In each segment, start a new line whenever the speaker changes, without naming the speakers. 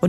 och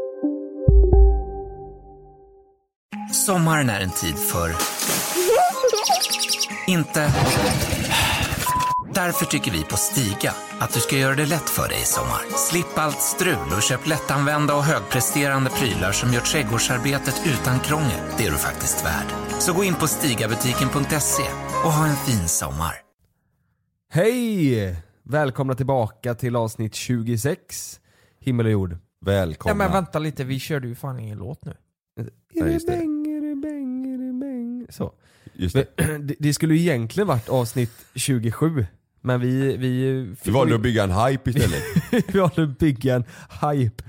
Sommaren är en tid för... Inte... Därför tycker vi på Stiga att du ska göra det lätt för dig i sommar. Slipp allt strul och köp lättanvända och högpresterande prylar som gör trädgårdsarbetet utan krångel. Det är du faktiskt värd. Så gå in på stigabutiken.se och ha en fin sommar.
Hej! Välkomna tillbaka till avsnitt 26, Himmel och jord.
Ja,
Välkomna.
men vänta lite, vi körde ju fan ingen låt nu.
Ja,
just det.
Så.
Just
Men,
det.
det- det skulle ju egentligen varit avsnitt 27, men vi... Vi,
Vi valde att bygga en hype istället.
vi valde att bygga en hype.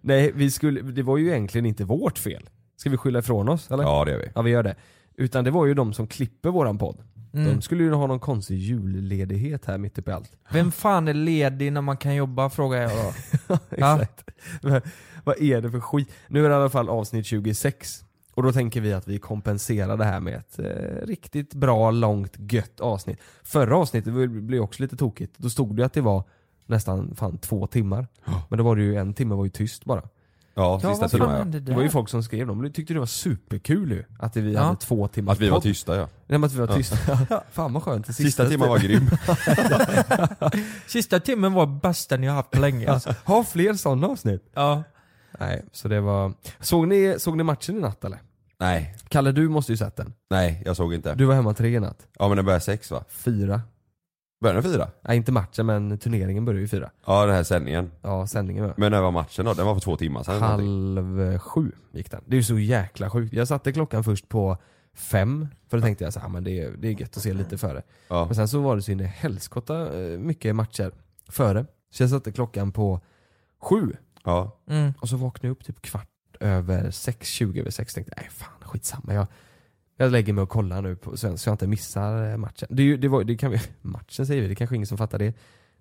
Nej, vi skulle, det var ju egentligen inte vårt fel. Ska vi skylla ifrån oss eller?
ja, det gör vi.
Ja, vi gör det. Utan det var ju de som klipper våran podd. De skulle ju ha någon konstig julledighet här mitt uppe i allt.
Vem fan är ledig när man kan jobba frågar jag då.
Exakt. Men Vad är det för skit? Nu är det i alla fall avsnitt 26. Och då tänker vi att vi kompenserar det här med ett eh, riktigt bra, långt, gött avsnitt. Förra avsnittet var- blev också lite tokigt. Då stod det att det var nästan fan två timmar. Men då var det ju en timme var ju tyst bara.
Ja,
Ja,
sista
vad fan
timmen ja.
hände
Det var ju
där?
folk som skrev, de tyckte det var superkul ju. Att vi
Ja.
hade två timmar
Att vi var tysta ja.
Nej men att vi var tysta. fan vad skönt.
Sista, timmen var grym.
Sista timmen var bästa ni har haft på länge alltså.
Ha fler sådana avsnitt.
Ja.
Nej, så det var... Såg ni, såg ni matchen i natt eller?
nej,
Kalle du måste ju sett den.
nej jag såg inte.
Du var hemma tre i natt.
Ja men den börjar sex va?
Fyra.
Börjar den fyra?
Nej inte matchen men turneringen började ju fyra.
Ja den här sändningen.
Ja sändningen var.
Men när var matchen då? Den var för två timmar sedan. eller någonting.
Halv eh, sju gick den. Det är ju så jäkla sjukt. Jag satte klockan först på fem. För då tänkte jag så här, "Ah, men det är, det är gött att se lite före.
Ja.
Men sen så var det så in i helskotta eh, mycket matcher före. Så jag satte klockan på sju.
Ja.
Mm.
Och så vaknade jag upp typ kvart över sex, 20 över sex. Tänkte nej fan skitsamma. Jag, jag lägger mig och kollar nu på svensk så jag inte missar eh, matchen. Det, är ju- det var, det kan vi, matchen säger vi, det kanske ingen som fattar det.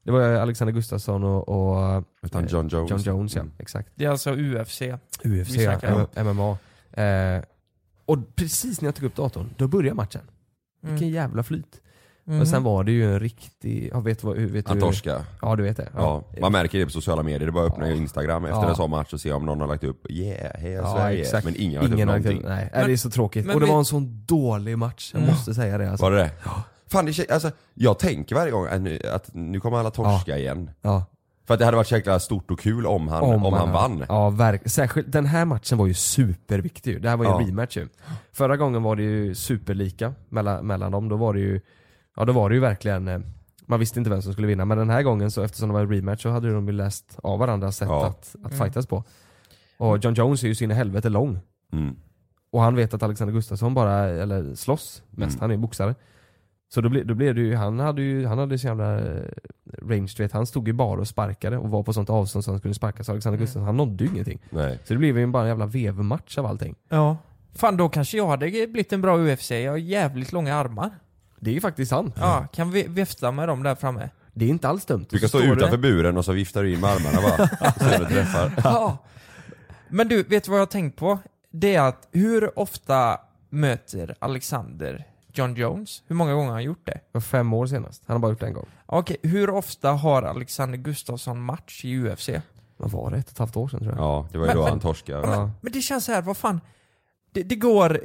Det var eh, Alexander Gustafsson och, och
Utan
eh,
John Jones.
John Jones ja,
Mm.
exakt.
Det är alltså UFC.
UFC,
Vi snackar
ja, M- MMA. Eh, och precis när jag tog upp datorn, då började matchen. Vilken
Mm.
jävla flyt.
Mm.
Men sen var det ju en riktig, ja, vet du vad, vet du,
Han torskar.
Ja du vet det.
Ja. Man märker det på sociala medier. Det är bara att öppna
Ja.
Instagram efter
Ja.
en sån match och se om någon har lagt upp 'Yeah, heja
Ja,
Sverige'
exakt.
men ingen har lagt upp
Ingen har-
någonting.
Nej, Äh,
Men-
det är så tråkigt.
men
och det
vi-
var en sån dålig match, jag
Mm.
måste säga det alltså.
Var det det? Fan, det kän- alltså, jag tänker varje gång att nu, att nu kommer alla torska igen.
Ja,
För att det hade varit så jäkla stort och kul om han, om han vann.
Ja, verk- särskilt den här matchen var ju superviktig ju. Det här var ju
Ja.
en rematch ju. Förra gången var det ju superlika mellan, mellan dem. Då var det ju, ja då var det ju verkligen, eh, man visste inte vem som skulle vinna. Men den här gången så eftersom det var en rematch så hade ju de ju läst av varandra sätt
Ja.
att, att fightas på. Och John Jones är ju sin i helvete lång.
Mm.
Och han vet att Alexander Gustafsson bara, eller slåss mest,
Mm.
han är ju boxare. Så då, ble, då blev det ju, han hade ju, han hade ju så jävla eh, range du vet, han stod ju bara och sparkade och var på sånt avstånd så han skulle sparka. Så Alexander Gustafsson, han nådde ju ingenting.
Mm. Nej.
Så det blev ju bara en jävla vevmatch av allting.
Ja. Fan då kanske jag hade blivit en bra UFC. Jag har jävligt långa armar.
Det är ju faktiskt sant.
Ja, kan vi vifta med dem där framme?
Det är inte alls dumt.
Du kan stå
Förstår
utanför
det?
buren och så viftar du in med armarna bara. Så du träffar.
Ja. Men du, vet du vad jag har tänkt på? Det är att hur ofta möter Alexander John Jones? Hur många gånger har han gjort det?
För fem år senast. Han har bara gjort det en gång.
Okej, hur ofta har Alexander Gustafsson match i UFC?
Vad var det? Ett och ett halvt år sedan tror jag.
Ja, det var ju
Men-
då
men-
han torskade.
Ja.
Men det känns så här, vad fan? Det, det går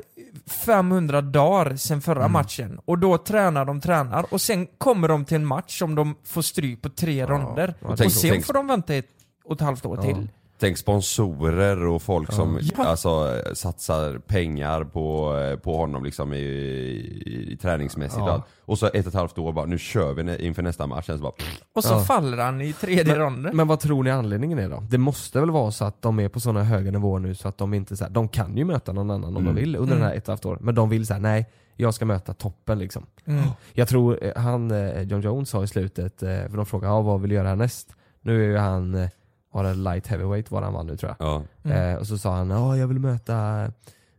500 dagar sen förra
Mm.
matchen och då tränar de, tränar och sen kommer de till en match som de får stryk på tre ronder.
ja,
Och,
tänk-
sen
tänk-
får de vänta ett och ett halvt år
Ja.
till.
Tänk sponsorer och folk som alltså, satsar pengar på, eh, på honom liksom i, i, i träningsmässigt och allt. Och så ett och ett halvt år bara, nu kör vi nä- inför nästa match. Sen så bara, pff,
Och så faller han i tredje ronden.
Men vad tror ni anledningen är då? Det måste väl vara så att de är på sådana höga nivåer nu så att de inte så här, de kan ju möta någon annan om de vill under den här ett och ett halvt år. Men de vill så här, nej, jag ska möta toppen liksom.
Mm,
Jag tror eh, han, eh, John Jones sa i slutet, eh, för de frågade ja, vad vill du göra härnäst? Nu är ju han, eh, var det light heavyweight var han vann nu tror jag.
ja.
Eh, och så sa han, ja jag vill möta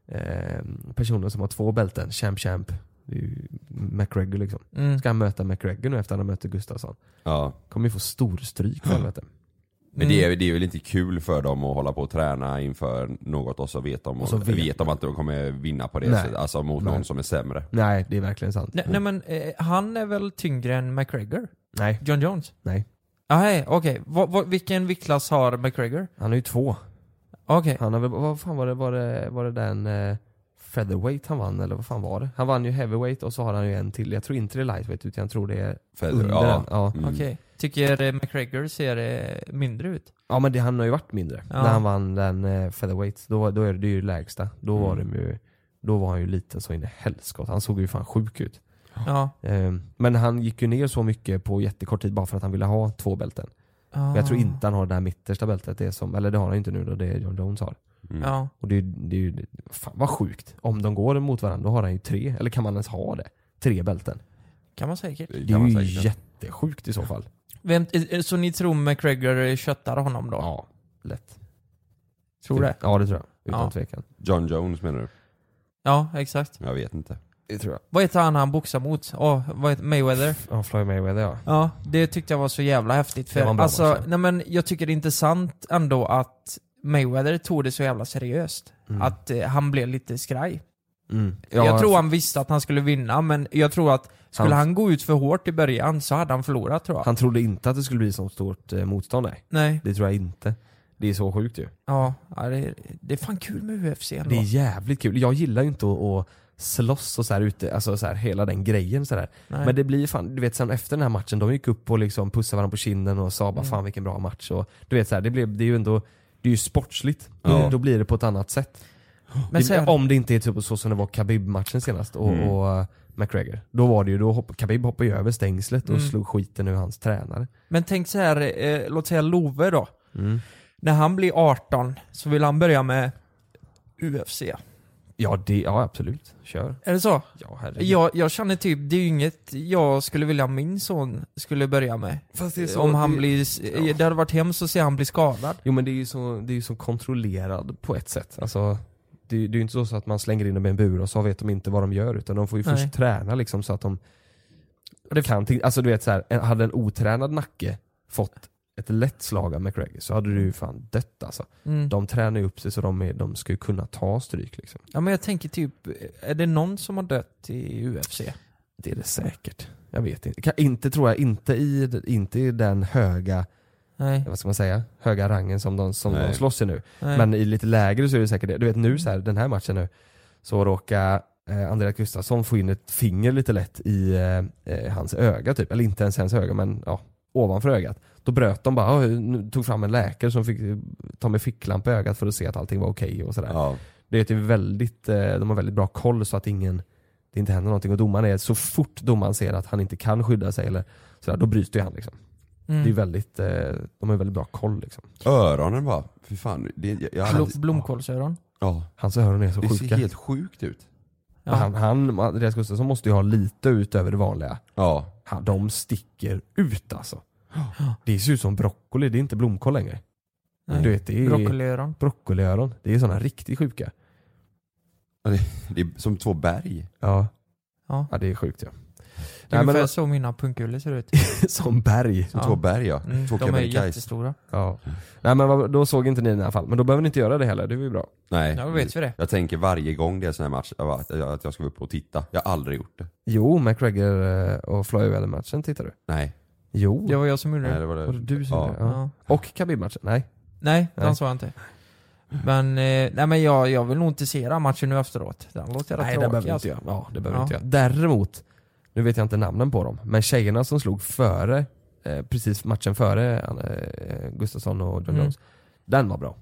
eh, personer som har två bälten, champ champ. Det är ju McGregor liksom.
mm.
Ska han möta McGregor nu efter att han mötte Gustafsson?
ja.
Kommer ju få storstryk för helvete.
Men det
Mm.
är, det är väl inte kul för dem att hålla på och träna inför något och så vet de,
Och så vet
vet. de att de kommer vinna på det
Nej.
sättet, alltså mot
Nej.
någon som är sämre.
Nej, det är verkligen sant.
Nej, nej men eh, han är väl tyngre än McGregor?
Nej,
John Jones?
nej.
Ah, hej, okej. Vad- vad- vilken viktklass har McGregor?
Han är ju två.
Okej.
Han har väl, vad fan var det, var det, var det den eh, featherweight han vann eller vad fan var det? Han vann ju heavyweight och så har han ju en till. Jag tror inte det är lightweight utan jag tror det är
Federer,
under
ja.
den. Ja.
Mm.
Okej. Tycker eh, McGregor ser eh, mindre ut?
ja men det, han har ju varit mindre.
Ja.
När han vann den eh, featherweight, då, då är det ju det lägsta. Då var det ju, då var han ju liten så in i helskott. Han såg ju fan sjuk ut.
Ja.
Eh, men han gick ju ner så mycket på jättekort tid bara för att han ville ha två bälten. Men
Ah.
Jag tror inte han har det där mittersta bältet, det är som, eller det har han ju inte nu då, det är John Jones har.
Ja.
Och det, är- det, är ju- fan vad sjukt. Om de går mot varandra, då har han ju tre, eller kan man ens ha det? Tre bälten.
Kan man säkert.
Det,
kan
är
man
ju
säkert.
jättesjukt i så fall.
Vem, eh, så ni tror McGregor eh, köttar honom då?
Ja, lätt. Typ.
Tror det?
Ja det tror jag. Utan
Ja.
tvekan.
John Jones menar du?
Ja, exakt.
Jag vet inte.
Det tror jag.
Vad heter han han boxar mot? Åh, vad heter Mayweather?
Ja, Floyd Mayweather ja.
Ja, det tyckte jag var så jävla häftigt. För
Det var en bra match,
alltså,
ja.
nej, men jag tycker det är intressant ändå att Mayweather tog det så jävla seriöst. Att eh, han blev lite skraj.
Mm.
jag tror han visste att han skulle vinna, men jag tror att skulle
Han-
han, gå ut för hårt i början så hade han förlorat tror jag.
han trodde inte att det skulle bli så stort eh, motstånd nej.
Nej,
Det tror jag inte. Det är så sjukt ju.
ja, ja det, det är fan kul med UFC ändå.
Det är jävligt kul. Jag gillar ju inte att, att slåss och så här ute, alltså så här, hela den grejen så där.
Nej.
Men det blir fan, du vet sen efter den här matchen, de gick upp och liksom pussade varandra på kinden och sa bara fan vilken bra match. Och, du vet så här, det, blev, det är ju ändå, det är ju sportsligt. Mm.
Ja.
Då blir det på ett annat sätt.
men
det,
sen,
Om det inte är typ så som det var Khabib-matchen senast och, och eh, McGregor. Då var det ju, då hopp, Khabib hoppade ju över stängslet och slog skiten ur hans tränare.
men tänk så här, eh, låt säga Love då.
Mm.
När han blir 18 så vill han börja med UFC.
Ja, det, ja absolut. Kör.
Är det så?
Ja, herregud.
Jag, jag känner typ, det är ju inget jag skulle vilja min son skulle börja med.
Fast det är så-
Om han
det-
blir, s- det hade varit hemskt att se han bli skadad.
Jo men det är ju så, det är ju så kontrollerad på ett sätt. Alltså, det, är- det är ju inte så så att man slänger in dem i en bur och så vet de inte vad de gör utan de får ju
Nej.
först träna liksom så att de kan, ting- alltså du vet så här, en- hade en otränad nacke fått ett lätt slag av McGregor så hade du ju fan dött alltså.
Mm.
De tränar ju upp sig så de, är, de ska ju kunna ta stryk liksom.
Ja men jag tänker typ, är det någon som har dött i UFC?
Det är det säkert. Jag vet inte. Kan, inte tror jag, inte i, inte i den höga,
Nej.
vad ska man säga, höga rangen som de, som de
Nej.
slåss i nu.
nej.
Men i lite lägre så är det säkert det. Du vet nu så här, den här matchen nu, så råkar eh, Andreas Gustafsson få in ett finger lite lätt i eh, eh, hans öga typ. Eller inte ens hans öga men ja, ovanför ögat. Då bröt de bara, "Oj, nu tog fram en läkare som fick eh, ta med ficklampa i ögat för att se att allting var okej och sådär.
Ja.
Det är ett väldigt, eh, de har väldigt bra koll så att ingen, det inte händer någonting. Och domaren är, så fort domaren ser att han inte kan skydda sig eller sådär, då bryter ju han liksom.
Mm.
Det är väldigt, eh, de har väldigt bra koll liksom.
Öronen bara, fy fan. Det, jag, jag hade,
Blom, blomkålsöron.
ja,
Hans öron är så
det ser
sjuka.
helt sjukt ut.
Ja.
Han, han, Andreas Gustafsson måste ju ha lite utöver det vanliga.
Ja.
Han, de sticker ut alltså. Det ser ut som broccoli, det är inte blomkål längre.
Nej.
Du vet, det är
Broccoliöron.
broccoliöron. Det är sådana riktigt sjuka.
Det är som två berg.
Ja.
Ja.
det är sjukt ja.
Det är
Nej, men-
ungefär så mina punkkulor ser ut.
Som berg.
Som
Ja.
två berg ja.
Mm,
Två
de är
Kebnekaise.
jättestora.
Ja. Nej men vad- då såg inte ni den i alla fall. Men då behöver ni inte göra det heller, det är ju bra.
Nej.
Ja, då vet vi det.
Jag tänker varje gång det är sån här match jag bara, att jag, att jag ska vara uppe och titta. Jag har aldrig gjort det.
Jo, McGregor eh, och Floyd Mayweather-matchen tittar du.
Nej.
Jo.
Det var jag som gjorde
Nej
det.
det var det.
Var Oh. det du som
Ja.
gjorde det? Ja.
Ja.
Och Khabib-matchen? Nej.
Nej, den
Nej.
sa jag inte. Men, eh, nej, men jag, jag vill nog inte se den här matchen nu efteråt. Den låter rätt tråkig. alltså.
jag. Ja, det behöver
Ja.
inte jag. Däremot, nu vet jag inte namnen på dem, men tjejerna som slog före, eh, precis matchen före eh, Gustafsson och John
Mm.
Jones, Den var bra.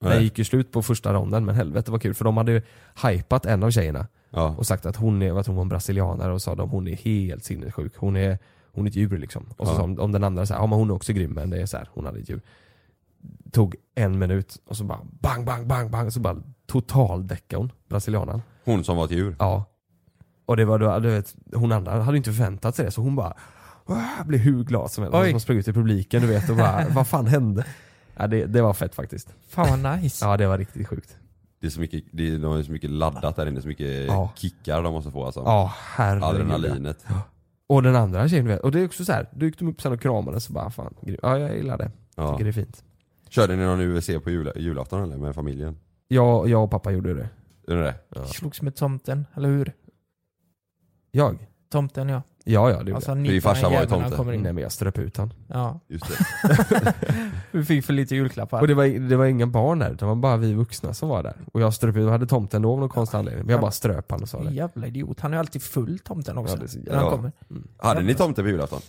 Den
Nej.
gick ju slut på första ronden men helvete vad kul för de hade ju hypat en av tjejerna
Ja.
och sagt att hon är, vad tror hon, brasilianare och sa de hon är helt sinnessjuk. Hon är, hon är ett djur liksom. Och så
Ja.
sa de- om den andra så här, ja men hon är också grym men det är så här, hon hade ett djur. Tog en minut och så bara bang, bang, bang, bang. Så bara totaldäckade hon brasilianan.
Hon som var ett djur.
Ja. Och det var då, du vet, hon andra hade inte förväntat sig det så hon bara "Åh", blev hur glad som helst.
Oj.
Hon sprang ut i publiken du vet och bara, vad fan hände? Ja, det, det var fett faktiskt.
Fan vad nice.
Ja det var riktigt sjukt.
Det är så mycket, det är, de är så mycket laddat där inne, så mycket
Ja.
kickar de måste få alltså.
Ja herregud.
Adrenalinet.
Och den andra tjejen du vet, och det är också så här, då gick de upp sen och kramades och bara fan, grym. ja jag gillar det.
Ja.
Tycker det är fint.
Körde ni någon UFC på jul, julafton eller med familjen?
Jag, jag och pappa gjorde det.
Är det det?
Slogs med tomten, eller hur?
Jag?
Tomten ja.
Ja ja det gjorde
Alltså
Min farsa var ju tomte. Mm.
kommer
jag. Nej
in.
men jag ströp ut han.
Ja.
Just det.
Vi fick för lite julklappar.
Och det var, det var inga barn där, det var bara vi vuxna som var där. Och jag ströp ut, jag hade tomten då av någon konstig anledning. Men jag bara ströp han och sa det.
Jävla idiot. Han är alltid full tomten också.
Ja, det är så jävla-
när han
Ja.
kommer.
Hade ni tomte på julafton?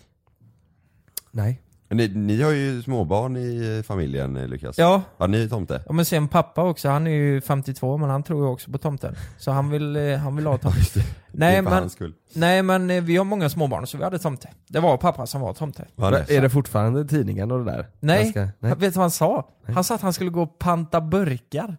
Nej.
Ni, ni har ju småbarn i familjen eh, Lukas.
Ja.
Hade ni tomte?
ja, men sen pappa också. Han är ju 52 men han tror ju också på tomten. Så han vill, eh, han vill ha tomten.
det
nej,
är för
men,
hans skull.
nej men eh, vi har många småbarn så vi hade tomte. Det var pappa som var tomte.
Vad hade-
Är det fortfarande tidningen och det där?
Nej,
Jag ska- nej.
vet du vad han sa? Han sa att han skulle gå och panta burkar.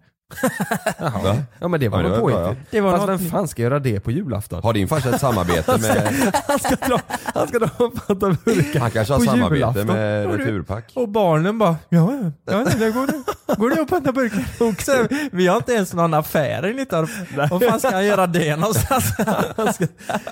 Va?
Ja men det var
Ja, det var
väl
bra,
påhittigt.
Det var
Fast
något
vem fan ska göra det på julafton?
Har din farsa ett samarbete med,
Han ska dra, han ska dra och panta burkar
han kanske har
på
samarbete
julafton.
med
Och du-
Returpack?
Och barnen bara ja, ja, ja det går det. Går det att panta burkar? Så, vi har inte ens någon affär i Nittorp. Vad fan ska han göra det någonstans?
Ja,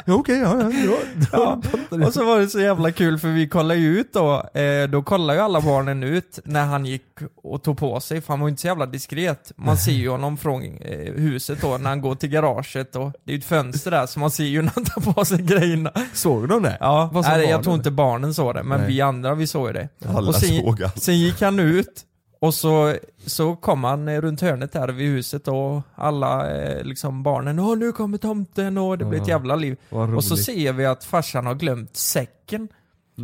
Okej, ja, ja, ja.
Ja. Och så var det så jävla kul för vi kollade ju ut då, eh, då kollade ju alla barnen ut när han gick och tog på sig, för han var ju inte så jävla diskret. Man ser ju honom från eh, huset då när han går till garaget och det är ju ett fönster där så man ser ju när han tar på sig grejerna.
Såg de det?
Ja,
Vad sa
nej, jag
barnen?
tror inte barnen såg det, men
Nej.
vi andra vi såg ju det.
Alla
och sen,
såg allt.
sen gick han ut och så, så kom han eh, runt hörnet där vid huset och alla eh, liksom barnen Åh nu kommer tomten och det blir ett
Ja.
jävla liv.
Vad roligt.
Och så ser vi att farsan har glömt säcken.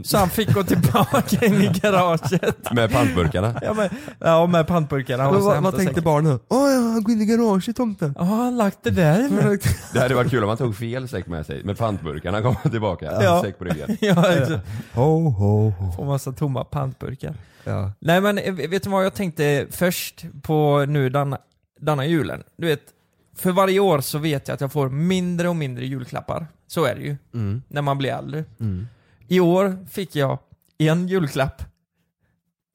Så han fick gå tillbaka in i garaget.
Med pantburkarna?
Ja, men, ja med pantburkarna.
Men
och så
vad,
hämta
vad tänkte
säcken.
barnen? Åh, ja, han går in i garaget tomten.
Ja, han har lagt det där. men.
Det hade varit kul om han tog fel säck med sig, med pantburkarna kom han tillbaka,
Ja.
säck på ryggen.
ja, exakt.
Ho, ho, ho.
Och massa tomma pantburkar.
Ja.
Nej men eh, vet du vad jag tänkte först på nu denna, denna julen? Du vet, för varje år så vet jag att jag får mindre och mindre julklappar. Så är det ju,
Mm.
när man blir äldre.
Mm.
I år fick jag en julklapp.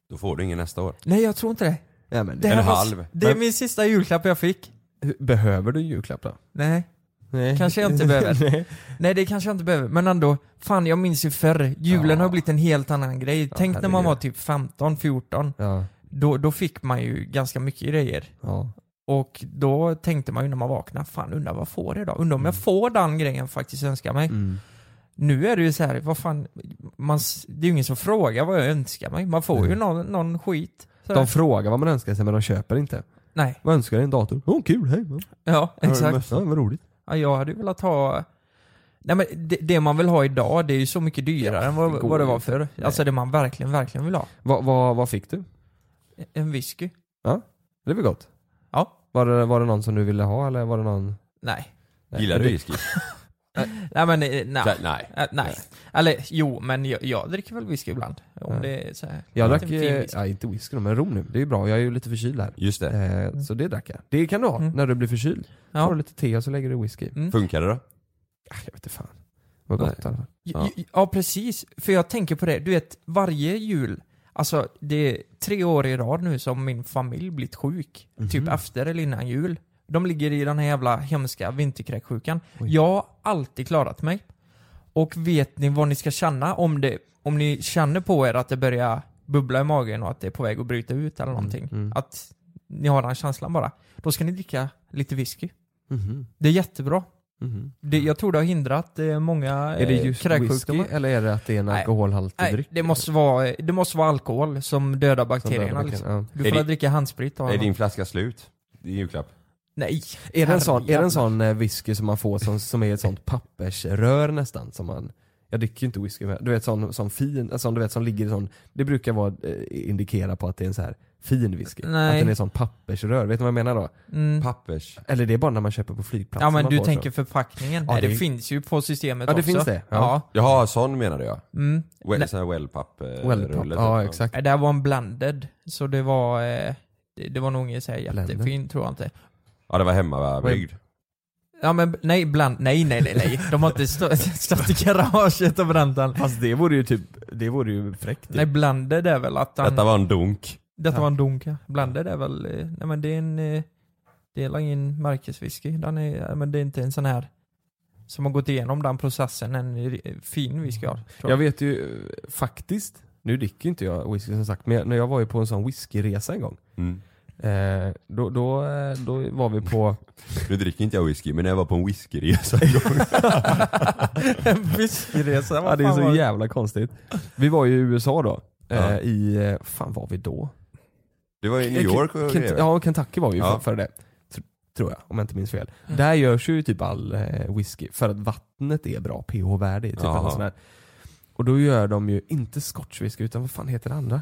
Då får du ingen nästa år.
Nej jag tror inte det.
Ja, men
det
det.
En
här var-
halv.
Det är
Men-
min sista julklapp jag fick.
Behöver du julklapp då?
Nej,
Nej.
kanske jag inte behöver. Nej det kanske jag inte behöver, men ändå. Fan jag minns ju förr, julen
Ja.
har blivit en helt annan grej. Tänk när
herregud.
man var typ 15, 14.
Ja.
Då, då fick man ju ganska mycket grejer.
ja.
Och då tänkte man ju när man vaknade, fan undrar vad får jag idag? Undrar om jag får den grejen jag faktiskt önskar mig.
Mm.
Nu är det ju så här, vad fan, man, s- det är ju ingen som frågar vad jag önskar mig. Man får ju
Nej.
någon, någon skit. Så
De
där.
frågar vad man önskar sig men de köper inte.
Nej,
Vad önskar dig en dator? Åh oh, kul, hej.
ja exakt.
Ja, vad roligt.
Ja, jag hade ju velat ha... Nej men det, det man vill ha idag, det är ju så mycket dyrare än vad,
går
vad det
ju
var
inte.
förr.
Nej.
Alltså det man verkligen, verkligen vill ha.
Vad vad- vad fick du?
En whisky.
Det var gott.
Ja.
Var det, var det någon som du ville ha eller var det någon?
Nej.
Nej.
Gillar du whisky?
Nej men eh, nej.
Så- Nej.
Eh, nej. Eller jo, men jag, jag dricker väl whisky ibland. Om
Ja.
det är så här.
Jag
en
drack eh,
liten
ju,
fin whisky.
ja, inte whisky då, men rom nu. Det är ju bra, jag är ju lite förkyld här.
Just det.
Eh, så det drack jag. Det kan du ha
Mm.
när du blir förkyld.
Ja.
Tar du lite te och så lägger du whisky. i.
Funkar det då?
Ah, jag vet inte fan. Vad gott i alla fall.
Ja. ja precis, för jag tänker på det, du vet varje jul, alltså det är tre år i rad nu som min familj blivit sjuk.
Mhm.
Typ efter eller innan jul. De ligger i den här jävla hemska vinterkräksjukan. Jag har alltid klarat mig. Och vet ni vad ni ska känna om det, om ni känner på er att det börjar bubbla i magen och att det är på väg att bryta ut eller
Mm,
någonting. Att ni har den känslan bara. Då ska ni dricka lite whisky. Det är jättebra. Det, jag tror det har hindrat eh, många
Mm. Är det just whisky
Eh, kräksjukdomar.
eller är det att det är en
Nej.
alkoholhaltig
Nej,
dryck?
det måste, vara, det måste vara alkohol som
Som
dödar
dödar
bakterierna.
bakterierna,
liksom.
ja.
Du
Är
får
det-
väl dricka handsprit av
Är
honom.
din flaska slut? Din julklapp?
Nej.
Är det en sån, är det
Herrejävlar.
en sån eh, whisky som man får som, som är ett sånt pappersrör nästan? Som man, jag dricker ju inte whisky, men du vet sån, sån fin, alltså, du vet som ligger i sån, det brukar vara, eh, indikera på att det är en så här fin whisky.
Nej.
Att den är som pappersrör, vet du vad jag menar då?
Mm.
Pappers.
Eller det är bara när man köper på flygplatsen.
Ja men
man
du
får
tänker
så.
förpackningen.
Ja,
Nej, det,
det-
finns ju på systemet
Ja, det
också.
finns det. Ja.
Ja.
Jaha, sån menade jag.
Mm.
Well,
Nej.
sån här wellpapp eh,
Wellpapp,
rulle, typ.
ja exakt.
Nej, Det här var en blended, så det var, eh, det, det var nog inget så här jättefin tror jag inte.
Ja det var hemmabyggd.
Ja men nej, bland, nej nej nej nej. De har inte stå, stått i garaget och bränt den.
Fast det vore ju typ, det vore ju fräckt.
Nej blended är väl att han,
Detta var en dunk.
detta var en donka. Blended är väl, eh, nej men det är en, eh, det är ingen märkeswhisky. Den är, ja, men det är inte en sån här som har gått igenom den processen, en ri- fin whisky har. tror
Jag vet ju eh, faktiskt, nu dricker ju inte jag whisky som sagt, men jag, när jag var ju på en sån whiskyresa en gång.
Mm.
Eh, då, då, eh, då var vi på...
Nu dricker inte jag whisky men jag var på en whiskyresa
En whiskyresa,
Ja,
vad
det är
fan
så
var det?
jävla konstigt. Vi var ju i USA då. Eh,
Ja.
I, eh, fan var vi då? Eh,
Det var i New York och
Kent-
grejer.
Ja, Kentucky var vi ju
Ja.
för, för det. Tr- Tror jag, om jag inte minns fel. Där görs ju typ all eh, whisky för att vattnet är bra pH-värde i typ
Jaha.
alla sådana här. Och då gör de ju inte scotch whisky utan vad fan heter det andra?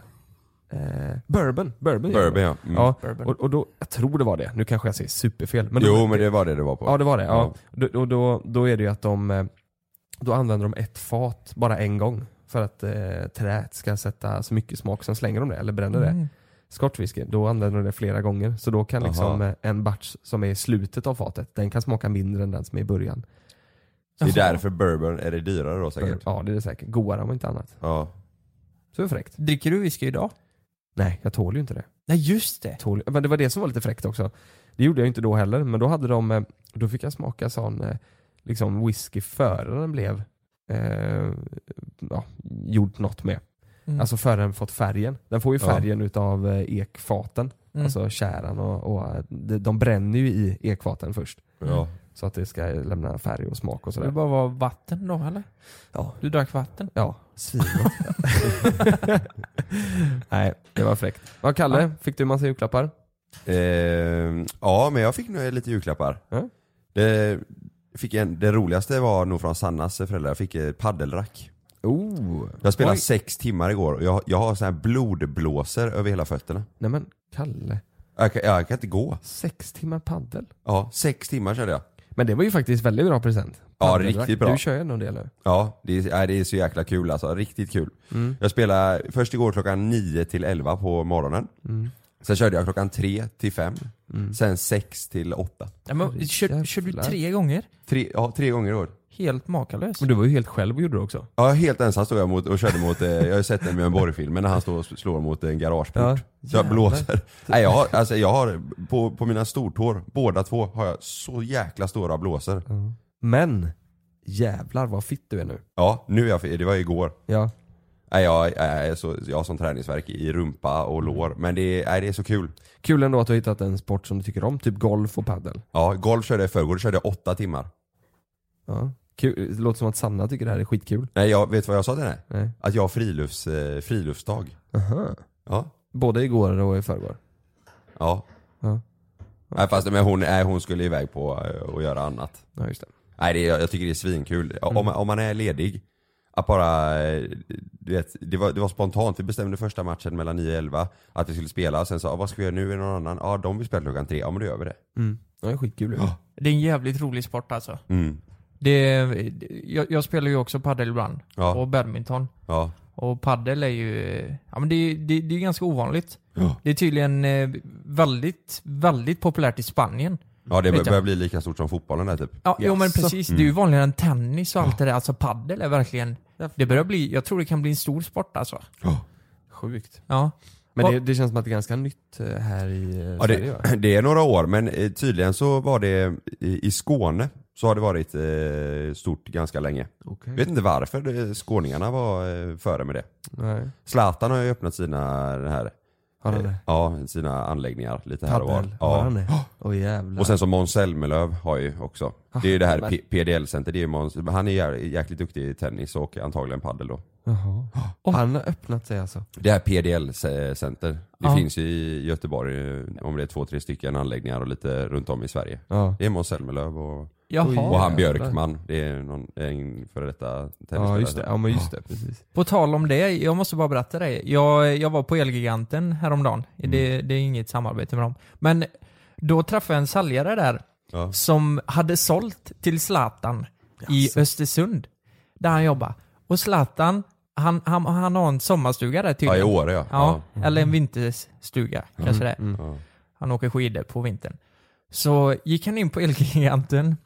Eh, bourbon. Bourbon, gör de.
Bourbon ja. Mm.
Ja,
Bourbon.
och, och då, jag tror det var det. Nu kanske jag säger superfel. Men
Jo
då,
men det var det det var på.
Ja det var det. Ja. Då, då, då, då är det ju att de eh, då använder de ett fat bara en gång. För att eh, träet ska sätta så mycket smak. Sen slänger de det eller bränner det.
Mm.
Scotch whisky, då använder de det flera gånger. Så då kan
Jaha.
liksom eh, en batch som är i slutet av fatet, den kan smaka mindre än den som är i början.
Det är därför bourbon är det dyrare då säkert.
Ja det är det säkert. Godare om inte annat.
Ja.
Så det är fräckt.
Dricker du whisky idag?
Nej, jag tål ju inte det.
Nej just det.
Tål, men det var det som var lite fräckt också. Det gjorde jag inte då heller, men då hade de, eh, då fick jag smaka sån eh, liksom whisky före den blev eh, ja, gjort något med.
Mm.
Alltså före den fått färgen. Den får ju
Ja.
färgen utav eh, ekfaten,
Mm.
alltså tjäran och, och eh, de, de bränner ju i ekfaten först.
ja.
Så att det ska lämna färg och smak och
Så Mm. det
sådär.
bara var vatten då eller?
Ja.
Du drack vatten?
Ja, svingott. Nej, det var fräckt. Vad Kalle, fick du massa julklappar?
Ehm, ja men jag fick nog lite julklappar.
Ja.
Det, fick en, det roligaste var nog från Sannas föräldrar, jag fick eh, paddelrack.
Oh.
Jag spelade
Oj.
sex timmar igår och jag, jag har sån här blodblåsor över hela fötterna.
Nej men Kalle,
Jag kan, jag kan inte gå.
sex timmar paddel.
Ja, sex timmar körde jag.
Men det var ju faktiskt väldigt bra present.
Ja,
Paddelrack.
riktigt bra.
Du kör ju ändå en del nu.
Ja, det är, nej, det är så jäkla kul alltså. Riktigt kul.
Mm.
Jag spelade först igår klockan 9 till 11 på morgonen.
Mm.
Sen körde jag klockan 3 till 5. Sen 6 till 8.
Nej, men, kör, kör du
Jävlar.
tre gånger?
Tre, ja, tre gånger i år.
Helt makalös.
Men du var ju helt själv och gjorde det också.
Ja, helt ensam stod jag mot, och körde mot, eh, jag har ju sett den Björn Borg-filmen när han står och slår mot en garageport.
Ja,
så jag blåser. Nej, jag har, alltså, jag har på, på mina stortår, båda två, har jag så jäkla stora blåsor.
Men jävlar vad fitt du är nu.
Ja, nu är jag, det var igår.
Ja.
Nej, jag, jag, är så, jag har sån träningsverk i rumpa och lår, men det är, nej, det är så kul.
Kul ändå att du har hittat en sport som du tycker om, typ golf och paddel.
Ja, golf körde jag i förrgår, då körde jag åtta timmar.
Ja. Kul. Det låter som att Sanna tycker det här är skitkul.
Nej, jag, vet du vad jag sa till henne?
Nej.
Att jag har frilufts, eh, friluftsdag. Ja.
Både igår och i förrgår.
ja.
Ja.
Nej, fast men hon, nej, hon skulle iväg på eh, och göra annat.
Ja, just det.
Nej, det, är- jag tycker det är svinkul. Ja, Om, man- om man är ledig, att bara, eh, du vet, det var, det var spontant. Vi bestämde första matchen mellan 9 och 11 att vi skulle spela. Sen sa ah, vad ska vi göra nu? Är det någon annan? Ja, de vill spela klockan tre. Ja, men då gör vi det.
Mm. Ja, det är skitkul. ju.
Det är en jävligt rolig sport alltså.
Mm.
Det, det- jag, jag spelar ju också padel ibland.
Ja.
Och badminton.
Ja.
Och padel är ju... Ja men det, är- det, det är ganska ovanligt. Det är tydligen eh, väldigt, väldigt populärt i Spanien.
ja, det bör-
Vet jag.
börjar bli lika stort som fotbollen där typ.
Ja, jo men precis. Det är
Mm.
ju vanligare än tennis och allt det där. Alltså padel är verkligen... Det börjar bli... Jag tror det kan bli en stor sport alltså.
Sjukt.
Ja.
Men
Vad-
det, det känns som att det är ganska nytt eh, här i eh,
Ja,
Sverige va?
det, det är några år, men eh, tydligen så var det i, i Skåne så har det varit eh, stort ganska länge.
Okej.
Vet inte varför det, skåningarna var eh, före med det.
Nej.
Zlatan har ju öppnat sina, det här,
Har han
eh,
det?
ja, sina anläggningar lite här och var.
Paddel? Har han
Ja.
det? Åh jävlar.
Och sen så Måns Zelmerlöw har ju också. Det är ju det här P- PDL-center, det är ju Måns, men han är jä- jäkligt duktig i tennis och antagligen padel då.
Jaha. Han har öppnat sig alltså.
Det här PDL-center, det
Ja.
finns ju i Göteborg eh, om det är två, tre stycken anläggningar och lite runt om i Sverige.
Ja.
Det är Måns Zelmerlöw och
Jaha.
Och han Björkman, det är någon, en före detta tennisspelare.
Ja just det, ja men just det, precis.
På tal om det, jag måste bara berätta det. Jag, jag var på Elgiganten häromdagen.
Mm.
Det, det är inget samarbete med dem. Men då träffade jag en säljare där
Ja.
som hade sålt till Zlatan i Östersund, där han jobbar. Och Zlatan, han, han, han har en sommarstuga där
Ja, i
tydligen.
Åre ja.
Ja,
ja. Mm.
eller en vinterstuga kanske det är. Han åker skidor på vintern. Så gick han in på Elgiganten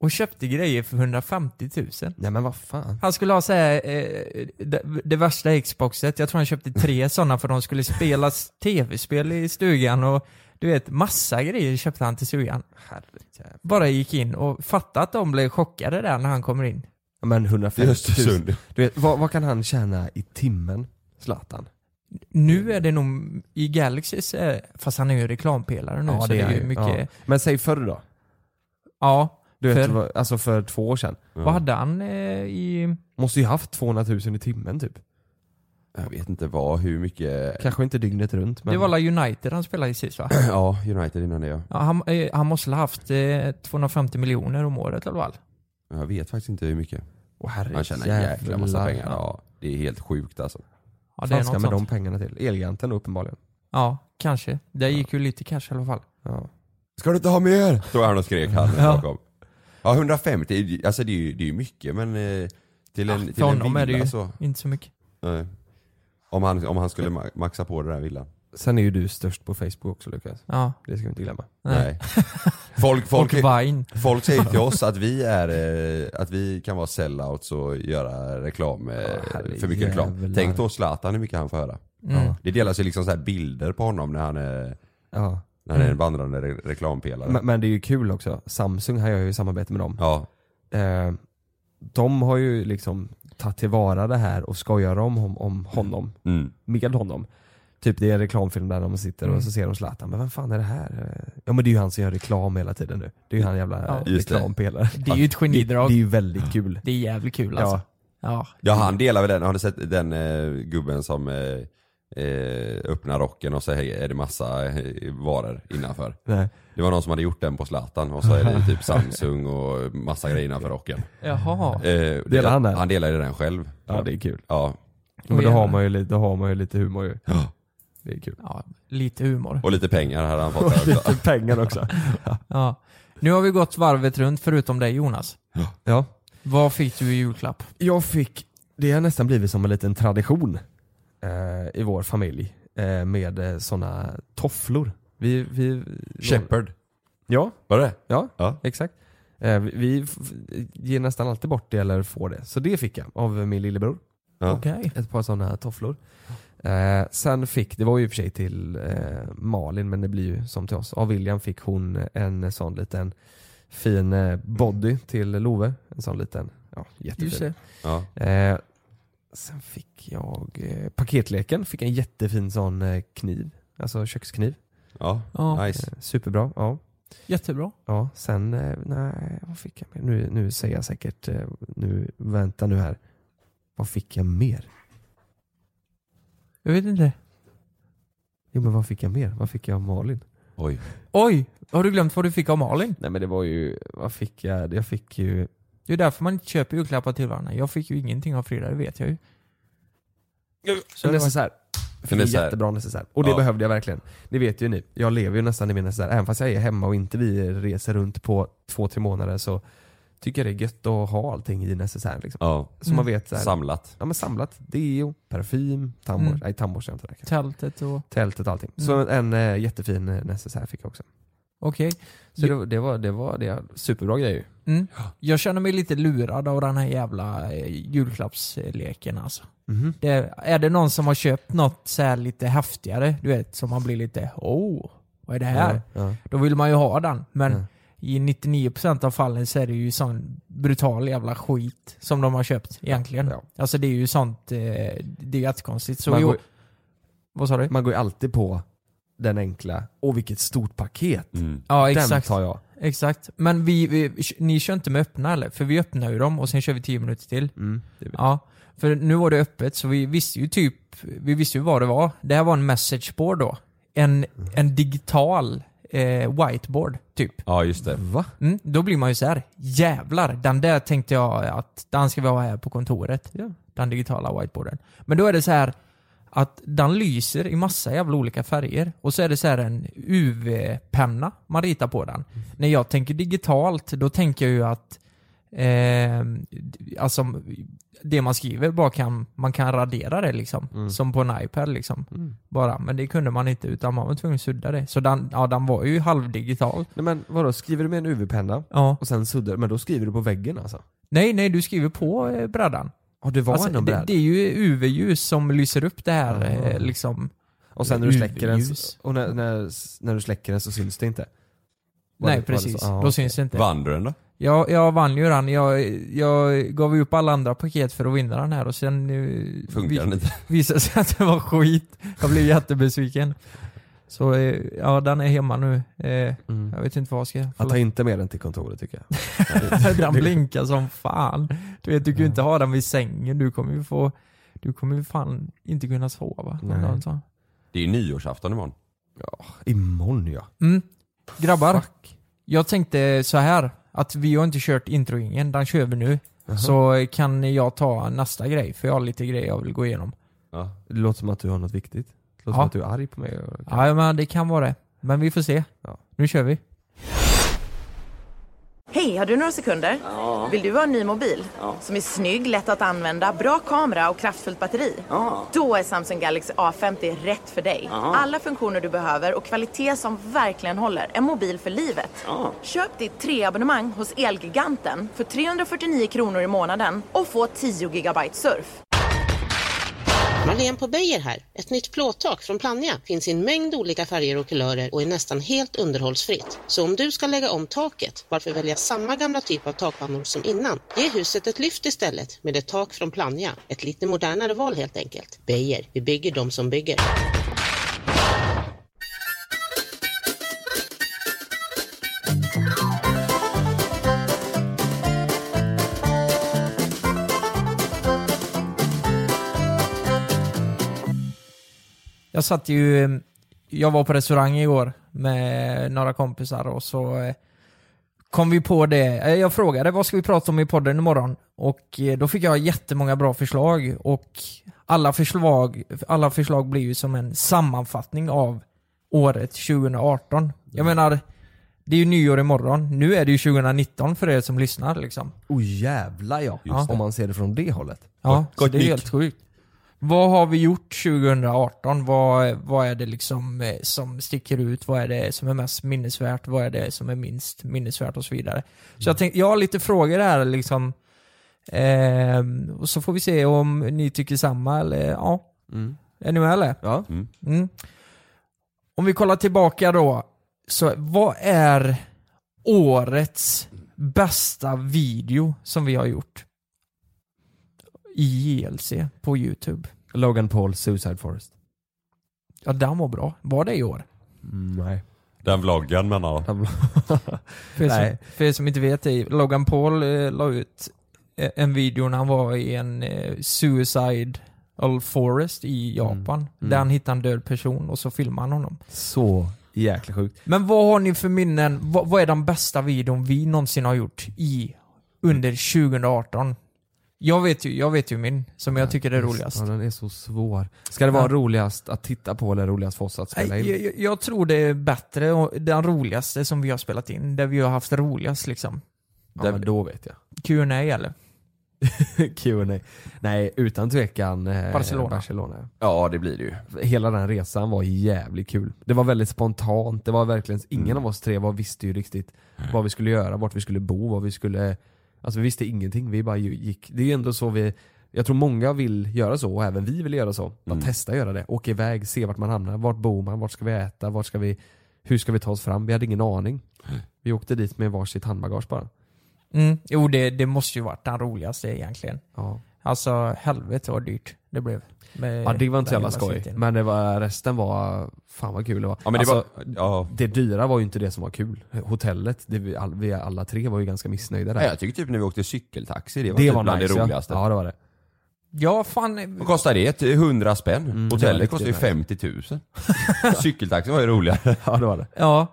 och köpte grejer för 150 000.
Nej men vad fan.
Han skulle ha så här, eh, det, det värsta Xboxet, jag tror han köpte tre sådana för de skulle spela s- tv-spel i stugan och du vet massa grejer köpte han till stugan.
Herrejävlar.
Bara gick in och fattade att de blev chockade där när han kommer in.
Ja, men
I
150 000.
Östersund.
Du vet, vad, vad kan han tjäna i timmen? Zlatan.
Nu är det nog i Galaxys, eh, fast han är ju reklampelare nu så det är ju mycket, ja.
Ja. Men säg förr då? Du vet,
Förr?
vad- alltså för två år sedan.
vad hade han eh, i,
Måste ju haft 200 000 i timmen typ.
Jag vet inte vad, hur mycket...
Kanske inte dygnet runt men...
det var la United han spelade i sist va?
Ja, United innan det ja.
Ja, han, eh, han måste ha haft eh, 250 miljoner om året i alla fall.
Jag vet faktiskt inte hur mycket.
Åh,
Han tjänar en jäkla massa
herrejävlar.
pengar. Ja, det är helt sjukt alltså.
Ja, det är
Vad
något
ska
sånt.
med de pengarna till? Elgiganten då uppenbarligen.
Ja, kanske. Det gick ju lite cash i alla fall.
Ja.
Ska du inte ha mer? Stod han och skrek han bakom. Ja 150, alltså det är ju, det är ju mycket men eh, till en, till
För
en
honom
villa alltså.
är det ju
så.
inte så mycket.
Nej. Om han, om han skulle ma- maxa på det där villan.
Sen är ju du störst på Facebook också Lukas.
Ja.
Det ska vi inte glömma.
Nej. Folk, folk,
Och Vine.
folk säger till oss att vi, är, eh, att vi kan vara sellouts och göra reklam, eh,
herre
för mycket reklam.
jävlar.
Tänk då Zlatan hur mycket han får höra.
Mm.
Det delas ju liksom så här bilder på honom när han är,
Ja.
när han är en vandrande re reklampelare.
Men, men det är ju kul också. Samsung här gör ju samarbete med dem.
ja,
Eh, de har ju liksom tagit tillvara det här och skojar om, om, om honom.
mm.
Med honom. Typ det är en reklamfilm där de sitter och så ser de Zlatan. Men vem fan är det här? Eh, Ja men det är ju han som gör reklam hela tiden nu. Det är ju han jävla
Ja.
ja,
Just det.
reklampelare.
Det är ju ett
Det,
genidrag.
det är ju väldigt kul.
Det är jävligt kul alltså. Ja.
Ja han delar väl den, har du sett den eh, gubben som eh, eh, öppnar rocken och så är det massa eh, varor innanför?
Ja. Nej.
Det var någon som hade gjort den på Zlatan och så är det typ Samsung och massa grejer innanför rocken.
Jaha.
Eh, delar
han den?
Han delade den själv.
Ja det är kul.
Ja.
Men då har man ju, li- då har man ju lite humor ju. Det är kul.
Ja, lite humor.
Och lite pengar hade han fått där också.
Pengar också.
Ja. Nu har vi gått varvet runt förutom dig Jonas.
Ja.
Vad fick du i julklapp?
Jag fick, det har nästan blivit som en liten tradition eh, i vår familj eh, med eh, sådana tofflor. Vi, vi,
Shepard,
Ja,
var det
ja,
Ja.
exakt. Eh, vi- vi f- ger nästan alltid bort det eller får det. Så det fick jag av min lillebror.
Ja.
Okej.
Ett par sådana tofflor. Eh, sen fick, det var ju i och för sig till eh, Malin men det blir ju som till oss. Av William fick hon en sån liten fin eh, body till Love. En sån liten, ja
Just
jättefin.
det.
Ja.
Eh, sen fick jag eh, paketleken, fick en jättefin sån eh, kniv. Alltså kökskniv.
Ja.
Ja.
nice.
Eh, superbra. Ja.
Jättebra.
ja. Sen, eh, nej vad fick jag mer? Nu, nu säger jag säkert, eh, nu, vänta nu här. Vad fick jag mer?
Jag vet inte.
Jo men vad fick jag mer? Vad fick jag av Malin?
Oj.
Oj! Har du glömt vad du fick av Malin?
Nej men det var ju, vad fick jag? Jag fick ju,
Det är därför man inte köper julklappar till varandra. Jag fick ju ingenting av Frida, det vet jag ju. Så
en
det var-
necessär. Jag Fick en
necessär.
jättebra necessär. Och det
Ja.
behövde jag verkligen. Det vet ju ni. Jag lever ju nästan i min necessär. Även fast jag är hemma och inte vi reser runt på två, tre månader så tycker jag det är gött att ha allting i necessären. Liksom.
Ja.
Så
Mm.
man vet så här,
Samlat.
ja, men samlat. Deo, parfym, tandborste.
Mm.
Nej tandborste har jag inte räknat.
Tältet och...
Tältet och allting. Så en eh, jättefin eh, necessär fick jag också.
Okej.
Så det, det var, det var det var superbra grej ju.
Mm. Jag känner mig lite lurad av den här jävla eh, julklappsleken alltså.
Mhm.
Det, är- är det någon som har köpt något så här lite häftigare, du vet, som man blir lite oh, vad är det här?
Ja.
Då vill man ju ha den. Men
Ja.
i 99% av fallen så är det ju sån brutal jävla skit som de har köpt egentligen.
Ja.
Alltså det är ju sånt, eh, det är jättekonstigt. Så
Man
jo,
går- Mm.
vad sa du?
Man går ju alltid på den enkla, åh vilket stort paket.
ja
Den
exakt.
tar jag.
Exakt. Men vi, vi, ni kör inte med öppna eller? För vi öppnar ju dem och sen kör vi 10 minuter till. Ja, för nu var det öppet så vi visste ju typ, vi visste ju vad det var. Det här var en message board då. En, en digital eh, whiteboard, typ.
Ja just det.
Va?
Mm, då blir man ju så här. jävlar, den där tänkte jag att den ska vi ha här på kontoret. Den digitala whiteboarden. Men då är det så här att den lyser i massa jävla olika färger och så är det så här en UV-penna man ritar på den. När jag tänker digitalt, då tänker jag ju att eh, alltså, det man skriver bara kan, man kan radera det liksom. Som på en iPad liksom. Bara. Men det kunde man inte utan man var tvungen att sudda det. Så den, ja, den var ju halvdigital.
Nej men vadå, skriver du med en UV-penna
Ja.
och sen suddar men då skriver du på väggen alltså?
Nej, nej, du skriver på eh, brädan.
Ja det var
Alltså,
ändå en
det,
bräda.
det är ju UV-ljus som lyser upp det här eh, liksom.
Och sen när du släcker den,
UV-ljus.
och när, när, när du släcker den så syns det inte? Var det-
Nej,
var det så?
precis.
Ja,
Då
okej.
syns det inte.
Vann du den då?
Jag, jag vann ju den. Jag, jag gav ju upp alla andra paket för att vinna den här och sen eh,
Funkar den inte?
visade det sig att det var skit. Jag blev jättebesviken. Så eh, ja, den är hemma nu. Eh, Jag vet inte vad jag ska...
Ja, ta inte med den till kontoret tycker jag.
den blinkar som fan. Du vet, du kan ju inte ha den vid sängen. Du kommer ju få... Du kommer ju fan inte kunna sova. den
Nej.
dagen, så.
Det är ju nyårsafton imorgon.
Imorgon ja.
Mm. Grabbar, jag tänkte så här att vi har inte kört introingen, den kör vi nu. Så kan jag ta nästa grej, för jag har lite grejer jag vill gå igenom.
Det låter som att du har något viktigt. Det låter
Ja.
som att du är arg på mig. och-
Ja, men det kan vara det. Men vi får se.
Ja.
Nu kör vi.
Hej, har du några sekunder? Vill du ha en ny mobil? Som är snygg, lätt att använda, bra kamera och kraftfullt batteri? Då är Samsung Galaxy A50 rätt för dig. Alla funktioner du behöver och kvalitet som verkligen håller. En mobil för livet. Köp ditt treabonnemang hos Elgiganten för 349 kronor i månaden och få 10 gigabyte surf.
Marlene på Beijer här. Ett nytt plåttak från Plannja finns i en mängd olika färger och kulörer och är nästan helt underhållsfritt. Så om du ska lägga om taket, varför välja samma gamla typ av takpannor som innan? Ge huset ett lyft istället med ett tak från Plannja. Ett lite modernare val helt enkelt. Beijer, vi bygger de som bygger.
Jag satt ju, eh, jag var på restaurang igår med några kompisar och så eh, kom vi på det. Eh, Jag frågade vad ska vi prata om i podden imorgon? Och eh, då fick jag jättemånga bra förslag och alla förslag, alla förslag blir ju som en sammanfattning av året 2018. Jag menar, det är ju nyår imorgon. Nu är det ju 2019 för er som lyssnar liksom.
Oj jävlar ja.
Just det.
Om man ser det från det hållet.
Ja, så
gott
det är
nytt.
helt sjukt. Vad har vi gjort 2018? Vad, vad är det liksom eh, som sticker ut? Vad är det som är mest minnesvärt? Vad är det som är minst minnesvärt? Och så vidare.
Mm.
Så jag, tänkte, jag har lite frågor här liksom. Ehm, och så får vi se om ni tycker samma eller ja. Är ni med eller?
Ja.
Mm. Om vi kollar tillbaka då. Så vad är årets bästa video som vi har gjort? I JLC på YouTube.
Logan Paul Suicide Forest.
Ja, den var bra. Var det i år?
nej.
Den vloggen menar jag.
För er, som,
Nej.
för er som inte vet, det, Logan Paul eh, la ut eh, en video när han var i en eh, suicide forest i
Mm.
Japan. Där han hittade en död person och så filmade han honom.
Så jäkla sjukt.
Men vad har ni för minnen? Vad, vad är den bästa videon vi någonsin har gjort i under 2018? Jag vet ju, jag vet ju min, som jag tycker är roligast.
Ja, den är så svår. Ska det vara
Ja.
roligast att titta på eller roligast för oss att spela
Nej,
in?
jag, jag- jag tror det är bättre, och den roligaste som vi har spelat in, där vi har haft roligast liksom.
Ja, men då vet jag.
Q&A eller?
Q&A. Nej, utan tvekan eh,
Barcelona.
Barcelona.
Ja det blir det ju.
Hela den resan var jävligt kul. Det var väldigt spontant, det var verkligen, ingen av oss tre var, visste ju riktigt vad vi skulle göra, vart vi skulle bo, vad vi skulle... Alltså vi visste ingenting, vi bara ju- gick. Det är ju ändå så vi... Jag tror många vill göra så, och även vi vill göra så. Bara testa göra det. Åka iväg, se vart man hamnar. Vart bor man? Vart ska vi äta? Vart ska vi... Hur ska vi ta oss fram? Vi hade ingen aning. Vi åkte dit med varsitt handbagage bara.
Mm. Jo, det, det måste ju varit den roligaste egentligen.
Ja.
Alltså, helvete vad dyrt det blev. Med
Ja det var inte så
den
jävla
hela
skoj.
sviten.
Men det var, resten var, fan vad kul det var.
Ja men det
Alltså,
var, ja.
det dyra var ju inte det som var kul. Hotellet, det vi, all, vi alla tre var ju ganska missnöjda där.
Nej, jag tycker typ när vi åkte cykeltaxi, det var, typ bland det
ja.
roligaste.
Ja det var det.
Ja, fan.
Vad kostar det? Ett- 100 spänn?
Mm, det var
Hotellet
riktigt
kostar ju
nice.
50 000. Cykeltaxi var ju roligare.
Ja det var det.
Ja.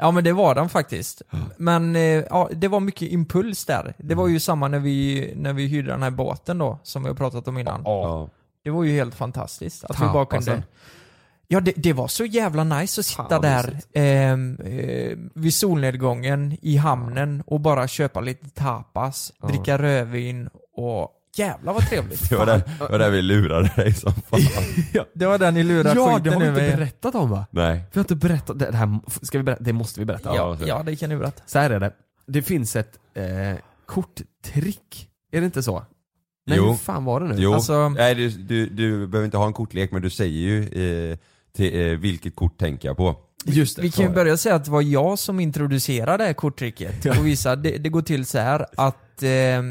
Ja men det var den faktiskt. Men eh, ja, det var mycket impuls där. Det var ju samma när vi, när vi hyrde den här båten då, som vi har pratat om innan.
Ja.
Det var ju helt fantastiskt att vi bara
Tapasen.
kunde... Ja det, det var så jävla nice att sitta
Fan, vad
där ehm, eh, vid solnedgången i hamnen och bara köpa lite tapas, dricka rödvin och jävla vad trevligt.
Det var, där, det var där vi lurade dig som fan.
Det var den ni lurade
Ja, det har
skiten
vi
ur
inte
mig.
berättat om va?
Nej.
Vi har inte berättat, det det här ska vi berätta, det måste vi berätta.
Ja, ja, det kan ni berätta.
Så här är det. Det finns ett eh, korttrick. Är det inte så? Nej,
Jo.
hur fan var det nu?
Jo,
Alltså-
nej, du, du, du behöver inte ha en kortlek men du säger ju eh, till, eh, vilket kort tänker jag på.
Just det.
Vi kan ju
så.
börja säga att det var jag som introducerade det här korttricket och visade, det, det går till så här att eh,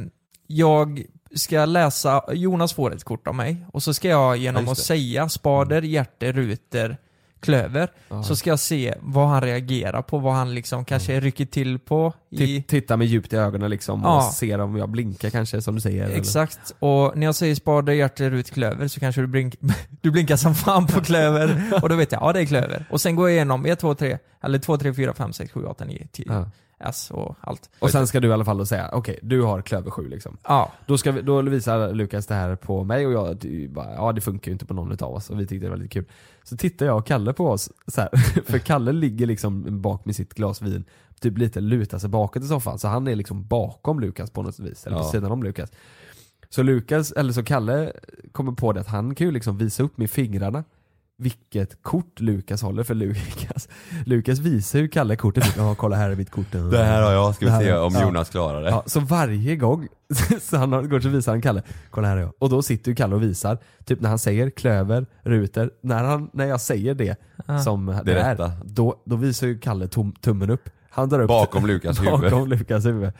jag ska läsa, Jonas får ett kort av mig och så ska jag genom
Ja,
att
just
säga spader, hjärter, ruter, klöver så ska jag se vad han reagerar på, vad han liksom kanske rycker till på. I,
Ti- Titta mig djupt i ögonen liksom och
Ja.
se om jag blinkar kanske som du säger. eller-
Exakt, och när jag säger spade, hjärter, rut, klöver så kanske du, blink, du blinkar som fan på klöver och då vet jag, ja det är klöver. Och sen går jag igenom 1, 2, 3, eller 2, 3, 4, 5, 6, 7, 8, 9, 10,
Ja.
S och allt.
Och sen ska du i alla fall då säga, okej du har klöver 7 liksom.
Ja,
Då, ska vi, då visar Lukas det här på mig och jag du, bara, ja det funkar ju inte på någon utav oss och vi tyckte det var lite kul. Så tittar jag och Kalle på oss så här, för Kalle ligger liksom bak med sitt glas vin, typ lite lutar sig bakåt i soffan så han är liksom bakom Lukas på något vis, eller på
Ja.
sidan om Lukas. Så Lukas, eller så Kalle kommer på det att han kan ju liksom visa upp med fingrarna vilket kort Lukas håller för Lukas. Lukas visar ju Kalle kortet, typ, ja kolla här är mitt kort.
Det här har jag, ska
Det här
vi se
har jag.
om
Ja.
Jonas klarar det.
Ja, så varje gång så han har- går så visar han Kalle, kolla här är jag. Och då sitter ju Kalle och visar, typ när han säger klöver, ruter, när, han, när jag säger det som det,
rätta.
är, då, då visar ju Kalle tom, tummen upp. Han drar upp
Bakom Lukas huvud.
bakom Lukas huvud.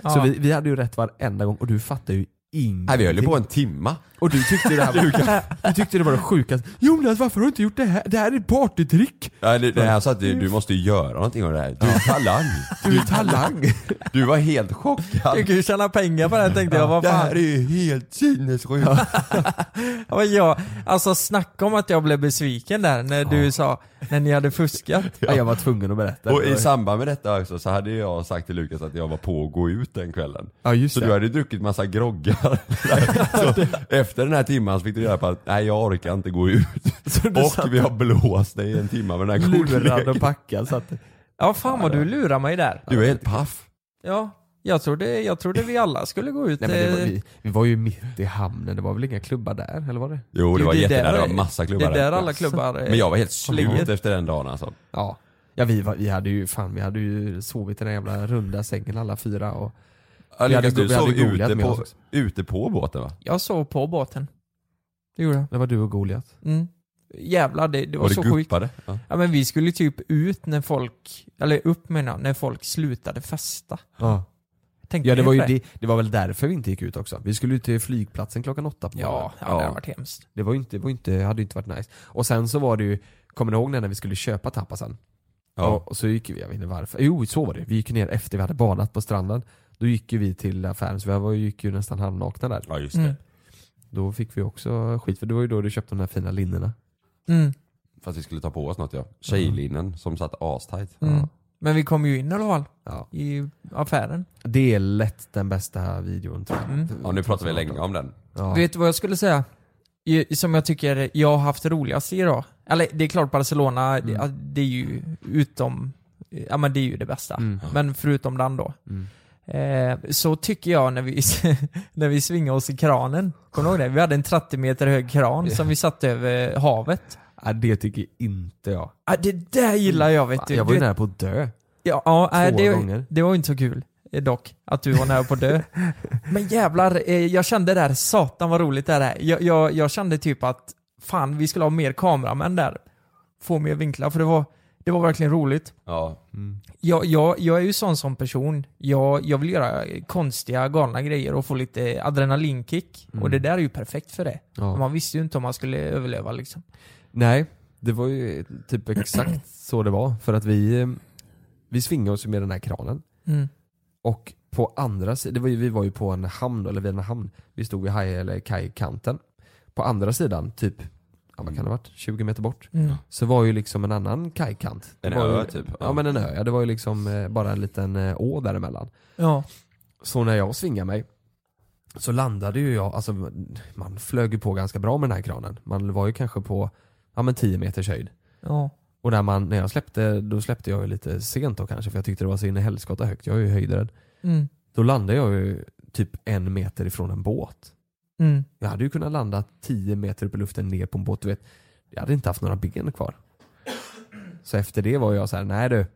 Så
Ja.
vi, vi hade ju rätt varenda gång och du fattar ju ingenting.
Nej, vi höll ju på en timma.
Och du tyckte ju det här var, du tyckte det var det sjukaste. Jonas varför har du inte gjort det här? Det här är ett partytrick!
Nej, det, det här sa att du, du måste ju göra någonting av det här. Du är talang.
Du är talang!
Du var helt chockad.
jag kan ju tjäna pengar på det här, tänkte jag. Vad
Det här
fan?
är ju helt sinnessjukt.
Ja, men jag, alltså snacka om att jag blev besviken där när du sa, när ni hade fuskat.
Ja. Jag var tvungen att berätta.
Och i samband med detta också så hade jag sagt till Lukas att jag var på att gå ut den kvällen.
Ja, just
så
det.
du hade ju druckit massa groggar. så efter den här timman så fick du reda på att nej jag orkar inte gå ut. Och vi har blåst dig i en timme med den här
Lurad och
kortleken.
packad så att
Ja, fan vad du lurar mig där.
Du är helt paff.
Ja, jag trodde, jag trodde vi alla skulle gå ut.
Nej, men det var,
eh,
vi, vi var ju mitt i hamnen, det var väl inga klubbar där? Eller var det?
Jo det
Jo,
var
det är
jättenära,
där-
det var massa
det
klubbar
är där
där.
alla klubbar... eh,
Men jag var helt slut
ligger.
efter den dagen alltså.
Ja. Ja vi, var, vi hade ju fan, vi hade ju sovit i den jävla runda sängen alla fyra och...
Ja,
Vi hade
Lukas
go-
du
vi hade
sov
googlat
ute
med oss
på,
också.
ute på båten va?
Jag sov på båten. Det gjorde jag.
Det var du och Goliat.
Mm. Jävlar, det, det var,
Och
så
du
sjukt.
guppade. Ja.
Ja men vi skulle typ ut när folk, eller upp menar jag, när folk slutade festa.
Ja.
Tänkte
Ja det
ni
var ju
på
det, det var väl därför vi inte gick ut också. Vi skulle ju till flygplatsen klockan åtta på morgonen.
Ja, ja, det hade varit hemskt.
Det var ju inte, det var ju inte, hade ju inte varit nice. Och sen så var det ju, kommer ni ihåg när vi skulle köpa tapasen?
Ja.
Och, och så gick vi, jag vet inte varför, jo så var det. Vi gick ju ner efter vi hade badat på stranden. Då gick ju vi till affären, så vi var, gick ju nästan halvnakna där.
ja just det.
Mm.
Då fick vi också skit, för det var ju då du köpte de här fina linnena.
Mm.
För att vi skulle ta på oss något ja. Tjejlinnen som satt astight.
Mm. Men vi kom ju in i alla fall,
Ja.
i affären.
Det är lätt den bästa videon tror jag.
Mm.
Ja nu pratar vi länge om den.
Ja.
Vet du vad jag skulle säga? I- Som jag tycker jag har haft roligast i idag. Eller det är klart Barcelona,
Mm.
det, ja, det är ju utom, ja men det är ju det bästa.
Mm.
Men förutom den då.
Mm.
Eh, så tycker jag när vi, när vi svingade oss i kranen, kommer du ihåg det? Vi hade en 30 meter hög kran som vi satte över havet.
Ja, det tycker inte jag.
Ah, det där gillar jag vet du.
jag var ju
Du vet-
nära på att dö.
Ja, ja nej,
Två
det,
gånger.
det var ju inte så kul eh, dock, att du var nära på att dö. Men jävlar, eh, jag kände där, satan vad roligt det här är. Jag, jag, jag kände typ att, fan vi skulle ha mer kameramän där. Få mer vinklar, för det var, det var verkligen roligt.
Ja.
Mm.
Jag, jag, jag är ju sån som person, jag, jag vill göra eh, konstiga, galna grejer och få lite adrenalinkick. Och det där är ju perfekt för det.
Mm. Ja.
Man visste ju inte om man skulle överleva liksom.
Nej, det var ju typ exakt så det var. För att vi, eh, vi svingade oss ju med den här kranen.
Mm.
Och på andra sidan, det var ju, vi var ju på en hamn, eller vid en hamn. Vi stod vid haj eller kajkanten. På andra sidan, typ ja, vad kan det ha varit, 20 meter bort.
Mm.
Så var ju liksom en annan kajkant. Det
En
var
ö,
ju,
typ.
Ja men en ö, ja, det var ju liksom eh, bara en liten eh, å däremellan.
Ja.
Så när jag svingade mig så landade ju jag, alltså man flög ju på ganska bra med den här kranen. Man var ju kanske på, ja men 10 meters höjd.
Ja.
Och när, man, när jag släppte, då släppte jag ju lite sent då kanske för jag tyckte det var så in i helskotta högt. Jag är ju höjdrädd.
Mm.
Då landade jag ju typ en meter ifrån en båt.
Mm.
Jag hade ju kunnat landa 10 meter upp i luften ner på en båt. Du vet, jag hade inte haft några ben kvar. Så efter det var jag så här: nej du.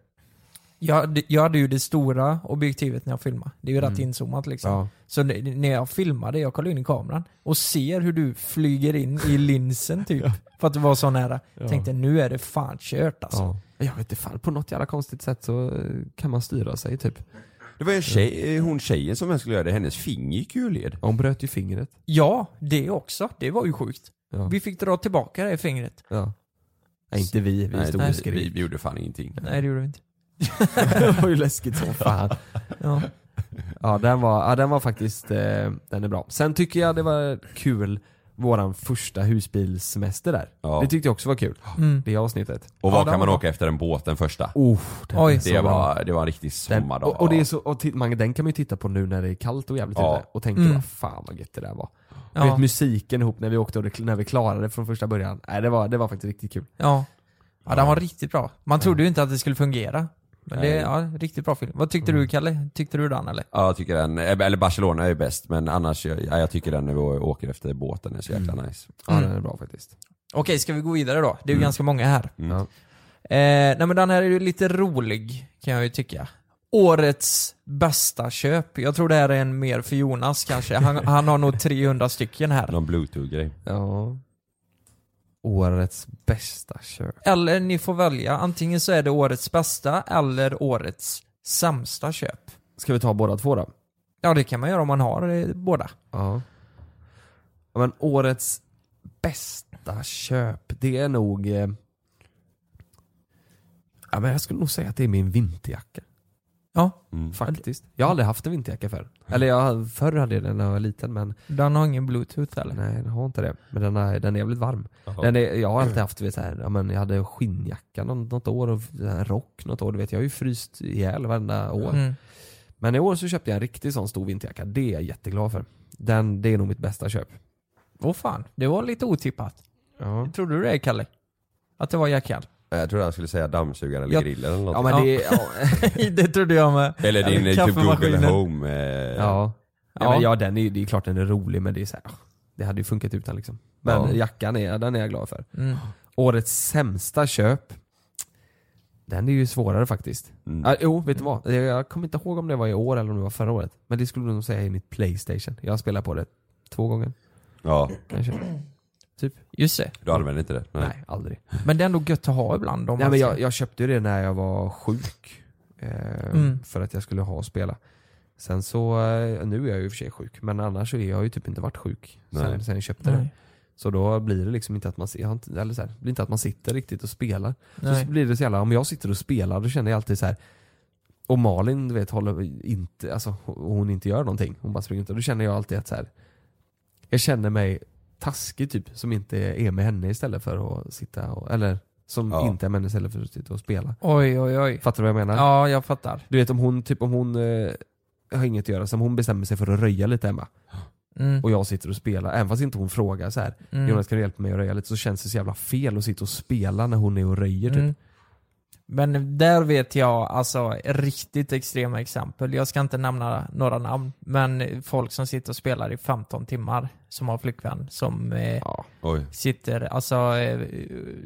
Jag, jag hade ju det stora objektivet när jag filmade. Det är ju rätt inzoomat liksom.
Ja.
Så n- när jag filmade, jag kollade in i kameran och ser hur du flyger in i linsen typ. För att det var så nära. Tänkte nu är det fan kört alltså.
ja. Jag vet inte fan, på något jävla konstigt sätt så eh, kan man styra sig typ.
Det var ju en tjej, eh, hon tjejen som jag skulle göra det, hennes finger gick ju ur led.
Hon bröt ju fingret.
Ja, det också. Det var ju sjukt.
Ja.
Vi fick dra tillbaka det i fingret.
Ja. Nej inte vi, vi stod och
vi,
skrek.
vi gjorde fan ingenting.
Nej det gjorde vi inte.
det var ju läskigt som fan.
Ja.
Ja den var, ja, den var faktiskt, eh, den är bra. Sen tycker jag det var kul, våran första husbilssemester där.
Ja.
Det tyckte jag också var kul.
Mm.
Det avsnittet.
Och
Ja,
var
den
kan man
var-
åka efter en båt, den första?
Oh, den
Oj.
är så
det,
bra.
var, det var en riktig
Den,
sommardag.
och, och det är så, och titt, man, den kan man ju titta på nu när det är kallt och jävligt
Ja.
ute och tänka
Mm.
vad fan vad gött det där var. Du
Ja.
Vet, musiken ihop när vi åkte och det, när vi klarade det från första början. Nej, det, var, det var faktiskt riktigt kul.
Ja. ja, den var riktigt bra. Man trodde ju inte att det skulle fungera. Men det,
Nej.
ja, riktigt bra film. Vad tyckte du Kalle? Tyckte du den eller?
Ja, jag tycker den, eller Barcelona är bäst men annars, jag, ja, jag tycker den när vi åker efter båten är så jäkla nice.
Ja,
Mm.
den är bra faktiskt.
Okej, ska vi gå vidare då? Det är ju ganska många här.
Mm.
Ja.
Eh, nej men den här är ju lite rolig, kan jag ju tycka. Årets bästa köp. Jag tror det här är en mer för Jonas kanske. Han, han har nog 300 stycken här.
Någon bluetooth-grej.
ja. Årets bästa köp.
Eller ni får välja. Antingen så är det årets bästa eller årets sämsta köp.
Ska vi ta båda två då?
Ja, det kan man göra om man har eh, båda.
Ja. Ja, Men årets bästa köp, det är nog... eh, Ja, men jag skulle nog säga att det är min vinterjacka.
Ja,
Mm.
Faktiskt. Jag har aldrig haft en vinterjacka förr. Eller jag, förr hade jag den när jag var liten men
den har ingen bluetooth eller?
nej, jag har inte det. Men den är, den är jävligt varm. Den är, jag har alltid haft, du vet, så här, ja, men jag hade skinnjacka något, något år och en rock något år. Du vet, jag har ju fryst ihjäl varenda år.
Mm.
Men i år så köpte jag en riktig sån stor vinterjacka. Det är jag jätteglad för. Den, det är nog mitt bästa köp.
Åh fan, det var lite otippat.
Ja.
Tror du det Kalle? Att det var jackan?
Jag trodde han skulle säga dammsugare eller
Ja.
grill eller något.
Ja men det, ja,
det trodde jag med.
Eller din eh, typ Google
kaffemaskinen.
Home. Eh,
ja. Ja,
Ja.
men ja den är, ju- det är klart den är rolig men det är så här, ah, det hade ju funkat utan liksom. Men
Ja.
jackan är, den är jag glad för.
Mm.
Årets sämsta köp, den är ju svårare faktiskt.
Mm.
Ah, jo, vet du vad? Jag, jag kommer inte ihåg om det var i år eller om det var förra året. Men det skulle du nog säga är mitt Playstation. Jag spelar på det två gånger
ja,
kanske.
Just det.
du använder inte det? Nej.
Nej, aldrig.
Men det är ändå gött att ha ibland. Om
Nej,
man
men
ska-
jag, jag köpte ju det när jag var sjuk. Eh,
Mm.
För att jag skulle ha och spela. Sen så, eh, nu är jag ju i och för sig sjuk, men annars så är jag ju typ inte varit sjuk sen,
Nej.
sen jag köpte det.
Nej.
Så då blir det liksom inte att man, jag har inte, eller så här, det blir inte att man sitter riktigt och spelar.
Nej.
Så blir det så jävla, om jag sitter och spelar då känner jag alltid så här. Och Malin du vet, håller inte, alltså, hon inte gör någonting. Hon bara springer inte. Då känner jag alltid att så här, jag känner mig taskig typ, som inte är med henne istället för att sitta och, eller som
Ja.
inte är med henne istället för att sitta och spela.
Oj, oj, oj.
Fattar du vad jag menar?
Ja, jag fattar.
Du vet om hon, typ om hon eh, har inget att göra, så om hon bestämmer sig för att röja lite hemma
Mm.
och jag sitter och spelar, även fast inte hon frågar så här
Mm.
Jonas kan du hjälpa mig att röja lite? Så känns det så jävla fel att sitta och spela när hon är och röjer typ.
Mm. Men där vet jag alltså riktigt extrema exempel. Jag ska inte nämna några namn, men folk som sitter och spelar i 15 timmar, som har flickvän, som eh,
Ja.
Oj.
sitter, alltså, eh,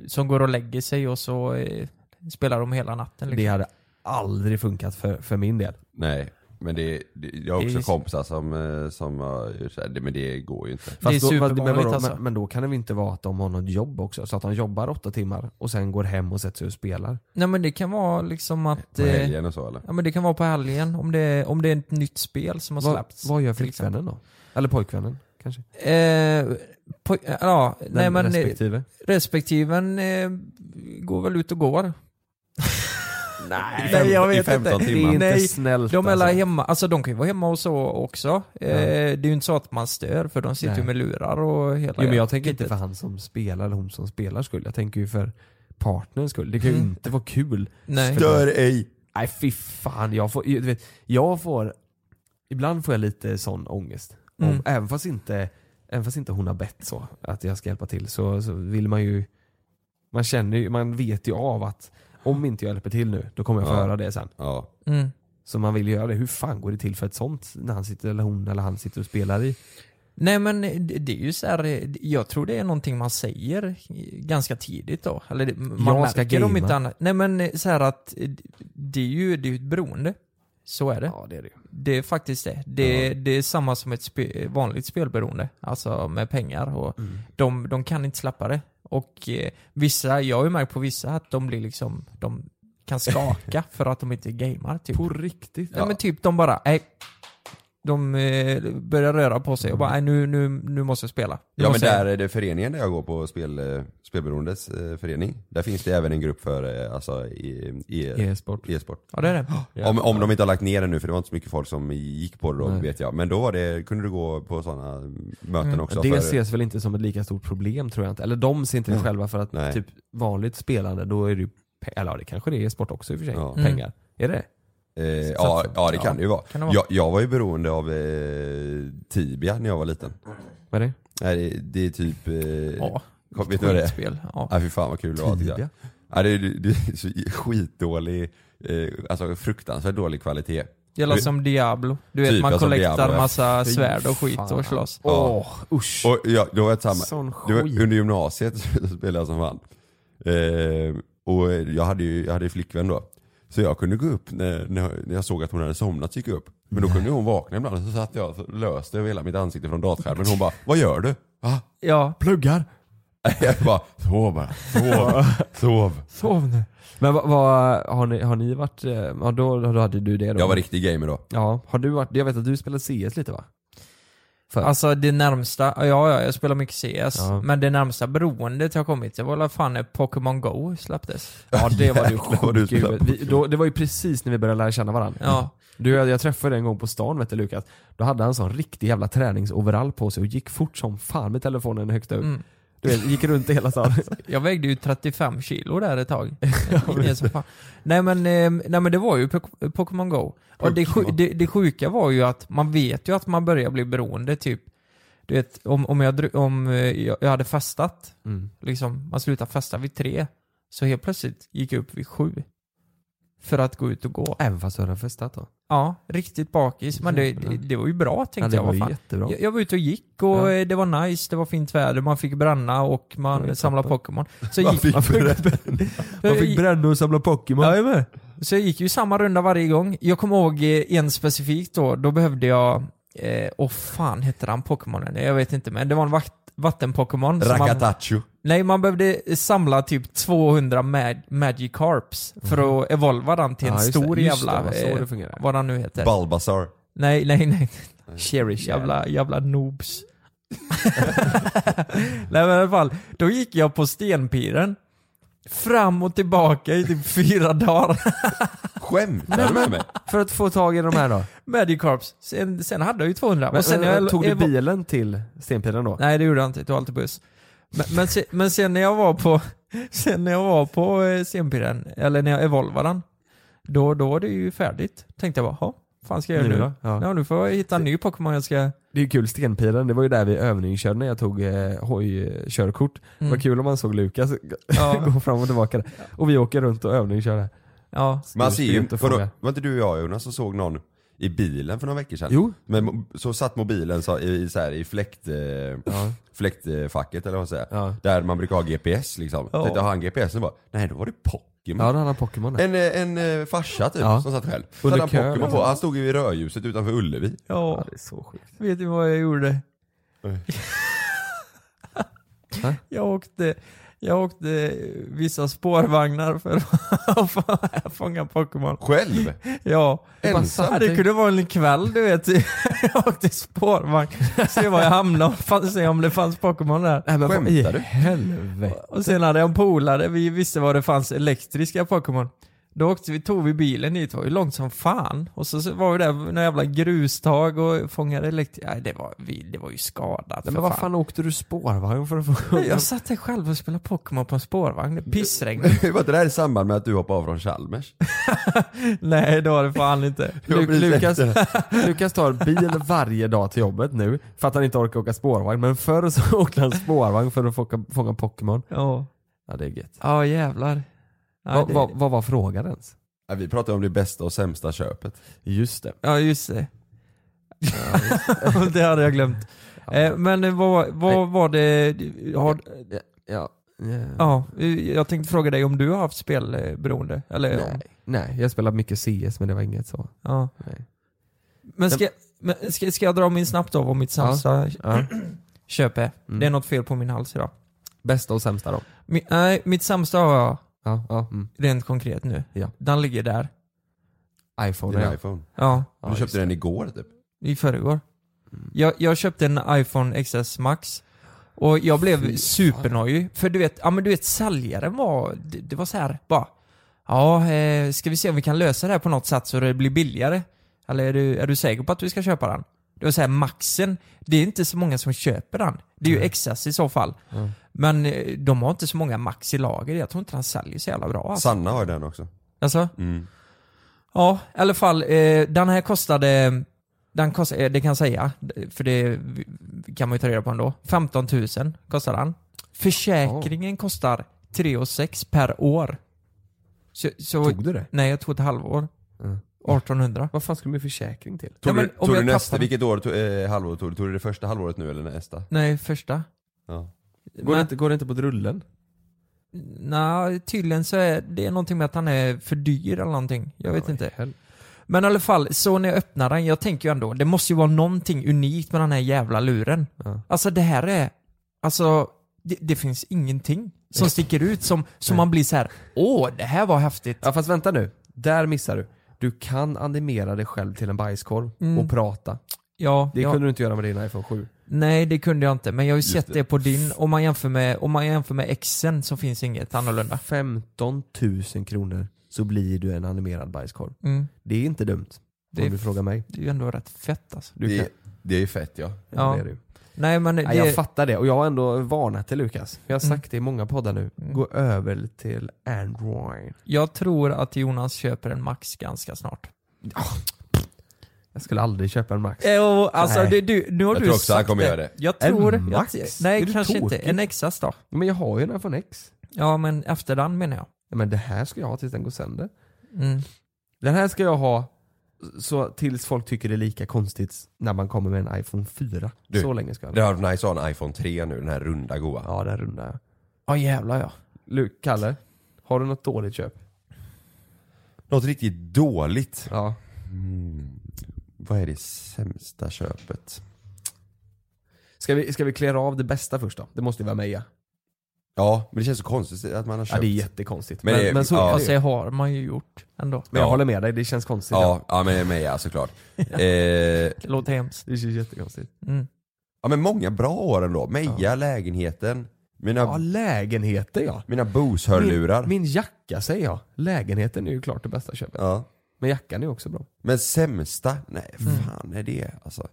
som går och lägger sig och så eh, spelar de hela natten. Liksom.
Det hade aldrig funkat för, för min del.
Nej. Men det, det, jag har
Det är
också
ju-
kompisar som, eh, som har- så här, det, men det går ju inte.
Det är
Fast då- vad- men,
supervanligt
vadå?
alltså.
men, men då kan det väl inte vara att de har något jobb också? Så att de jobbar åtta timmar och sen går hem och sätter sig och spelar.
Nej men det kan vara liksom att...
På
eh,
helgen och så eller?
Ja men det kan vara på helgen, om det, är- om det är ett nytt spel som har
Vad,
släppts.
vad gör
till exempel.
flickvännen då? Eller pojkvännen kanske?
Eh, på, ja, nej
Den
men eh,
respektive?
respektiven eh, går väl ut och går.
I
Nej, jag
fem- i
vet
15
inte.
timmar.
Det är
Nej,
inte snällt
De är alla
alltså.
hemma, alltså de kan ju vara hemma och så också. Eh, det är ju inte så att man stör för de sitter ju
Nej.
med lurar och hela
Jo men jag tänker inte
kittet.
för han som spelar eller hon som spelar skull. Jag tänker ju för partnerns skull. Det kan ju
Mm.
inte vara kul.
Nej.
Stör
ej!
Nej fy fan, jag får, du vet, jag får, ibland får jag lite sån ångest.
Mm.
Om, även, fast inte, även fast inte hon har bett så, att jag ska hjälpa till, så, så vill man ju, man känner ju, man vet ju av att om inte jag hjälper till nu, då kommer jag få
Ja.
höra det sen.
Ja.
Mm.
Så man vill ju göra det. Hur fan går det till för ett sånt när han sitter, eller hon eller han sitter och spelar i?
Nej men det, det är ju så här, eh, jag tror det är någonting man säger ganska tidigt då. Eller det, man
Jag ska
märker om
gamea.
inte annat. Nej men eh, så här att eh, det är ju det är ju ett beroende. Så är det.
det är det
Det är faktiskt det. Det, det är samma som ett spe, vanligt spelberoende. Alltså med pengar och
Mm.
de, de kan inte släppa det. Och eh, vissa, jag har ju märkt på vissa att de blir liksom, de kan skaka för att de inte gamar typ.
På riktigt?
Nej men typ de bara, nej. De eh, börjar röra på sig och bara, nej nu, nu, nu måste jag spela. Nu
Ja men
måste jag-
där är det föreningen där jag går på, spel, eh, Spelberoendes eh, förening. Där finns det även en grupp för eh, alltså, e, e,
E-sport.
e-sport.
Ja det är det.
Om, om de inte har lagt ner det nu för det var inte så mycket folk som gick på det då
Nej. Mm.
vet jag. Men då var det, kunde du gå på sådana möten också.
det
för,
ses väl inte som ett lika stort problem tror jag inte. Eller de ser inte det
Nej.
själva för att
Nej.
typ vanligt spelande, då är det ju, pe- eller ja, det kanske det är i sport också i och för sig,
Ja.
Mm.
pengar. Är det
eh, ja, ja det kan det ju vara.
det vara.
Jag, jag var ju beroende av eh, Tibia när jag var liten.
Vad är det?
Nej, det, det är typ... Eh,
Ja.
kom, vet du vad det är?
Skitspel. Ja.
Ja fy fan vad kul det var tycker jag.
Tibia?
Ja, det, är- det är så skitdålig, eh, alltså fruktansvärt dålig kvalitet.
Gäller som Diablo. Du vet
Typ,
man
alltså
kollektar
Diablo.
massa
Fy
svärd och skit
fan.
och slåss.
Ja.
Åh, usch.
Och jag, då var jag samma,
Sån
det var,
skit.
under gymnasiet så spelade jag som fan. Eh, och jag hade ju jag hade ju flickvän då. Så jag kunde gå upp när, när jag- när jag såg att hon hade somnat så gick jag upp. Men då kunde hon vakna ibland så satt jag och löste över hela mitt ansikte från datorskärmen. Hon bara, vad gör du? Va?
Ja.
Pluggar.
Jag bara, sov bara, sov, sov.
Sov nu. Men vad, vad har, ni, har ni varit, eh, ja då, då hade du det då?
Jag var riktig gamer då.
Ja, har du varit, jag vet att du spelat CS lite va? För,
Alltså det närmsta, ja ja, jag spelar mycket CS.
Ja.
Men det närmsta beroendet jag har kommit, det var väl fan när Pokémon Go släpptes.
ja det var du
Jävlar vad du
sjuk i huvudet.
spelar
Vi- då- Det var ju precis när vi började lära känna varandra.
Ja.
Du, jag, jag träffade en gång på stan vet du Lukas. Då hade han en sån riktig jävla träningsoverall på sig och gick fort som fan med telefonen högt upp.
Mm.
Du vet, gick runt i hela stan.
Jag vägde ju 35 kilo där ett tag. Ingen som fan. nej, men, eh, nej men det var ju Pok- Pokémon Go. Och det, sju- det, det sjuka var ju att man vet ju att man börjar bli beroende typ. Du vet, om, om, jag, dr- om eh, jag jag hade festat,
Mm.
liksom, man slutade festa vid tre. Så helt plötsligt gick jag upp vid sju. För att gå ut och gå.
Även fast du hade festat då?
Ja, riktigt bakis. Men det, det, det var ju bra
Ja,
tänkte
det
jag.
var
Vad
ju
fan.
jättebra.
Jag, jag var ute och gick och
Ja.
eh, det var nice, det var fint väder, man fick bränna och man
Ja, det är
samlade
toppen.
Pokémon. Så
Man
gick,
fick bränna.
Man fick bränna och samla Pokémon.
Jajamän. Så jag gick ju samma runda varje gång. Jag kommer ihåg eh, en specifikt då, då behövde jag, eh, åh fan hette han Pokémonen? Jag vet inte men det var en vakt, vatten-Pokémon. som man-
Rakatacho.
Nej, man behövde samla typ 200 mag- Magikarps för att evolva den till en
Mm. Ja, just det.
stor
Just det,
jävla...
det var så
eh,
det fungerade.
vad den nu heter.
Balbasar.
Nej, nej, nej. Cherish. Jävla, jävla noobs. nej men i alla fall, då gick jag på stenpiren. Fram och tillbaka i typ fyra dagar.
Skämtar du med mig?
För att få tag i de här då?
Medicarps. Sen, sen hade jag ju 200.
Men,
och sen
men,
när jag,
tog du
jag var-
bilen till Stenpiren då?
Nej det gjorde jag inte, jag tog alltid buss. Men, men, sen, men sen när jag var på, sen när jag var på eh, stenpiren, eller när jag evolvade den, då, då var det ju färdigt. Tänkte jag bara, "Ha, fan ska jag göra
Nu
nu?
då? Ja.
Ja. nu får jag hitta en ny Pokémon jag ska...
Det är ju kul, Stenpiren, det var ju där vi övningskörde när jag tog eh, hojkörkort. Det var
Mm.
kul om man såg Lukas
Ja.
gå fram och tillbaka där. Och vi åker runt och övningskör där.
Ja.
Man
Du
ser
ska
ju,
inte
vadå,
fråga.
var inte du och jag Jonas som såg någon i bilen för några veckor sedan?
Jo.
Men mo- så satt mobilen så, i, i så här, i fläkt, eh, fläktfacket eller vad man säger.
Ja.
Där man brukar ha GPS liksom.
Ja.
Tänkte, har han GPS? Så bara, nej då var det Pokémon.
Ja, då hade han Pokémon där.
En, eh, en eh, farsa typ
Ja.
som satt själv. Så
Under
hade han
kö,
Pokémon på,
liksom.
han stod ju i rödljuset utanför Ullevi.
Ja.
det är så sjukt.
Vet du vad jag gjorde?
Nej.
jag åkte jag åkte vissa spårvagnar för att få- fånga Pokémon.
Själv?
Ja.
Ensam?
Ja, Det kunde vara en kväll du vet. Jag åkte spårvagn. Se var jag hamnade och fan- se om det fanns Pokémon där.
Nej, men vad i
Skämtar du?
helvete?
Och sen hade jag en polare, vi visste var det fanns elektriska Pokémon. Då åkte vi, tog vi bilen dit, det var ju långt som fan. Och så så var vi där med några jävla grustag och fångade elektriker. Nej, det var, vi, det var ju skadat
Men
för
vad fan åkte du spårvagn för att få...
Jag satt där själv och spelade Pokémon på en spårvagn. Det pissregnade.
Var inte det här i samband med att du hoppade av från Chalmers?
Nej, det var det fan inte.
Det var
Lu-
precis
Lukas,
efter det.
Lukas tar bil varje dag till jobbet nu för att han inte orkar åka spårvagn. Men förr så åkte han spårvagn för att fånga, fånga Pokémon.
Ja,
Ja det är gött.
ja jävlar. Ja,
Vad
det-
vad- vad var frågan ens?
Ja, Vi pratade om det bästa och sämsta köpet.
Just det.
Ja, just det. det hade jag glömt. Eh, Men eh, vad, vad var det... Har,
Ja.
ja, eh, jag tänkte fråga dig om du har haft spelberoende? Eller, om-
Nej. Nej, jag spelat mycket CS men det var inget så.
Ja.
Nej.
Men, ska, men ska, ska jag dra min snabbt då vad mitt sämsta
Ja.
köp är?
Mm.
Det är något fel på min hals idag.
Bästa och sämsta då?
Mi, nej, mitt sämsta har jag
Ja, ja. Mm.
rent konkret nu.
Ja.
Den ligger där.
iPhone
Din
ja.
iPhone.
Ja,
du
Ja, just
köpte den igår typ.
i förrgår. Jag, jag köpte en iPhone XS Max. Och jag blev supernojig. För du vet, ja, men du vet säljaren var, det, det var så här bara. Ja, eh, ska vi se om vi kan lösa det här på något sätt så det blir billigare? Eller är du, är du säker på att vi ska köpa den? Det var så här, maxen, det är inte så många som köper den. Det är ju XS i så fall. Men eh, de har inte så många max i lager. Jag tror inte den säljer så jävla bra. Alltså.
Sanna har ju den också.
Alltså?
Mm.
Ja, i alla fall. Eh, den här kostade, den kostade, eh, det kan jag säga, för det kan man ju ta reda på ändå. 15 000 kostar den. Försäkringen kostar 3 6 per år. Så, så,
Tog du det?
Nej, jag tog ett halvår.
Mm.
1800.
Vad fan skulle min försäkring till?
Tog
Ja, men
du,
om
tog
jag
du nästa,
tappar-
vilket år, tog, eh, halvår tog du? Tog du det första halvåret nu eller nästa?
Nej, första.
Ja.
Går, det, inte, går det inte på drullen?
Nej, tydligen så är det är någonting med att han är för dyr eller någonting. Jag vet inte. Men i alla fall, så när jag öppnar den, jag tänker ju ändå, det måste ju vara någonting unikt med den här jävla luren.
Ja.
Alltså det här är, alltså det, det finns ingenting som sticker ut som, som man blir så här: åh det här var häftigt.
Ja fast vänta nu, där missar du. Du kan animera dig själv till en bajskorv och prata.
Ja,
Det
ja.
kunde du inte göra med din iPhone 7.
Nej det kunde jag inte, men jag har ju sett det. på din, om man jämför med, om man jämför med exen så finns inget annorlunda.
15 000 kronor så blir du en animerad bajskorv.
Mm.
Det är inte dumt.
Det
om
är
du frågar mig.
Det är ju ändå rätt fett alltså.
Du
det,
kan.
det är ju fett ja.
Ja.
Det är du.
Nej men det, Mm.
Nej, jag fattar det och jag har ändå varnat till Lukas. Jag har sagt det i många poddar nu. Gå över till Android.
jag tror att Jonas köper en Max ganska snart.
Jag skulle aldrig köpa en Max.
Jo, alltså
Nej.
det, du, nu har
Jag
du
tror också
sagt
han kommer göra det.
Jag tror...
En Max?
Jag,
Är
nej,
du
kanske inte.
tokig?
En XS då.
Men jag har ju en iPhone X.
Ja, men efter den menar jag.
Ja, Men det här ska jag ha tills den går sönder.
Mm.
Den här ska jag ha så tills folk tycker det är lika konstigt när man kommer med en iPhone 4.
Du,
så länge ska jag
Det
ha.
har varit nice att ha en iPhone 3 nu, den här runda goa.
Ja, den runda ja.
Ja, jävlar ja.
Luke, Kalle, har du något dåligt köp?
Något riktigt dåligt. Hmm.
Ja.
Vad är det sämsta köpet?
Ska vi, ska vi klära av det bästa först då? Det måste ju vara Meja.
Ja, men det känns så konstigt att man har köpt.
Ja, det är jättekonstigt. Men,
Men
men,
det-
så
ja.
är det
Fast
ju.
det har man ju gjort ändå.
Men jag
Ja.
håller med dig, det känns konstigt. Ja.
ja, ja, men med ja såklart. eh,
Det låter hemskt.
Det känns jättekonstigt.
Mm.
ja men många bra år ändå. Meja, lägenheten, mina,
Ja, lägenheter ja.
mina Bose-hörlurar.
Min, min jacka säger jag. Lägenheten är ju klart det bästa köpet.
Ja.
Men jackan är också bra. Mm.
Men sämsta? Nej, fan är det alltså.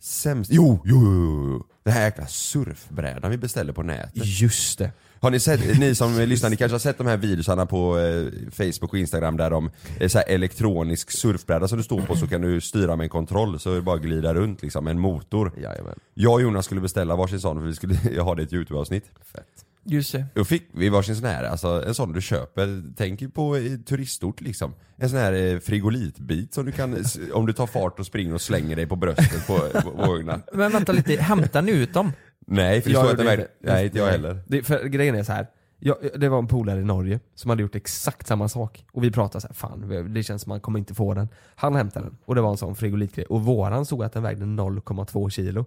Sämsta? Jo, jo, jo, jo. Den här jäkla surfbrädan vi beställde på nätet.
Just det.
Har ni sett, ni som lyssnar, ni kanske har sett de här videosarna på eh, Facebook och Instagram där de, eh, så här elektronisk surfbräda som du står på så kan du styra med en kontroll så är det bara att glida runt liksom, en motor.
Jajamän.
Jag och Jonas skulle beställa varsin sån för vi skulle ha det i ett YouTube-avsnitt.
Just det.
Då fick vi varsin sån här, alltså en sån du köper, tänk ju på eh, turistort liksom. En sån här eh, frigolitbit som du kan, s- om du tar fart och springer och slänger dig på bröstet på på vågorna.
Men vänta lite, hämtar ni ut dem?
Nej, för det står att den
gjorde
väger, nej inte jag heller.
Det, för grejen är så här. Jag, det var en polare i Norge som hade gjort exakt samma sak. Och vi pratade så här, fan det känns som man kommer inte få den. Han hämtade den och det var en sån frigolitgrej. Och våran såg att den vägde 0,2 kilo.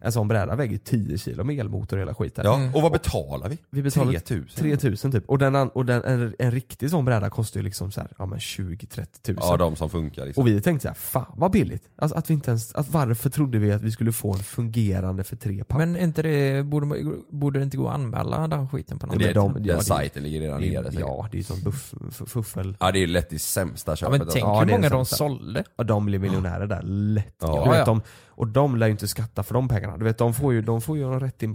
En sån bräda väger ju 10 kilo med elmotor och hela skiten.
Ja, och vad betalar vi?
mm. Vi betalade
3000.
3000 typ. Och, den, an- och den, en, en riktig sån bräda kostar ju liksom så här, ja men 20-30 tusen.
Ja, de som funkar liksom.
Och vi tänkte så här, fan vad billigt. Alltså att vi inte ens, att varför trodde vi att vi skulle få en fungerande för tre papp?
Men är inte det, borde, borde det inte gå att anmäla den skiten på något
Men
sätt?
de
Ja, den
det-
sajten ligger redan
det-
nere säkert.
Ja, det är ju som buff, f- fuffel.
Ja det är lätt det sämsta
Ja,
köpet
men
alltså.
tänk
Ja, det
hur
är
många
det
de
sämsta.
sålde.
Ja, de blir miljonärer där lätt.
Ja.
Du
Ja, ja.
vet, de, och de lär ju inte skatta för de pengarna. Du vet, de får ju, de får ju en rätt in...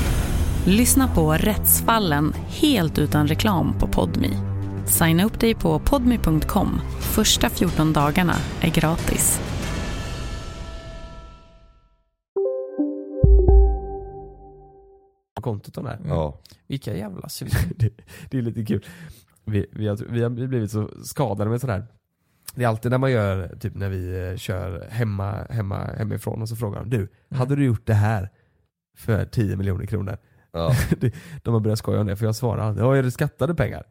Lyssna på Rättsfallen helt utan reklam på Podmi. Signa upp dig på podmi.com. Första 14 dagarna är gratis.
på kontot de där.
Ja.
Vilka jävla svin.
det, det är lite kul. Vi, vi, har, vi har blivit så skadade med sådär. Det är alltid när man gör, typ när vi eh, kör hemma, hemma, hemifrån och så frågar de
Mm.
du, hade du gjort det här för 10 miljoner kronor?
Ja.
Det- de har börjat skoja om det för jag svarar alltid, ja är det skattade pengar?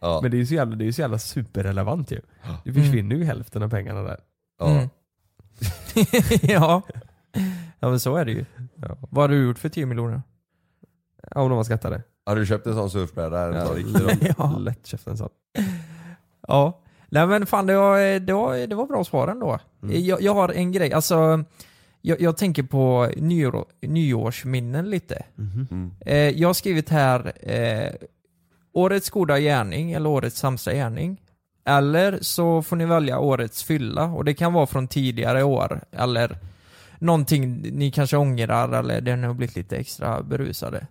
Ja. Mm.
Men det är ju så jävla, det är ju så jävla superrelevant ju. Det försvinner ju hälften av pengarna där.
Mm. ja. ja, men så är det ju. Vad har du gjort för 10 miljoner?
Ja, om de var skattade.
Har du köpt en sån surfbräda? En sån riktig sån?
ja.
Lätt köpt en sån.
Ja. Nej men fan det var, det var, det var bra svar ändå.
Mm.
Jag, jag har en grej, alltså jag, jag tänker på nyår, nyårsminnen lite.
Mhm.
Eh, jag har skrivit här eh, Årets goda gärning eller årets sämsta gärning. Eller så får ni välja årets fylla och det kan vara från tidigare år eller någonting ni kanske ångrar eller där ni har blivit lite extra berusade.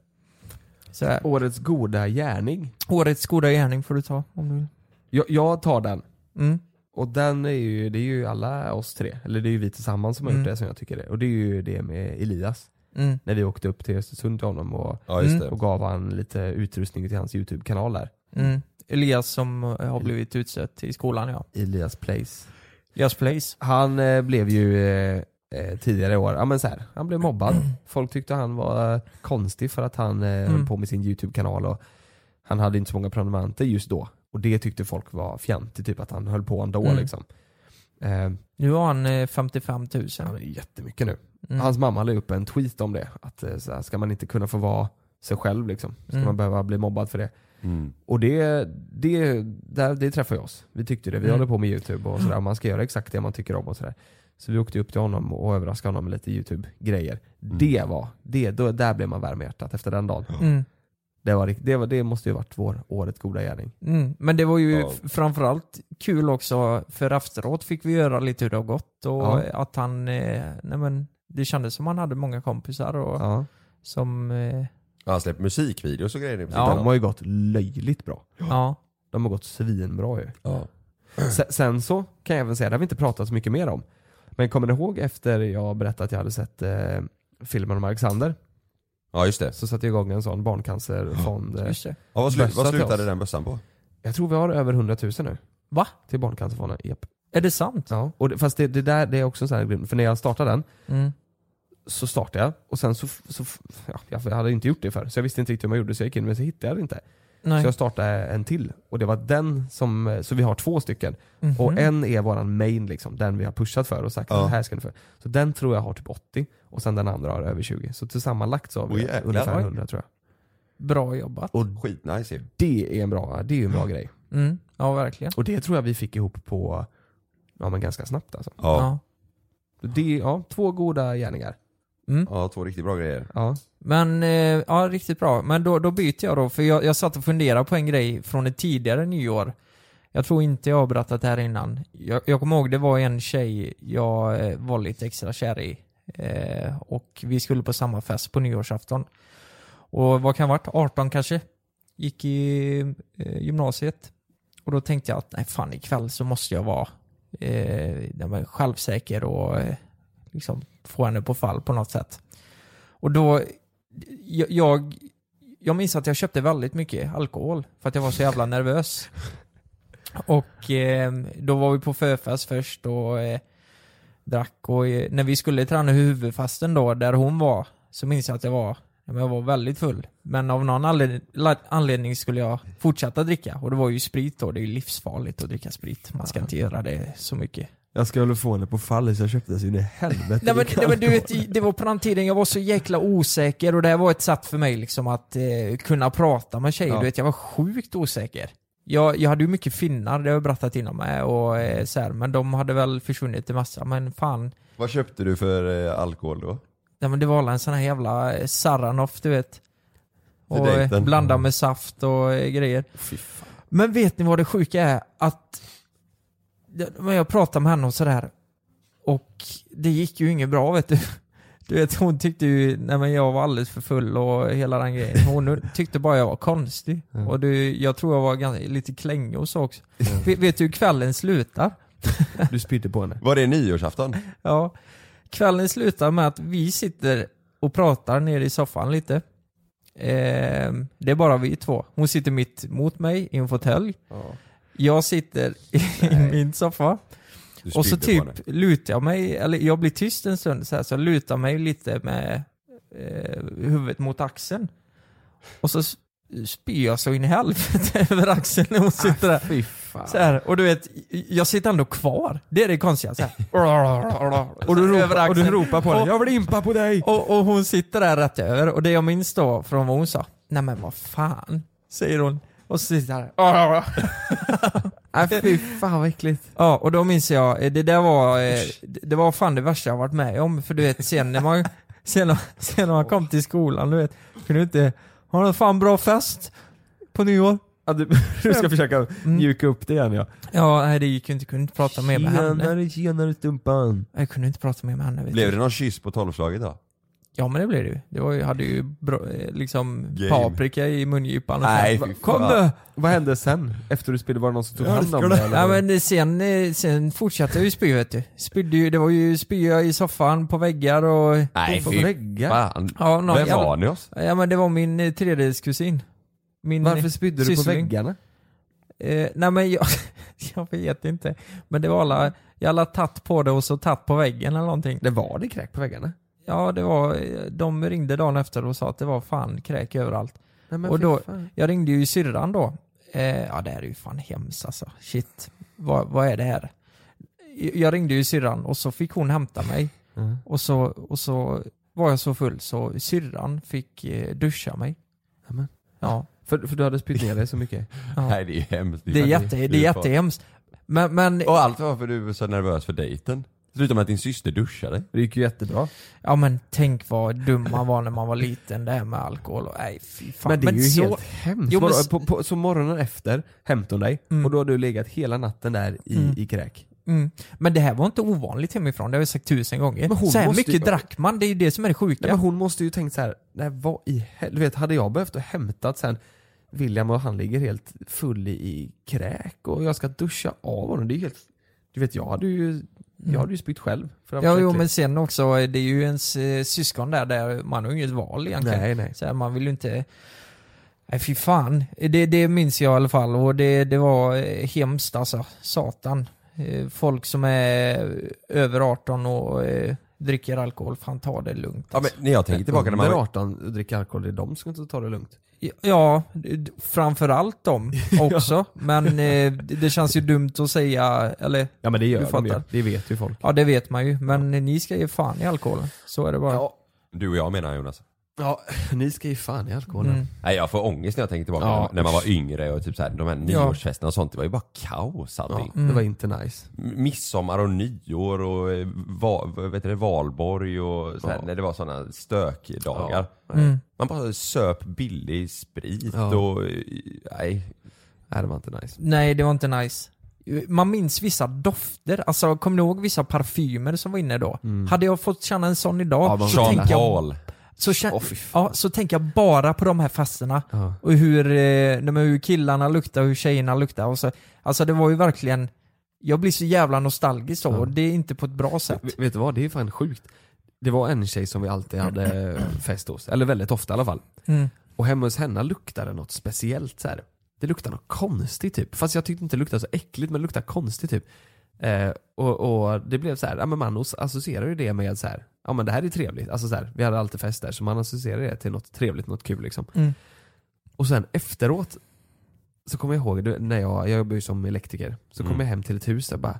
Så här.
Årets goda gärning.
Årets goda gärning får du ta om du vill.
Jag, jag tar den.
Mm.
Och den är ju, det är ju alla oss tre, eller det är ju vi tillsammans som har
Mm.
gjort det som jag tycker det. Och det är ju det med Elias.
Mm.
När vi åkte upp till Östersund till honom och,
Ja just det.
och gav han lite utrustning till hans YouTube-kanal där.
Mm. Elias som eh, har blivit utsett i skolan ja.
Elias Place.
Elias Place.
Han eh, blev ju eh, eh, tidigare i år, ja men så här, han blev mobbad. Folk tyckte han var eh, konstig för att han eh, höll på med sin YouTube-kanal och han hade inte så många prenumeranter just då. Och det tyckte folk var fjantigt, typ att han höll på ändå
Mm.
liksom. Eh,
Nu har han eh, 55 000.
han är jättemycket nu.
Mm.
Hans mamma la upp en tweet om det. Att eh, så här, ska man inte kunna få vara sig själv liksom? Ska
Mm.
man behöva bli mobbad för det?
Mm.
Och det, det, där, det träffar ju oss. Vi tyckte det. Vi
Mm.
håller på med YouTube och sådär. Och man ska göra exakt det man tycker om och sådär. Så vi åkte upp till honom och överraskade honom med lite YouTube-grejer. Det var, det, då, där blev man varm i hjärtat efter den dagen.
Mm.
Det, var, rikt- det, var, det måste ju varit vår, årets goda gärning.
Mm. Men det var ju
Ja.
f- framförallt kul också för efteråt fick vi göra lite hur det har gått och
Ja.
eh, att han, eh, nej men det kändes som han hade många kompisar och
Ja.
som, eh,
Han släpper musikvideos och grejer nu på sin
Ja.
De har ju gått löjligt bra.
ja.
De har gått svinbra ju.
Ja.
Sen, sen så kan jag även säga, det har vi inte pratat så mycket mer om. Men kommer ni ihåg efter jag berättade att jag hade sett eh, filmen om Alexander?
ja just det.
Så satte jag igång en sån barncancerfond. Eh,
just det.
Ja, vad, slu-
Bössa
vad
till
slutade
oss.
den bössan på?
jag tror vi har över 100 000 nu.
Va?
Till Barncancerfonden. Japp.
Är det sant?
Ja. Och det, fast det, det där det är också en sån här grund. För när jag startade den
Mm.
så startade jag och sen så, så ja, jag hade inte gjort det förr. Så jag visste inte riktigt hur man gjorde så jag gick in men så hittade jag det inte.
Nej.
Så jag startade en till och det var den som, eh, så vi har två stycken.
Mhm.
Och en är våran main liksom, den vi har pushat för och sagt
Ja.
att här ska ni för. Så den tror jag har typ 80 och sen den andra har över 20. Så tillsammanlagt så har
Oj,
vi
jäklar.
ungefär
Oj.
100 tror jag.
Bra jobbat.
Och skitnice ju.
Det är en bra, det är ju en bra grej.
Mm. Ja, verkligen.
Och det tror jag vi fick ihop på, ja men ganska snabbt alltså.
Ja.
Det, ja, två goda gärningar.
Ja, två riktigt bra grejer.
Ja.
Men, eh, ja riktigt bra. Men då, då byter jag då, för jag, jag satt och funderade på en grej från ett tidigare nyår. Jag tror inte jag har berättat det här innan. Jag, jag kommer ihåg det var en tjej jag eh, var lite extra kär i. Eh, och vi skulle på samma fest på nyårsafton. Och vad kan det ha varit? 18 kanske? Gick i eh, gymnasiet. Och då tänkte jag att nej fan ikväll så måste jag vara eh, den var självsäker och eh, liksom få henne på fall på något sätt. Och då, jag, jag, jag minns att jag köpte väldigt mycket alkohol för att jag var så jävla nervös. Och eh, då var vi på förfest först och eh, drack och eh, när vi skulle träna huvudfasten då, där hon var, så minns jag att jag var, ja, men jag var väldigt full. Men av någon anled- la- anledning skulle jag fortsätta dricka och det var ju sprit då, det är ju livsfarligt att dricka sprit. Man ska inte göra det så mycket.
Jag ska väl få henne på fall så jag köpte så in i helvete.
Nej men, nej, men du vet, det var på den tiden jag var så jäkla osäker och det här var ett sätt för mig liksom att eh, kunna prata med tjejer.
Ja.
Du vet, jag var sjukt osäker. Jag, jag hade ju mycket finnar, det har jag berättat innan med, och eh, så här, men de hade väl försvunnit i massa, men fan.
Vad köpte du för eh, alkohol då?
Nej men det var alla en sån här jävla eh, Saranoff du vet.
Till
Och eh,
dejten.
blanda med saft och eh, grejer. Men vet ni vad det sjuka är? Att det- men jag pratade med henne och sådär. Och det gick ju inget bra vet du. Du vet hon tyckte ju, nej men jag var alldeles för full och hela den grejen. Hon tyckte bara jag var konstig.
Mm.
Och du, jag tror jag var ganska, lite klängig och så också. Vet, vet du hur kvällen slutar?
Du spydde på henne.
Var det nyårsafton?
Ja. Kvällen slutar med att vi sitter och pratar nere i soffan lite. Ehm, det är bara vi två. Hon sitter mitt mot mig i en fåtölj. Jag sitter i min soffa.
Du
Och så
spydde
typ
på henne.
lutar jag mig, eller jag blir tyst en stund så här, så jag lutar mig lite med eh, huvudet mot axeln. Och så s- spyr jag så in i helvete över axeln när hon sitter
Ah,
där. Så här, och du vet, jag sitter ändå kvar. Det är det konstiga. Så här.
Och du
Över
ropar, och du
axeln.
ropar på henne.
Och-
Jag vill impa på dig!
Och, och hon sitter där rätt över och det jag minns då från vad hon sa, nej men vad fan, säger hon. Och så sitter jag där. Nej fy fan vad äckligt. Ah. Ja, och då minns jag, eh, det där var, eh, det det var fan det värsta jag varit med om. För du vet sen när man, sen, när- sen när man kom till skolan, du vet, kunde du inte, har du fan bra fest på nyår?
Ja, du, du ska försöka mjuka upp det igen ja.
Ja, nej det gick ju inte, kunde inte prata mer med henne.
Tjenare tjenare stumpan.
Jag kunde inte prata mer med henne. Vet
Blev
du.
det någon kyss på tolvslaget då?
Ja men det blev det ju. Det var ju, hade ju bra, eh, liksom
Game.
paprika i mungipan och
Nej,
sånt.
fy
Kom
fan.
nu!
Vad hände sen? Efter du spydde, var det någon som tog hand om det?
det.
eller?
Ja, men sen, eh, sen fortsatte jag ju spy vet du. Spydde ju, det var ju spya i soffan, på väggar och...
Nej,
på
fy
väggar.
fan.
Ja, någon,
Vem
jävla-
var ni hos?
Ja men det var min eh, tredjedelskusin. Min
Varför
eh,
spydde du på
syssling.
väggarna?
Eh, nej men jag, jag vet inte. Men det var alla, jag alla tatt på det och så tatt på väggen eller någonting.
Det var det kräk på väggarna?
Ja det var, eh, de ringde dagen efter och sa att det var fan kräk överallt.
Nej, men
och
fy
då,
fan.
jag ringde ju syrran då. Eh, ja det här är ju fan hemskt alltså. Shit. Vad, vad är det här? Jag ringde ju syrran och så fick hon hämta mig.
Mm.
Och, så, och så var jag så full så syrran fick eh, duscha mig.
Amen.
Ja.
För, för du hade spytt ner dig så mycket?
Ja.
Nej det är ju hemskt.
Det är, jätte, det är jättehemskt. Men, men,
Och allt var för du var så nervös för dejten. Sluta med att din syster duschade.
Det gick ju jättebra.
ja, men tänk vad dum man var när man var liten, det här med alkohol och nej fy fan.
men det är ju
så-
helt hemskt.
Jo, men,
Vadå,
s-
på, på, så morgonen efter hämtade hon dig och då har du legat hela natten där i,
Mm.
i kräk?
mm. men det här var inte ovanligt hemifrån, det har jag sagt tusen gånger.
Men hon
Så här
måste
mycket
ju-
drack man, det är ju det som är det sjuka.
Nej, men hon måste ju tänkt så här, nej vad i helvete, vet hade jag behövt att hämtat sen William och han ligger helt full i, i kräk och jag ska duscha av honom, det är ju helt Du vet jag hade ju, jag hade ju spytt själv för att
Ja,
vara
jo,
äcklig.
men sen också, eh, det är ju ens eh, syskon där, där man har ju inget val egentligen.
Nej, nej.
Så här, man vill ju inte... Nej, fy fan. Det, det minns jag i alla fall och det, det var eh, hemskt alltså. Satan. Eh, Folk som är över 18 och eh, dricker alkohol, fan ta det lugnt. alltså.
Ja, men när jag tänker tillbaka när man
Under
var...
18 och dricker alkohol, det är de som inte tar det lugnt.
Ja, d- framförallt dem också. Men eh, det det känns ju dumt att säga, eller?
Ja men det
Du
gör de ju,
fattar.
det vet ju folk.
Ja, det vet man ju. Men ni ska ge fan i alkoholen. Så är det bara.
Du och jag menar Jonas.
Ja, ni ska ju fan i alkoholen.
Mm. Nej jag får ångest när jag tänker tillbaka
Ja.
när man var yngre och typ så här, de här nyårsfesterna och sånt, det var ju bara kaos allting.
Ja, det var inte nice.
M- Midsommar och nyår och eh, va, vad heter det, valborg och så här, när det var sådana stökdagar.
Ja. Mm.
Man bara söp billig sprit
Ja.
och eh, nej.
Nej det var inte nice.
Nej, det var inte nice. Man minns vissa dofter, alltså kommer ni ihåg vissa parfymer som var inne då?
Mm.
Hade jag fått känna en sån idag
man-
så
Jean
tänker jag...
Paul.
Så, kä- ja, så tänker jag bara på de här festerna. Och hur, eh, nej, men hur killarna luktar, hur tjejerna luktar. Och så, alltså det var ju verkligen, jag blir så jävla nostalgisk då och det är inte på ett bra sätt.
V- Vet du vad, det är fan sjukt. Det var en tjej som vi alltid hade fest hos, eller väldigt ofta i alla fall.
Mm.
Och hemma hos henne luktade det något speciellt så här. Det luktade något konstigt typ. Fast jag tyckte inte det luktade så äckligt men det luktade konstigt typ. Eh, och, och det blev så här, ja men man os- associerar ju det med så här, ja men det här är trevligt. Alltså så här, vi hade alltid fest där så man associerar det till något trevligt, något kul liksom.
Mm.
Och sen efteråt så kommer jag ihåg, du- när jag, jag jobbar ju som elektriker, så kom
Mm.
jag hem till ett hus och bara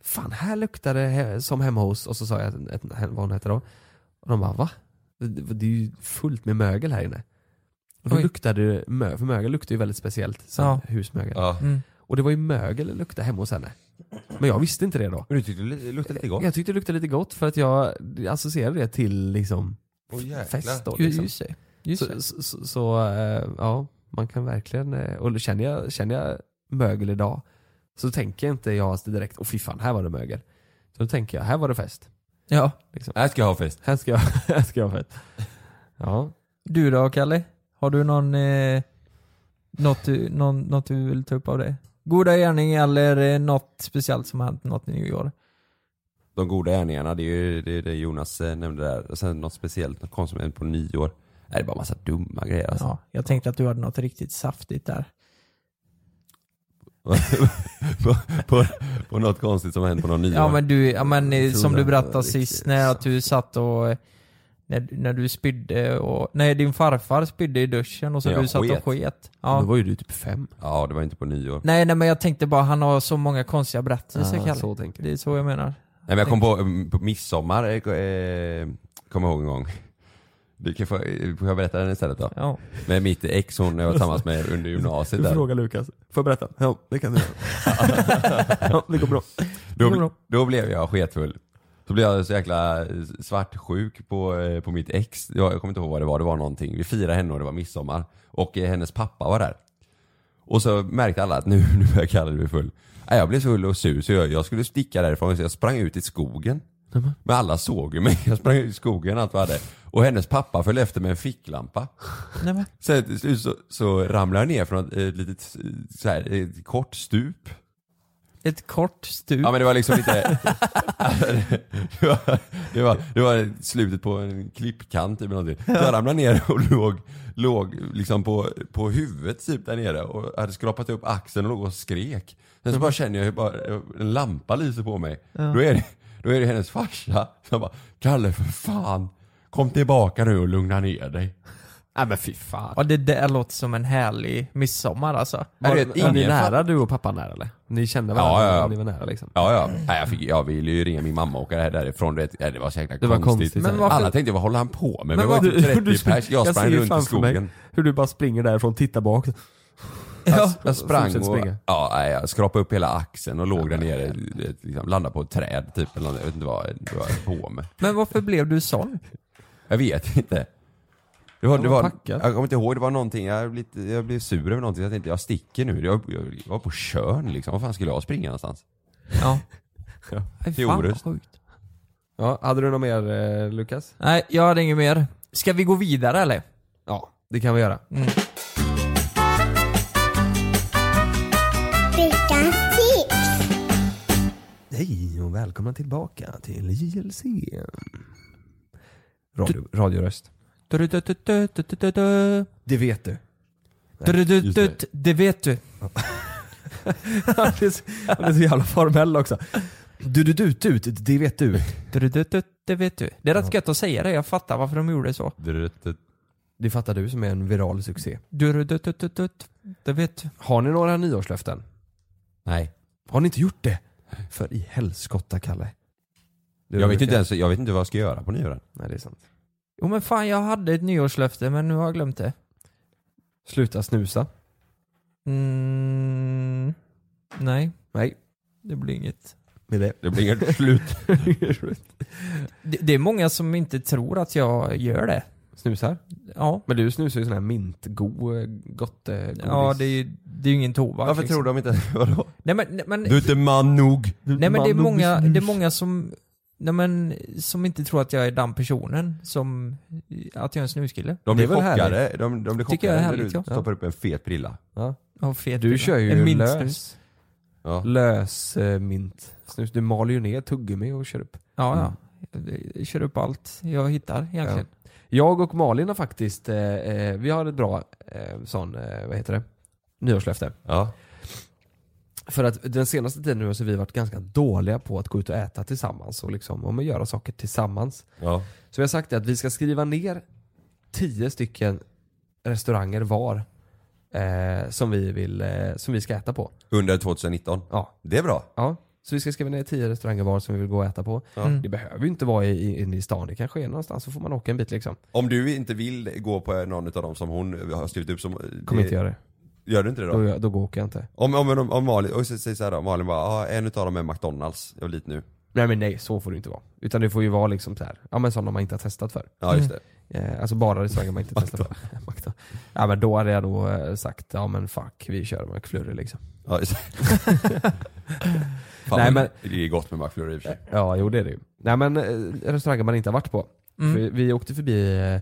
Fan här luktar det he- som hemma hos, och så sa jag ett, ett, vad hon heter då. Och de bara va? Det, det är ju fullt med mögel här inne. Och då
Oj.
luktade det, mö, för mögel luktar ju väldigt speciellt, som
Ja.
husmögel.
Ja. Mm.
Och det var ju mögel det luktade hemma hos henne. Men jag visste inte det då.
Men du tyckte det luktade lite gott?
Jag tyckte det luktade lite gott för att jag associerade det till liksom
Åh, jäklar.
fest då.
Ju-
Liksom.
just det. Just
så,
det.
Så, så, så, eh, ja, man kan verkligen, eh, och känner jag, känner jag mögel idag så tänker inte jag direkt, åh fy fan här var det mögel. Så då tänker jag, här var det fest. Liksom.
Ja.
Här ska jag ha fest.
Här ska jag, här ska jag ha fest. Ja.
Du då Kalle? Har du någon, eh, något, du, någon, något du vill ta upp av det? Goda gärning eller eh, något speciellt som har hänt något nyår?
De goda gärningarna, det är ju det, är det Jonas eh, nämnde där. Och sen något speciellt, något konstigt som hände på nyår. Nej, det är bara massa dumma grejer alltså.
Ja, jag tänkte att du hade något riktigt saftigt där.
på, på, på något konstigt som har hänt på någon nyår.
Ja men du, ja, men, eh,
Jag tror
som du
det
berättade
var
sist när att du satt och eh, när, när du spydde och, nej din farfar spydde i duschen och så
När
du
jag
satt
sket.
och sket. Ja.
Då var ju du typ fem.
Ja, det var inte på nyår.
Nej nej men jag tänkte bara, han har så många konstiga berättelser
Ah,
Kalle.
så
Det är så jag menar.
Nej men jag kom på, mm, på midsommar, eh, eh, kommer jag ihåg en gång. Du kan få, eh, får jag berätta den istället då?
Ja.
Med mitt ex hon jag var tillsammans med under gymnasiet där.
Lukas, får jag berätta? Ja, det kan du ja, det går bra.
Då, då blev jag sketfull. Så blev jag så jäkla eh, svartsjuk på, eh, på mitt ex. Jag, jag kommer inte ihåg vad det var, det var någonting. Vi firade henne och det var midsommar. Och eh, hennes pappa var där. Och så märkte alla att nu, nu börjar Kalle bli full. Nej, jag blev så full och sur så jag, jag skulle sticka därifrån så jag sprang ut i skogen. Men alla såg ju mig. Jag sprang ut i skogen allt vad jag hade. Och hennes pappa följde efter med en ficklampa.
Nej, men.
Sen till slut så, så ramlade jag ner från ett, ett litet eh, så här, ett kort stup.
Ett kort stup?
Ja men det var liksom lite... Alltså, det- det, var, det, var, det var slutet på en klippkant typ eller någonting. Så jag ramlade ner och låg, låg liksom på, på huvudet typ där nere och hade skrapat upp axeln och låg och skrek. Sen
Mm.
så bara känner jag hur bara en lampa lyser på mig.
Ja.
Då, är det, då är det hennes farsa som bara Kalle för fan, kom tillbaka nu och lugna ner dig.
Nej men fy fan.
Ja det där låter som en härlig midsommar alltså.
Jag vet,
Var ni
ingen
nära
fatt-
du och pappan där eller? Ni kände varandra?
Ja, ja, ja.
Ni var nära liksom?
Ja, ja. Nej, jag, fick, jag ville ju ringa min mamma och åka därifrån. Du vet, ja, det var så jäkla
Det var
konstigt.
konstigt. Men varför-
Alla tänkte vad håller han på med? Men,
Men
jag var
vad-
typ
hur du
30
sprang-
pers. Jag
jag
sprang
ser
runt i
framför mig
skogen.
Hur du bara springer därifrån, tittar bak.
Jag, jag sprang
fortsätt
och
springa.
ja, nej, jag skrapade upp hela axeln och låg där nere. du vet, Liksom, landade på ett träd typ. Eller, något. jag vet inte vad det var på med.
Men varför blev du sån?
Jag vet inte. Det var,
Han
det
var
var,
packad.
jag kommer inte ihåg, det var någonting, jag blev, lite, jag blev sur över någonting. Jag tänkte jag sticker nu. Jag, jag, jag var på Tjörn liksom. Var fan skulle jag springa någonstans?
Ja.
Till
fan,
Orust.
Ja, hade du något mer eh, Lukas?
Nej, jag hade inget mer. Ska vi gå vidare eller?
Ja, det kan vi göra.
Mm.
Veckans tips.
Hej och välkomna tillbaka till JLC. Radio, radioröst. Det vet du.
Det. vet du.
Han är så- han är så jävla formell också. Du, du, du, du, det vet du.
Det vet du. Det är rätt gött att säga det, jag fattar varför de gjorde så.
Det fattar du som är en viral succé.
Durudutututut. Det vet du.
Har ni några nyårslöften?
Nej.
Har ni inte gjort det? För i helskotta Kalle.
Jag vet, inte ens, jag vet inte vad jag ska göra på nyåren.
Nej det är sant.
Jo men fan jag hade ett nyårslöfte men nu har jag glömt det.
Sluta snusa.
Mm, nej.
Nej.
Det blir inget.
Med det.
Det blir inget slut.
det, det är många som inte tror att jag gör det.
Snusar?
Ja.
Men du snusar ju sån här eh, mintgo, gottegodis.
Ja, det är ju det är ju ingen tobak.
Varför tror de inte- vadå?
Nej men, nej, men,
Du är inte man nog. Du är inte
Nej men det är
man nog
många,
snus.
det är många som, nej men, som inte tror att jag är den personen som, att jag är en snuskille.
De blir
Det är väl
chockade,
härligt.
de, de blir
Tycker jag
chockade när
är
du
härligt, ja.
stoppar upp en fet prilla.
Ja.
Ja, fet
du
prilla.
kör ju
En mintsnus.
lös. Lös eh, mint. Snus. Du maler ju ner tuggummi och kör upp.
Ja, ja. Jag kör upp allt jag hittar egentligen.
Ja. Jag och Malin har faktiskt, eh, eh, vi har ett bra eh, sån, eh, vad heter det, nyårslöfte. För att den senaste tiden nu har så vi varit ganska dåliga på att gå ut och äta tillsammans och liksom, och göra saker tillsammans.
Ja.
Så vi har sagt det att vi ska skriva ner tio stycken restauranger var eh, som, vi vill, eh, som vi ska äta på.
Under 2019?
Ja.
Det är bra.
Ja, så vi ska skriva ner tio restauranger var som vi vill gå och äta på.
Ja. Mm.
Det behöver ju inte vara i, i, inne i stan, det kanske är någonstans så får man åka en bit liksom.
Om du inte vill gå på någon av dem som hon har skrivit upp som...
Kommer inte göra det.
Gör du inte det då?
Då, då åker jag inte.
Om, om, om, om Malin, och så säger såhär då, Malin bara ah, en utav dem är McDonalds, jag vill dit nu.
Nej men nej, så får det inte vara. Utan det får ju vara liksom så här, ja men sådana man inte har testat för.
Ja, just det.
Eh, alltså bara restauranger man inte testat för. Makta. Ja men då hade jag nog eh, sagt, ja men fuck, vi kör McFlurry liksom.
Ja, just Fan,
nej men,
Det är gott med McFlurry i och för sig.
ja jo det är det ju. Nej men eh, restauranger man inte har varit på.
Mm.
För vi, vi åkte förbi eh,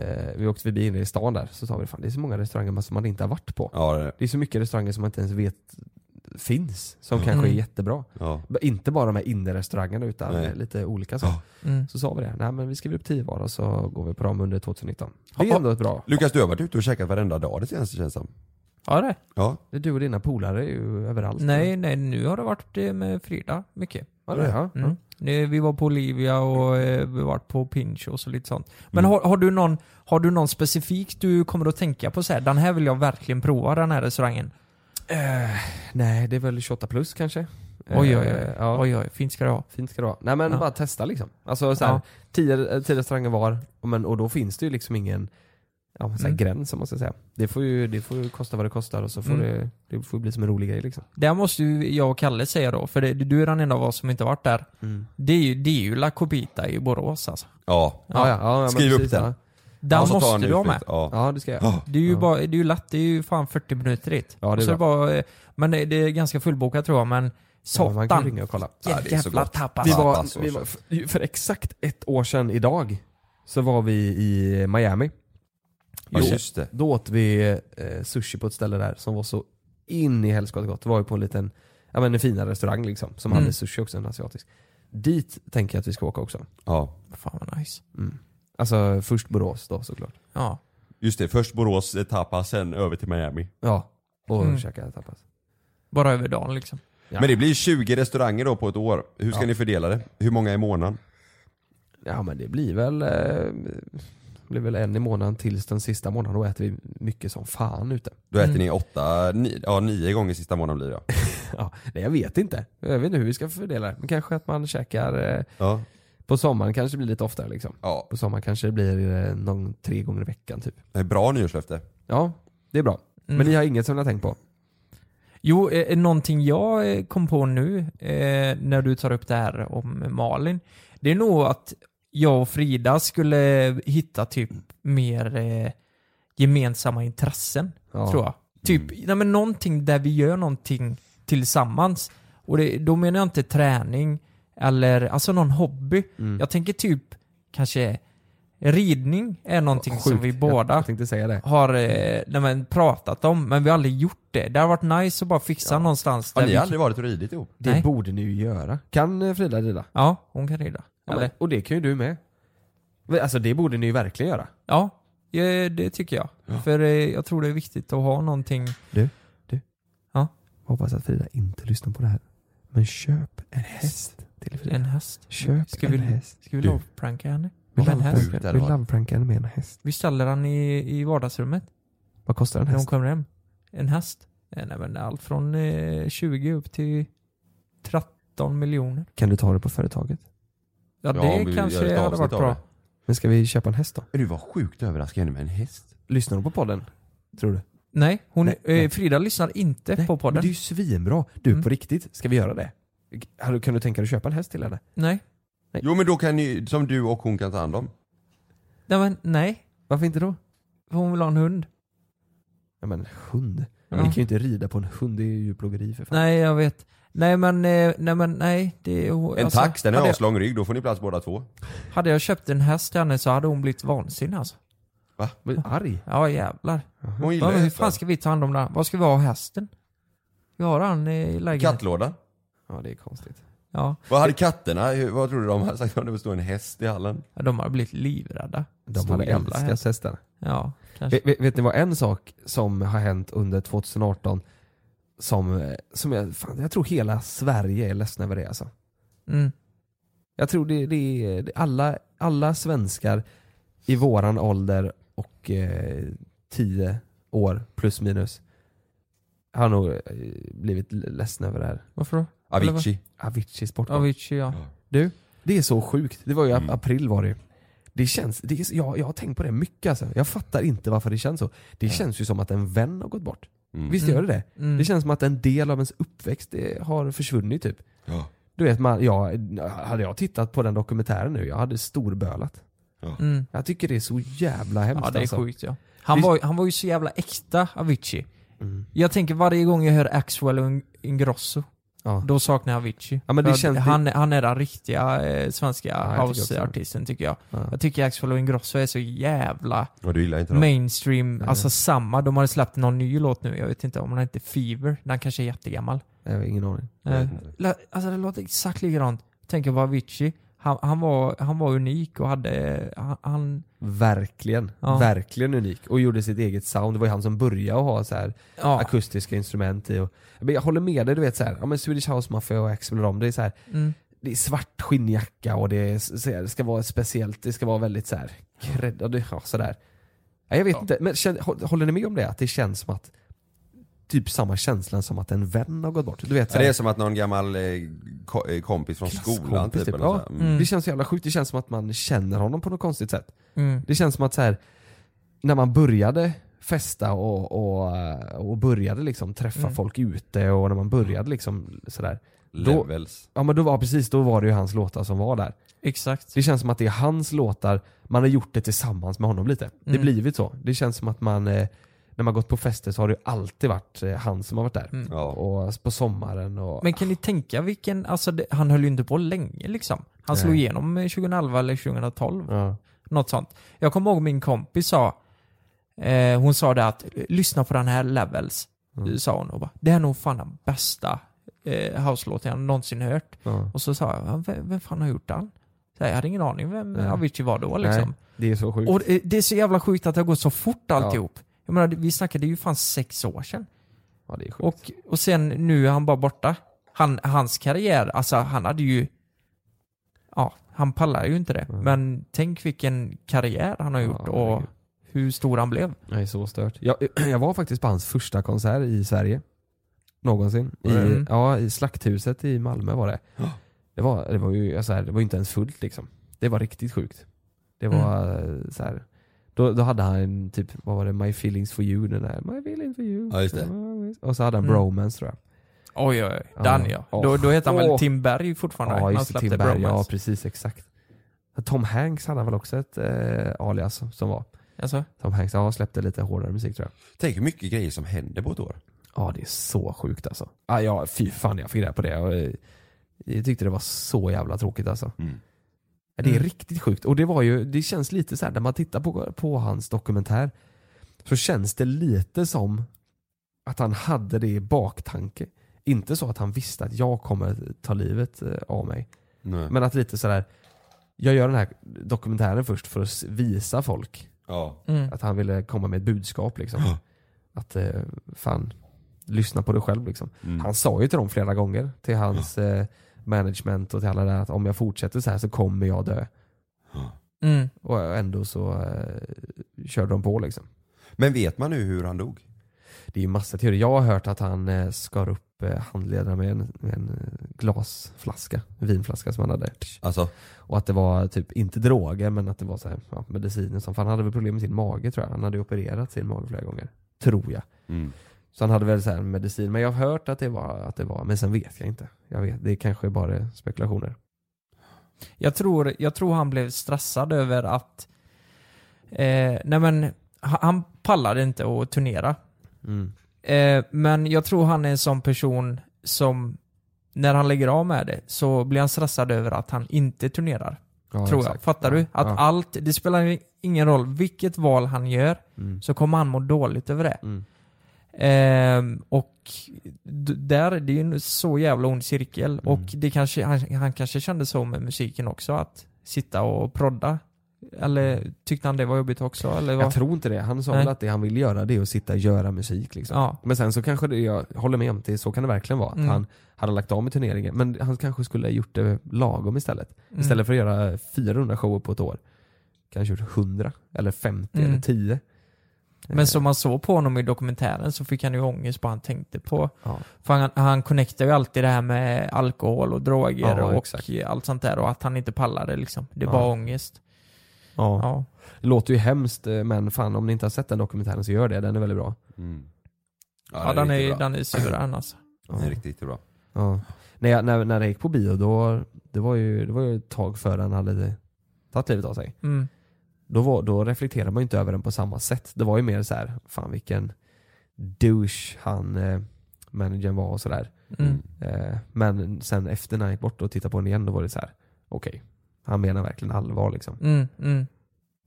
eh, vi åkte förbi inne i stan där, så sa vi fan det är så många restauranger som man inte har varit på.
Ja, det, är.
så mycket restauranger som man inte ens vet finns, som
Mm.
kanske är
Mm.
jättebra.
Ja.
B- Inte bara de här innerestaurangerna utan
Nej.
eh, lite olika så.
Mm.
Så sa vi det, nej men vi skriver upp 10 var och så går vi på dem under 2019. Det
Ja,
är ändå ett bra.
Lukas du har varit ute och käkat varenda dag det senaste känns som.
Ja det.
Ja.
Det är Du och dina polare är ju överallt.
Nej, nej, nu har det varit eh, med Frida mycket.
Ja, det är det.
Mm. Nu, Vi var på Olivia och eh, vi har varit på Pinch och så lite sånt.
Mm.
Mm.
Men har, har, du någon, har du någon specifik du kommer att tänka på så här, den här vill jag verkligen prova den här restaurangen?
Eh, nej, det är väl 28 plus kanske.
Oj,
Eh,
oj, oj.
ja.
oj, oj. Fint ska det vara.
Fint ska det vara. Nej men
Ja.
bara testa liksom. Alltså så här,
Ja.
tio, eh, tio restauranger var, och, men, och då finns det ju liksom ingen ja, men så här,
Mm.
gräns om man ska säga. Det får, ju, det får ju kosta vad det kostar och så får
Mm.
det, det får ju bli som en rolig grej liksom.
Där måste ju jag och Kalle säga då, för det, du är den enda av oss som inte har varit där.
Mm.
Det, är ju, det är ju La Copita i Borås alltså.
Ja.
Ja, ja, ja, men
Skriv upp
precis,
den.
ja.
Den
Alltså, ta
måste
en
du ha med.
utflykt, ja. Ja, det ska jag. Ja.
Det är ju, bara, det är ju lätt, det är ju fan 40 minuter dit.
det är
Och så
bra.
det bara, eh, men det det är ganska fullbokat tror jag, men satan.
man kan ringa och kolla.
Ja, jävla alltså. tapas.
Vi var, vi var, för, för exakt ett år sedan idag så var vi i Miami.
Ja,
Jo,
just det.
Då åt vi eh, sushi på ett ställe där som var så in i helskotta gott. Det var ju på en liten, ja men en finare restaurang liksom som
Mm.
hade sushi också, en asiatisk. Dit tänker jag att vi ska åka också.
Ja.
Fan vad nice.
Mm. Alltså först Borås då såklart.
Ja.
Just det, först Borås eh, tapas, sen över till Miami.
Ja, och
Mm.
käka tapas.
Bara över dagen liksom.
Men det blir 20 restauranger då på ett år. Hur ska
Ja.
ni fördela det? Hur många i månaden?
Ja men det blir väl, eh, det blir väl en i månaden tills den sista månaden. Då äter vi mycket som fan ute.
Då äter ni åtta, ni, ja nio gånger sista månaden blir det ja.
Ja, nej, jag vet inte. Jag vet inte hur vi ska fördela det. Men kanske att man käkar eh,
Ja.
på sommaren kanske det blir lite oftare liksom.
Ja.
På sommaren kanske det blir eh, någon tre gånger i veckan typ.
Det är bra nyårslöfte.
Ja, det är bra.
Mm.
Men ni har inget som ni har tänkt på?
Jo, eh, någonting jag eh, kom på nu eh, när du tar upp det här om Malin. Det är nog att jag och Frida skulle hitta typ mer eh, gemensamma intressen,
Ja.
tror jag. Typ, nej, men någonting där vi gör någonting tillsammans. Och det, då menar jag inte träning eller alltså någon hobby. Jag tänker typ kanske ridning är någonting som
Sjukt.
vi båda
Jag, jag tänkte säga det.
har eh, nej, men pratat om, men vi har aldrig gjort det. Det har varit nice att bara fixa någonstans.
Har
där
ni
vi-
aldrig
varit och ridit ihop?
Det
Nej.
borde ni ju göra. Kan eh, Frida rida?
Ja, hon kan rida.
Ja, men,
Eller?
och det kan ju du med. Men, Alltså det borde ni ju verkligen göra.
Ja, eh, det tycker jag. För eh, jag tror det är viktigt att ha någonting.
Du, du.
Ja.
Hoppas att Frida inte lyssnar på det här. Men köp en häst till Frida.
En häst.
Köp
ska
en
vi,
häst.
Ska vi
Du.
lovepranka henne?
Vi
Med en häst.
loveprank- vi lovepranka henne med en häst.
Vi ställer den i, i vardagsrummet
Vad kostar en
när hon
häst?
kommer hem. En häst. Eh, Nej, men allt från eh, 20 upp till 13 miljoner.
Kan du ta det på företaget?
Ja,
Ja,
det
om vi gör
kanske
ett
hade varit
avsnitt av
bra.
det.
Men ska vi köpa en häst då?
Du var sjukt överraskad med en häst.
Lyssnar hon på podden? Tror du?
Nej, hon,
Nej,
eh,
nej.
Frida lyssnar inte
Nej,
på podden.
Men det är ju svinbra. Du,
Mm.
på riktigt, ska vi göra det? Hade- Kan du tänka dig att köpa en häst till henne?
Nej.
Jo men då kan ni, som du och hon kan ta hand om.
Nej, men, nej.
Varför inte då?
För hon vill ha en hund.
Ja men hund.
Ja.
Ni kan ju inte rida på en hund, det är ju djurplågeri för fan.
Nej, jag vet. Nej men, eh, nej men, nej. Det, alltså,
En
Alltså,
tax, den har
hade, jag,
aslång rygg, då får ni plats båda två.
hade jag köpt en häst till henne så hade hon blivit vansinnig alltså.
Va?
arg?
Ja jävlar.
Hon gillar
Vad- Hur
hästar.
fan ska vi ta hand om den? Vad ska vi ha hästen? Vi har han eh, i lägenheten.
Kattlådan.
Ja det är konstigt.
Ja.
Vad hade katterna, hur- vad tror du de hade sagt om det stod en häst i hallen?
Ja, De har blivit livrädda.
De
Stor
hade
jävla häst.
älskat hästar.
Ja, kanske.
Vet, vet, vet ni vad en sak som har hänt under 2018 som, eh, som jag, fan, jag tror hela Sverige är ledsna över det alltså.
Mm.
Jag tror det, det är det- alla, alla svenskar i våran ålder och eh, 10 år plus minus har nog eh, blivit ledsna över det här.
Varför då?
Avicii.
Aviciis bortgång.
Avicii ja.
Du, det är så sjukt. Det var ju
Mm.
ap- april var det ju. Det känns, det är, jag, jag har tänkt på det mycket alltså. Jag fattar inte varför det känns så. Det känns ju som att en vän har gått bort. Visst gör det det?
Mm.
Det känns som att en del av ens uppväxt eh, har försvunnit typ.
Ja.
Du vet, man, ja, hade jag tittat på den dokumentären nu, jag hade storbölat.
Mm.
Jag tycker det är så jävla hemskt
Ja det är
alltså.
sjukt ja. Han
Det-
var, han var ju så jävla äkta Avicii.
Mm.
Jag tänker varje gång jag hör Axwell och In- Ingrosso,
Ja.
då saknar jag Avicii.
Ja, men det
För att
känns-
han, han är den riktiga eh, svenska
jag tycker också det.
houseartisten tycker jag.
Ja.
Jag tycker Axwell och Ingrosso är så jävla
Ja du gillar inte dem.
mainstream, alltså samma. De har släppt någon ny låt nu, jag vet inte om den heter Fever, den kanske är jättegammal.
Jag har ingen aning.
Eh, la- Alltså det låter exakt likadant. Tänker på Avicii. Han, han, var, han var unik och hade... Han, han,
Verkligen.
Ja.
Verkligen unik. Och gjorde sitt eget sound. Det var ju han som började att ha så här
Ja.
akustiska instrument i. Och, men jag håller med dig, du vet så här, ja, men Swedish House Mafia och Axel och dem, det är så här,
Mm.
det är svart skinnjacka och det, är, så här, det ska vara speciellt, det ska vara väldigt så här, cred- och det- ja, sådär. Ja, jag vet inte, men känn- hå- håller ni med om det? Att det känns som att typ samma känslan som att en vän har gått bort. Du vet, så
Ja,
här,
det är som att någon gammal eh, ko- eh, kompis från skolan
kompis,
typ.
typ.
eller
Ja.
så här. Mm.
Det känns så jävla sjukt, det känns som att man känner honom på något konstigt sätt.
Mm.
Det känns som att så här, när man började festa och, och, och började liksom träffa
Mm.
folk ute och när man började liksom sådär. Då,
Levels.
ja men då var precis, då var det ju hans låtar som var där.
Exakt.
Det känns som att det är hans låtar, man har gjort det tillsammans med honom lite. Det har
Mm.
blivit så. Det känns som att man, eh, när man gått på fester så har det ju alltid varit eh, han som har varit där.
Mm.
Och på sommaren och...
Men kan ni tänka vilken, alltså det, han höll ju inte på länge liksom. Han slog
Nej.
igenom eh, 2011 eller 2012.
Ja.
Något sånt. Jag kommer ihåg min kompis sa, eh, hon sa det att lyssna på den här Levels, eh,
Mm.
sa hon och bara, det här är nog fan den bästa eh, house-låten jag någonsin hört.
Ja.
Och så sa jag, "Ja, vem, vem fan har gjort den? Så här, jag hade ingen aning vem
Nej.
Avicii var då liksom.
Nej, det är så sjukt.
Och eh, det- det är så jävla sjukt att det har gått så fort alltihop. Jag menar, vi snackade ju fan sex år sedan.
ja, det är sjukt.
Och, och sen nu är han bara borta. Han, hans karriär, alltså han hade ju... Ja, han pallar ju inte det. Men tänk vilken karriär han har gjort och
Mm. herregud.
hur stor han blev.
Nej, så stört. Jag, jag var faktiskt på hans första konsert i Sverige. Någonsin. I,
Mm.
ja, I Slakthuset i Malmö var det. Det var, det var ju så här, det var ju inte ens fullt liksom. Det var riktigt sjukt. Det
Mm.
var eh, så här. Då, då hade han en typ, vad var det, My feelings for you, den där My feelings for you.
Ja, just det.
Och så hade han
Mm.
Bromance tror jag.
Oj, oj,
Ja.
oj. Den ja. Då, då heter han
Åh.
väl Tim Berg fortfarande?
Ja,
Han
just det,
släppte
Tim Berg. Ja,
Bromance.
precis, exakt. Tom Hanks hade han väl också ett eh, alias som var.
Alltså,
Tom Hanks, ja, släppte lite hårdare musik tror jag.
Tänk hur mycket grejer som händer på ett år.
Ja det är så sjukt alltså. Ah, ja, fy fan jag fick reda på det. Och, eh, jag tyckte det var så jävla tråkigt alltså.
Mm.
Ja, Det är
Mm.
riktigt sjukt. Och det var ju, det känns lite så här när man tittar på, på hans dokumentär så känns det lite som att han hade det i baktanke. Inte så att han visste att jag kommer ta livet eh, av mig.
Nej.
Men att lite sådär, jag gör den här dokumentären först för att s- visa folk
Ja.
mm.
att han ville komma med ett budskap liksom.
Ja.
Att eh, fan, lyssna på dig själv liksom.
Mm.
Han sa ju till dem flera gånger, till hans eh, management och till alla där att om jag fortsätter så här så kommer jag dö.
Mm.
Och ändå så eh, körde de på liksom.
Men vet man nu hur han dog?
Det är ju massa teorier. Jag har hört att han eh, skar upp
eh, handlederna med en, med en eh, glasflaska, en vinflaska som han hade. Och att det var typ, inte droger, men att det var så här, ja, mediciner som, för han hade väl problem med sin mage tror jag. Han hade ju opererat sin mage flera gånger. Tror jag.
Mm.
Så han hade väl så här medicin, men jag har hört att det, var, att det var, men sen vet jag inte. Jag vet, det är kanske bara är spekulationer.
Jag tror, jag tror han blev stressad över att... Eh, nej men, ha- han pallade inte att turnera.
Mm.
Eh, men jag tror han är en sån person som, när han lägger av med det, så blir han stressad över att han inte turnerar.
Ja,
tror jag.
exakt.
Fattar du?
Ja,
Att
ja.
allt, det spelar ingen roll vilket val han gör,
Mm.
så kommer han må dåligt över det.
Mm.
Ehm, och d- där, det är ju en så jävla ond cirkel.
Mm.
Och det kanske, han, han kanske kände så med musiken också, att sitta och prodda. Eller tyckte han det var jobbigt också? Eller vad?
Jag tror inte det. Han sa
Nej.
väl att det han vill göra det är att sitta och göra musik. Liksom.
Ja.
Men sen så kanske det, jag håller med om det, så kan det verkligen vara. Att
Mm.
han hade lagt av med turneringen, men han kanske skulle ha gjort det lagom istället.
Mm.
Istället för att göra 400 shower på ett år, kanske gjort 100, eller 50,
Mm.
eller 10.
Men som man såg på honom i dokumentären så fick han ju ångest på vad han tänkte på.
Ja.
För han, han connectar ju alltid det här med alkohol och droger
Ja,
och
exakt.
allt sånt där och att han inte pallade liksom. Det
Ja.
var ångest.
Ja. Det låter ju hemskt, eh, men fan om ni inte har sett den dokumentären så gör det. Den är väldigt bra.
Mm.
Ja, den, är, den är suverän alltså.
Den är riktigt bra.
Ja. När, jag, när, när det gick på bio, då, det, var ju, det var ju ett tag före han hade tagit livet av sig.
Mm.
Då, var, då reflekterade man ju inte över den på samma sätt. Det var ju mer så här, fan vilken douche han, eh, managern var och sådär.
Mm.
Eh, men sen efter när han gick bort och tittade på den igen, då var det så här, okej, han menar verkligen allvar liksom.
Mm, mm.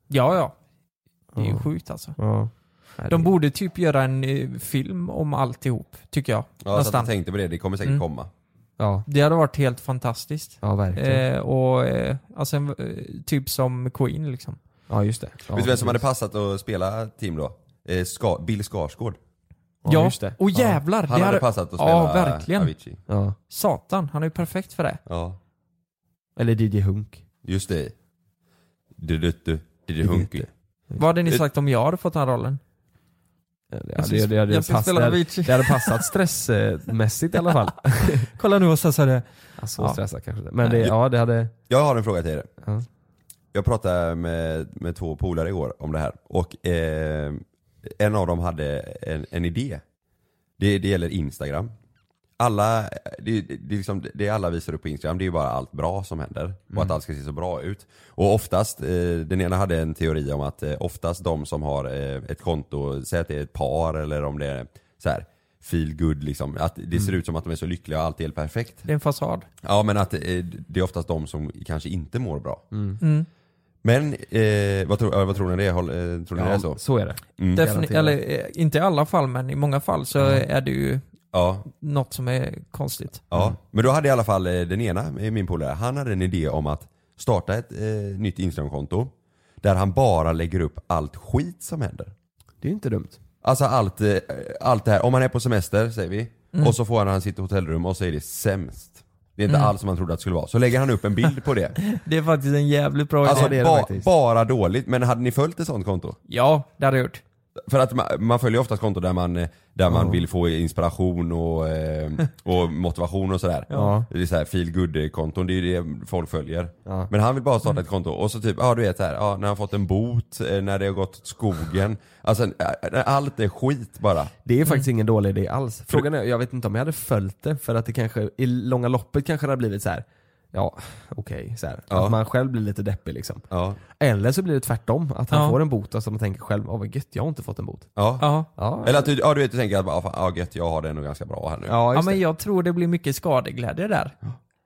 Ja, ja. Det är ju
Ja.
sjukt alltså.
Ja. Nej,
De
det-
borde typ göra en eh, film om alltihop, tycker jag.
Ja, så att jag tänkte på det, det kommer säkert
Mm.
komma.
Ja.
Det hade varit helt fantastiskt.
Ja, verkligen.
Eh, och, eh, alltså, en, eh, typ som Queen liksom.
Ja just det. Ja,
Vet du vem som hade
precis.
passat att spela team då? Eh, Ska, Bill Skarsgård.
Ja, Ja, just det. och jävlar,
Han
det
hade
hade-
passat att spela
Ja, verkligen.
Avicii.
Ja.
Satan, han är ju perfekt för det.
Ja,
Eller DJ Hunk.
just det. Du, du, du, du, du hunky.
Vad hade ni sagt om jag hade fått den rollen?
Ja, det, det, det,
jag
det,
ska
pass, det,
spela
hade,
Avicii.
det hade passat stressmässigt i alla fall.
Kolla nu vad stressade.
Ja, så
Ja.
stressad kanske inte. Men det, ja, det hade...
Jag har en fråga till er. Jag pratade med, med två polare igår om det här och eh, en av dem hade en, en idé. Det, det gäller Instagram. Alla, det, det, det är liksom, det alla visar upp på Instagram det är ju bara allt bra som händer och
Mm.
att allt ska se så bra ut. Och oftast, eh, den ena hade en teori om att eh, oftast de som har eh, ett konto, säg att det är ett par eller om det är så här feel good liksom, att det ser ut som att de är så lyckliga och allt är helt perfekt.
Det är en fasad.
Ja men att eh, det är oftast de som kanske inte mår bra.
Mm.
Men eh, vad, tror, ja, vad tror ni det är? Håll, eh, tror ni
Ja,
det är så?
så är det.
Mm.
Defini- eller, eh, inte i alla fall, men i många fall så är det ju
Ja.
något som är konstigt.
Ja, men då hade i alla fall eh, den ena, eh, min polare, han hade en idé om att starta ett eh, nytt Instagramkonto där han bara lägger upp allt skit som händer.
Det är ju inte dumt.
Alltså allt, eh, allt det här, om han är på semester säger vi, och så får han, han sitt hotellrum och så är det sämst. Det är inte
Mm.
alls som han trodde att det skulle vara. Så lägger han upp en bild på det.
Det är faktiskt en jävligt bra
Alltså
idé.
ba bara dåligt, men hade ni följt ett sånt konto?
Ja, det hade jag gjort.
För att man, man följer oftast konton där man, eh, där man vill få inspiration och, eh, och motivation och sådär.
Ja.
Det är så här feel good konton det är ju det folk följer.
Ja.
Men han vill bara starta ett konto och så typ, ja du vet såhär, ja, när han fått en bot, eh, när det har gått åt skogen. Alltså eh, allt är skit bara.
Det är
Mm.
faktiskt ingen dålig idé alls. Frågan är, jag vet inte om jag hade följt det för att det kanske i långa loppet kanske det hade blivit så här. ja okej, så här.
Ja.
att man själv blir lite deppig liksom.
Ja.
Eller så blir det tvärtom, att han
Ja.
får en bot och så man tänker själv, åh vad gött, jag har inte fått en bot.
Ja.
Ja.
Eller att du, ja, du vet du tänker att, ja, fan, ja gött jag har det nog ganska bra här nu.
Ja, men jag tror det blir mycket skadeglädje där.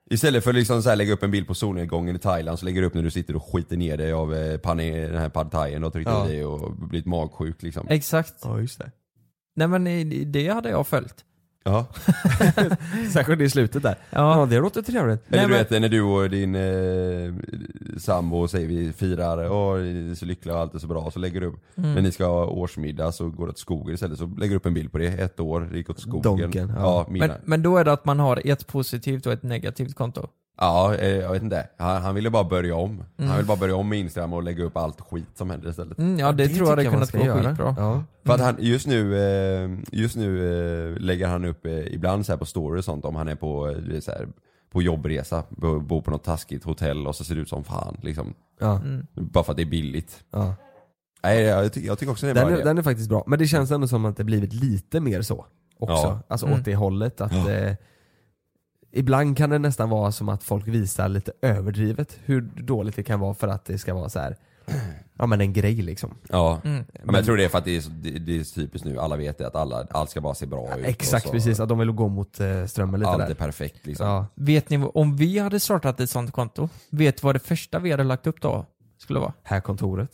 Istället för att liksom så här lägga upp en bild på solnedgången i Thailand så lägger du upp när du sitter och skiter ner dig av eh, pani, den här pad thaien och trycker
Ja.
i dig och blivit magsjuk liksom.
Exakt.
Ja, just det.
Nej men eh, det hade jag följt.
Ja.
Särskilt i slutet där. Ja, det låter trevligt.
Eller du vet när du och din eh, sambo säger vi firar, åh ni är så lyckliga och allt är så bra, så lägger du upp,
Mm.
när ni ska ha årsmiddag så går det åt skogen istället, så lägger du upp en bild på det, ett år, det gick åt skogen.
Donken, ja.
ja. middag.
Men, men då är det att man har ett positivt och ett negativt konto.
Ja, eh, jag vet inte. Han, han ville bara börja om.
Mm.
Han ville bara börja om med Instagram och lägga upp allt skit som händer istället.
Mm, ja, det Det tror jag hade tycker jag man kunnat ska gå göra. skitbra.
Ja.
För att han, just nu, eh, just nu eh, lägger han upp eh, ibland så här på story och sånt om han är på, eh, du vet, så här, på jobbresa, bo- bor på något taskigt hotell och så ser det ut som fan liksom.
Ja. Mm.
Bara för att det är billigt.
Ja.
Nej, jag, jag, ty- jag tycker också det är en
Den
bra
är,
idé.
den är faktiskt bra, men det känns ändå som att det blivit lite mer så också.
Ja.
Alltså
Mm.
åt det hållet att
Ja.
eh, ibland kan det nästan vara som att folk visar lite överdrivet hur dåligt det kan vara för att det ska vara så här. ja men en grej liksom.
Ja,
Mm.
men, jag tror det är för att det är, så- det, det är så typiskt nu, alla vet det att alla, allt ska bara se bra ut.
Exakt
och så-
precis, att de vill gå mot eh, strömmen lite
Allt
där.
är perfekt liksom.
Ja.
Vet ni, vad- om vi hade startat ett sånt konto, vet vad det första vi hade lagt upp då skulle vara?
Här kontoret.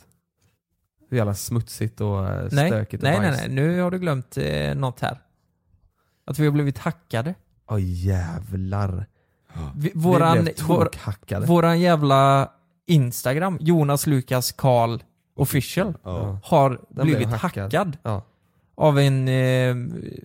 Hur jävla smutsigt och eh,
Nej, nej,
stökigt
nej,
och bajs.
nej, nu har du glömt eh, något här. Att vi har blivit hackade.
Åh jävlar.
Vi,
Vi
våran,
blev
vår,
tokhackade.
våran jävla Instagram, Jonas Lukas Karl official,
Ja.
har
Den blev
blivit
hackad.
hackad.
Ja.
Av en, eh,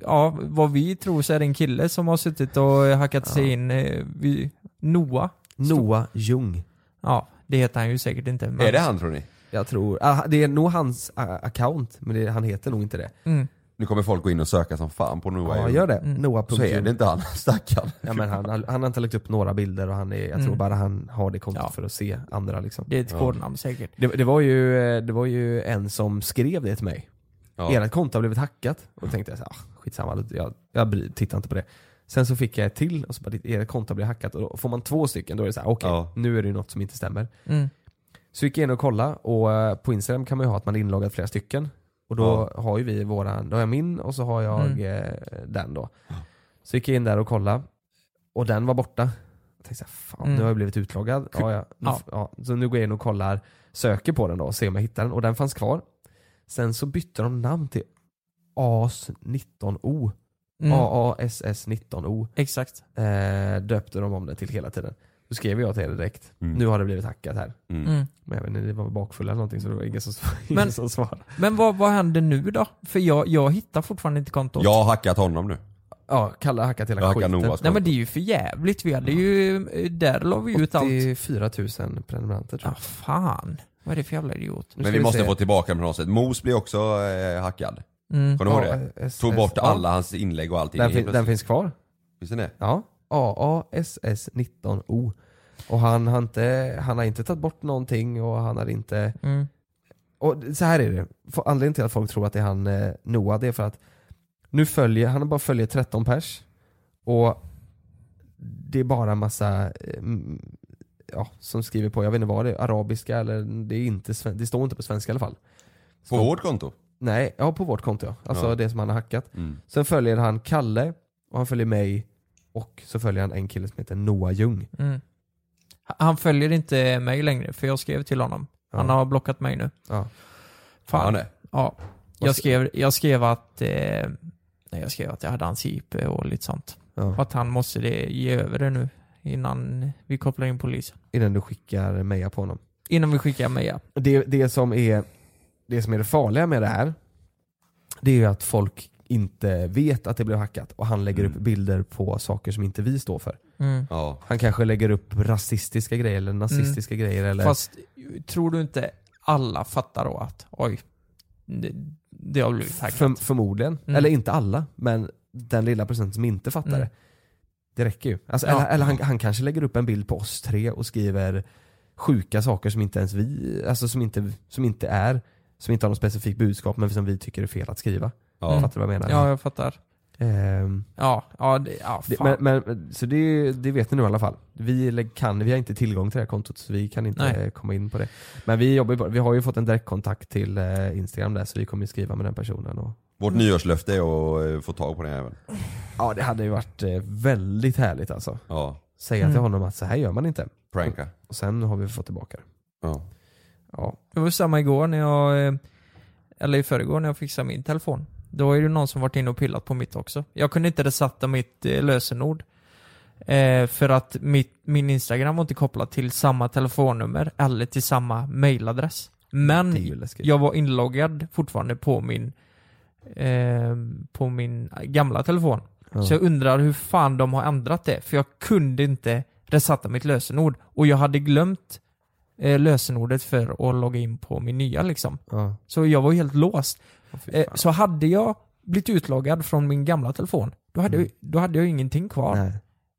ja, vad vi tror så är det en kille som har suttit och hackat sig in, eh, vid Noah.
Noah Jung.
Ja, det heter han ju säkert inte. men-
Jag tror, ah, det är nog hans ah, account, men det, han heter nog inte det.
Mm.
Nu kommer folk gå in och söka som fan på Noah.
Ja,
Jung.
gör det. Noah.
Så är det inte han, stackarn.
Ja, men han, han har inte lagt upp några bilder och han är, jag
Mm.
tror bara han har det kontot för att se andra liksom.
Det är ett kodnamn säkert.
Det, det, var ju, eh, det var ju en som skrev det till mig.
Ja.
Ert konto har blivit hackat. Och då tänkte jag så här, ah, skitsamma, jag, jag bry- tittar inte på det. Sen så fick jag ett till och så bara, "Ditt- ert konto har blivit hackat. Och då får man två stycken, då är det så här, okej, nu är det ju något som inte stämmer.
Mm.
Så gick jag in och kollade och eh, på Instagram kan man ju ha att man är inloggad flera stycken. Och då har ju vi våran, då har jag min och så har
Mm.
jag eh, den då. Så gick jag in där och kollade och den var borta. Jag tänkte såhär, fan
Mm.
nu har jag blivit utloggad. Ja, ja, nu,
Ja.
f- ja. Så nu går jag in och kollar, söker på den då och ser om jag hittar den och den fanns kvar. Sen så bytte de namn till AS19O.
Mm.
AASS19O.
Exakt.
Eh, döpte de om det till hela tiden. Då skrev jag till er direkt,
Mm.
nu har det blivit hackat här.
Mm. Mm.
Men jag vet inte, det var bakfulla eller någonting så det var ingen som, ingen
Men-
som svarade.
Men vad, vad händer nu då? För jag, jag hittar fortfarande inte kontot.
Jag har hackat honom nu.
Ja, Kalle har hackat hela
Jag hackar
skiten.
Noahs konto.
Nej men det är ju för jävligt. Vi hade ju, eh, där la vi ut allt. Ah,
84 000 prenumeranter tror jag.
Fan, vad är det för jävla idiot?
Men vi måste få tillbaka dem på något sätt. Mos blir också eh, hackad.
Mm.
Kommer du
Ja,
ihåg
eh,
det?
S-
Tog
S-
bort
ja.
alla hans inlägg och allting.
Den,
helt
fin,
plötsligt.
den finns kvar.
Visst är det?
Ja. AASS19O. Och han har, inte, han har inte tagit bort någonting och han har inte...
Mm.
Och så här är det, F- anledningen till att folk tror att det är han eh, Noah, det är för att nu följer, han bara följer 13 pers och det är bara massa eh, mm, ja, som skriver på, jag vet inte vad det är, arabiska eller det, är inte, sven- det står inte på svenska i alla fall.
På vårt konto?
Nej, ja på vårt konto ja. Alltså
Ja.
det som han har hackat.
Mm.
Sen följer han Kalle och han följer mig och så följer han en kille som heter Noah Ljung.
Mm. Han- Han följer inte mig längre för jag skrev till honom. Han
Ja.
har blockat mig nu.
Ja.
Ja,
Fan.
nej.
Ja. Jag skrev, jag skrev att eh, nej, jag skrev att jag hade hans IP och lite sånt.
Ja.
Och att han måste det- ge över det nu innan vi kopplar in polisen.
Innan du skickar meja på honom.
Innan vi skickar Meja.
Det, det, som är, det som är det farliga med det här, det är ju att folk inte vet att det blev hackat och han lägger upp bilder på saker som inte vi står för.
Mm.
Han kanske lägger upp rasistiska grejer eller nazistiska grejer. Eller,
Fast tror du inte alla fattar då att oj, det, det har blivit hackat?
För, förmodligen.
Mm.
Eller inte alla, men den lilla procenten som inte fattar
Mm.
det. Det räcker ju. Alltså,
Ja.
Eller, eller han, han kanske lägger upp en bild på oss tre och skriver sjuka saker som inte ens vi, alltså som inte, som inte är, som inte har något specifikt budskap men som vi tycker är fel att skriva.
Ja.
Fattar du vad jag menar?
Ja, jag fattar.
Ehm,
Ja, ja, det, ja
det,
fan.
men, men, så det, det vet ni nu i alla fall. Vi, lägg- kan, vi har inte tillgång till det här kontot så vi kan inte
Nej.
eh, komma in på det. Men vi jobbar ju på det. Vi har ju fått en direktkontakt till eh, Instagram där så vi kommer ju skriva med den personen. Och,
Vårt nyårslöfte är att eh, få tag på den även.
Ja det hade ju varit eh, väldigt härligt alltså.
Ja.
Säga till
Mm.
honom att så här gör man inte.
Pranka.
Och sen har vi fått tillbaka det.
Ja.
Ja.
Det var samma igår när jag, eh, eller i förrgår när jag fixade min telefon. Då är det någon som varit inne och pillat på mitt också. Jag kunde inte resatta mitt eh, lösenord. Eh, för att mitt, min Instagram var inte kopplad till samma telefonnummer eller till samma mailadress.
Det är
Men
ju läskigt.
jag var inloggad fortfarande på min, eh, på min gamla telefon.
Ja.
Så jag undrar hur fan de har ändrat det. För jag kunde inte Där satt mitt lösenord och jag hade glömt eh, lösenordet för att logga in på min nya liksom.
Ja.
Så jag var ju helt låst. eh, så hade jag blivit utloggad från min gamla telefon, då hade,
Mm.
jag, då hade jag ju ingenting kvar.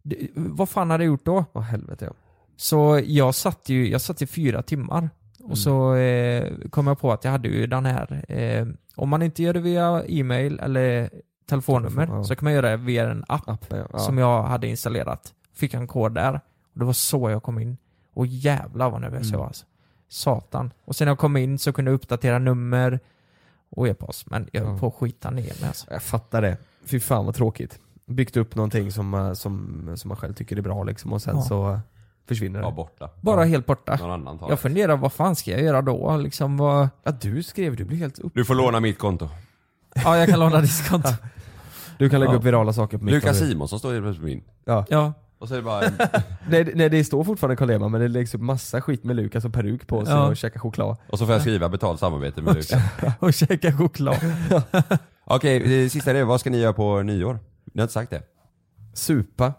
Det, vad fan hade jag gjort då?
Åh helvete ja.
Så jag satt ju jag satt i fyra timmar. Och
Mm.
så eh, kom jag på att jag hade ju den här, eh, om man inte gör det via e-mail eller telefonnummer
Telefon, ja.
så kan man göra det via en app
ja.
som jag hade installerat. Fick en kod där. Och det var så jag kom in. Och jävlar vad nervös jag
Mm.
var alltså. Satan. Och sen när jag kom in så kunde jag uppdatera nummer och e-post. Men jag höll på att skita ner mig alltså.
Jag fattar det. Fy fan vad tråkigt. Byggt upp någonting som, eh, som, som man själv tycker är bra liksom och sen
Ja.
så eh, försvinner det.
Bara borta.
Bara helt borta.
Någon annan tar det.
jag funderar, vad fan ska jag göra då? Liksom, vad...
Ja, du skrev, du blev helt upp...
Du får låna mitt konto.
Ja, jag kan låna diskonto.
Du kan lägga
Ja.
upp virala saker på mitt
Lukas
konto.
Simonsson står helt plötsligt på min.
Ja.
ja.
Och så är det bara en...
nej, det- nej det står fortfarande Carl Lema men det läggs upp massa skit med Lukas och peruk på sig
Ja.
och käkar choklad.
Och så får jag skriva betalt samarbete med Lukas.
och käka choklad.
Okej, det sista är det. Vad ska ni göra på nyår? Ni har inte sagt det.
Supa.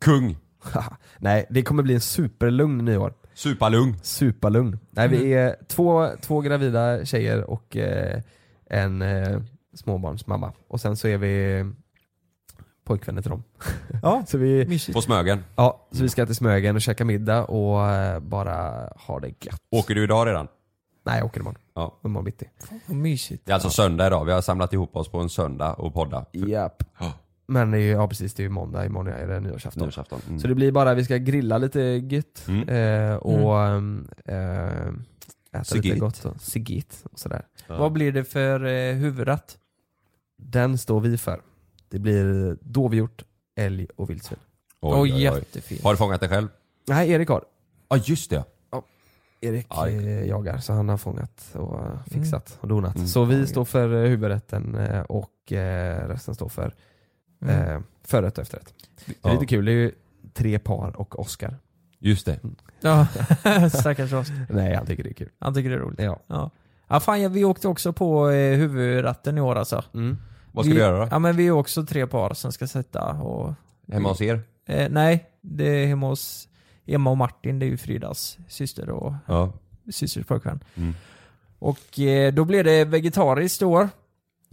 Kung.
nej, det kommer bli en superlugn nyår.
Superlugn.
Superlugn. Nej, vi
Mm.
är två, två gravida tjejer och eh, en eh, småbarnsmamma. Och sen så är vi pojkvänner till dem.
Ja,
så vi,
På Smögen.
Ja, så vi ska till Smögen och käka middag och eh, bara ha det gött.
Åker du idag redan?
Nej, jag åker imorgon.
Ja.
Imorgon bitti.
Vad mysigt.
Det är alltså söndag idag. Vi har samlat ihop oss på en söndag och podda.
Japp. Men det är ju, ja precis, det är ju måndag. Imorgon är det nyårsafton.
Nyårsafton, mm.
Så det blir bara, vi ska grilla lite gött
Mm.
eh, och
Mm.
eh, äta lite
Sigit.
gott. Och, sigit och sådär.
Vad blir det för eh, huvudrätt?
Den står vi för. Det blir dovhjort, älg och vildsvin.
Oj, oj, oj. Har du fångat det själv?
Nej, Erik har.
Ja, just det.
Erik
Ja, det-
eh, jagar, så han har fångat och eh,
Mm.
fixat och donat.
Mm.
Så vi står för eh, huvudrätten eh, och eh, resten står för
Mm.
eh, förrätt och efterrätt. Det är
Ja.
lite kul, det är ju tre par och Oscar.
Just det.
Ja, stackars Oscar.
Nej, han tycker det är kul.
Han tycker det är roligt. Ja. ja. fan, ja, vi åkte också på eh, huvudrätten i år alltså.
Mm.
Vad ska
vi,
du göra då?
Ja, men vi är också tre par som ska sätta och...
Hemma hos er?
Eh, nej, det är hemma hos Emma och Martin. Det är ju Fridas syster och
Ja.
systers pojkvän.
Mm.
Och eh, då blev det vegetariskt i år.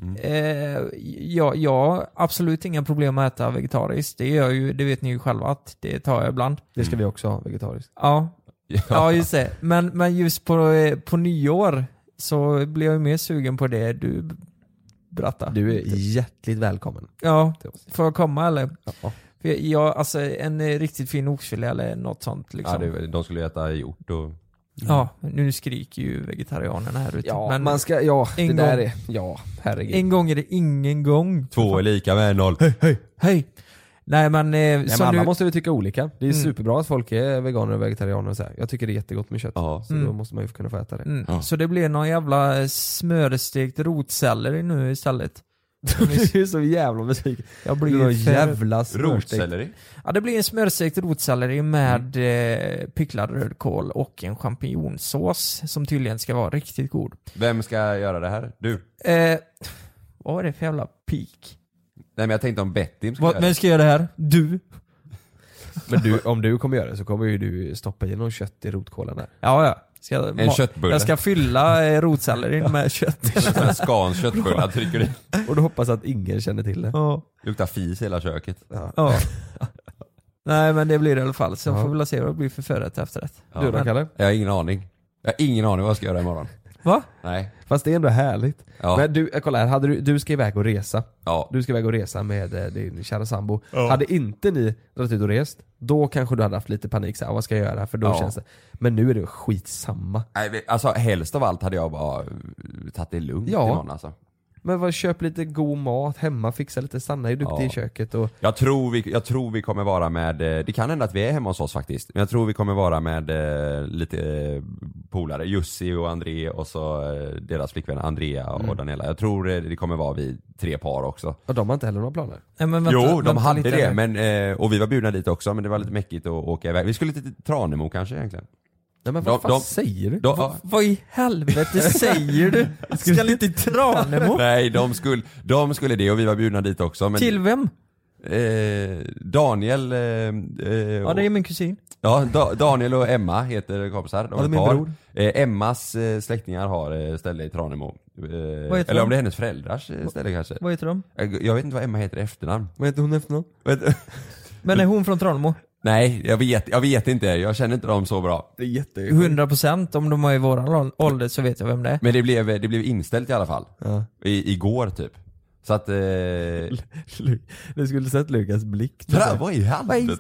Mm.
Eh, jag, jag har absolut inga problem med att äta vegetariskt. Det, gör ju, det vet ni ju själva att det tar jag ibland.
Det ska vi också ha, vegetariskt.
Ja, ja just det. Men, men just på, eh, på nyår så blir jag ju mer sugen på det du b- berättar.
Du är hjärtligt välkommen.
Ja, får jag komma eller?
Ja.
För jag, jag, alltså en eh, riktigt fin oxfilé eller något sånt liksom.
Ja, det, de skulle äta hjort och...
Ja, nu skriker ju vegetarianerna här ute.
Ja, man ska- ja, det
en
där
gång-
är- ja, herregud.
En gång är det ingen gång.
Två är lika med noll. Hej,
hej!
Hej! Nej men... Eh,
Nej,
som
men alla
nu-
måste vi tycka olika. Det är
Mm.
superbra att folk är veganer och vegetarianer och så här. Jag tycker det är jättegott med kött. Så då
Mm.
måste man ju kunna få äta det.
Mm. Så det blir någon jävla eh, smörstekt rotselleri nu istället.
Du är så jävla besviken.
Jag
Det var
blir för-
jävla smörstekt. Rotselleri?
Ja, det blir en smörstekt rotselleri med eh, picklad rödkål och en champinjonsås som tydligen ska vara riktigt god.
Vem ska göra det här? Du?
Eh, vad var det för jävla peak?
Nej men jag tänkte om Bettim ska
Vad-
göra
Vem
det.
ska göra det här? Du?
Men du, om du kommer göra det så kommer ju du stoppa i någon kött i rotkålen där.
Ja, ja. Ska jag,
En
ma-
köttbulle.
Jag ska fylla eh, rotsellerin med kött.
En Scans köttbullar trycker i.
Och du hoppas att ingen känner till det.
Ja.
Luktar fis i hela köket.
Ja. Nej men det blir det i alla fall, så
Ja.
får vi väl se vad det blir för förrätt och efterrätt.
Ja.
Men-
Jag har ingen aning. Jag har ingen aning vad jag ska göra imorgon.
Va?
Nej.
Fast det är ändå härligt.
Ja.
Men du, eh, kolla här. Hade du, du ska iväg och resa.
Ja.
Du ska iväg och resa med eh, din kära sambo.
Ja.
Hade inte ni dragit ut och rest, då kanske du hade haft lite panik. Så här, vad ska jag göra? För då
Ja.
känns det. Men nu är det skitsamma.
Nej, men alltså helst av allt hade jag bara eh, tagit det lugnt
Ja.
imorgon alltså.
Men vad, köp lite god mat hemma, fixa lite. Sanna är ju duktig
Ja.
i köket. Och,
Jag tror, vi, jag tror vi kommer vara med, eh, det kan hända att vi är hemma hos oss faktiskt, men jag tror vi kommer vara med eh, lite eh, polare, Jussi och André och så eh, deras flickvän Andrea och
Mm.
Daniela. Jag tror eh, det kommer vara vi tre par också.
och de har inte heller några planer.
Nej, men
jo, de hade det, men, eh, och vi var bjudna dit också men det var lite mäckigt att åka iväg. Vi skulle till Tranemo kanske egentligen.
Nej, men vad fan säger du?
de-
Va-
Vad i helvete säger du? Ska ni till Tranemo?
Nej, de skulle, de skulle det och vi var bjudna dit också. Men
Till vem?
Eh, Daniel... Eh, eh,
Ja, det är min kusin.
Ja, da Daniel och Emma heter kompisar. De
Ja, det är min
ett par.
bror.
Eh, Emmas eh, släktingar har eh, ställe i Tranemo. Eh,
Vad heter
eller
de?
om det är hennes föräldrars eh, ställe kanske.
vad heter de?
Eh, Jag vet inte vad Emma heter i efternamn.
Vad heter hon i efternamn?
Men är hon från Tranemo?
Nej, jag vet, jag vet inte. Jag känner inte dem så bra.
Det är
100% om de är i våran ål- ålder så vet jag vem det är.
Men det blev, det blev inställt i alla fall.
Ja.
I, igår typ. Så att... Eh,
Du skulle sett Lukas blick.
Tra- vad i helvete?
Vad i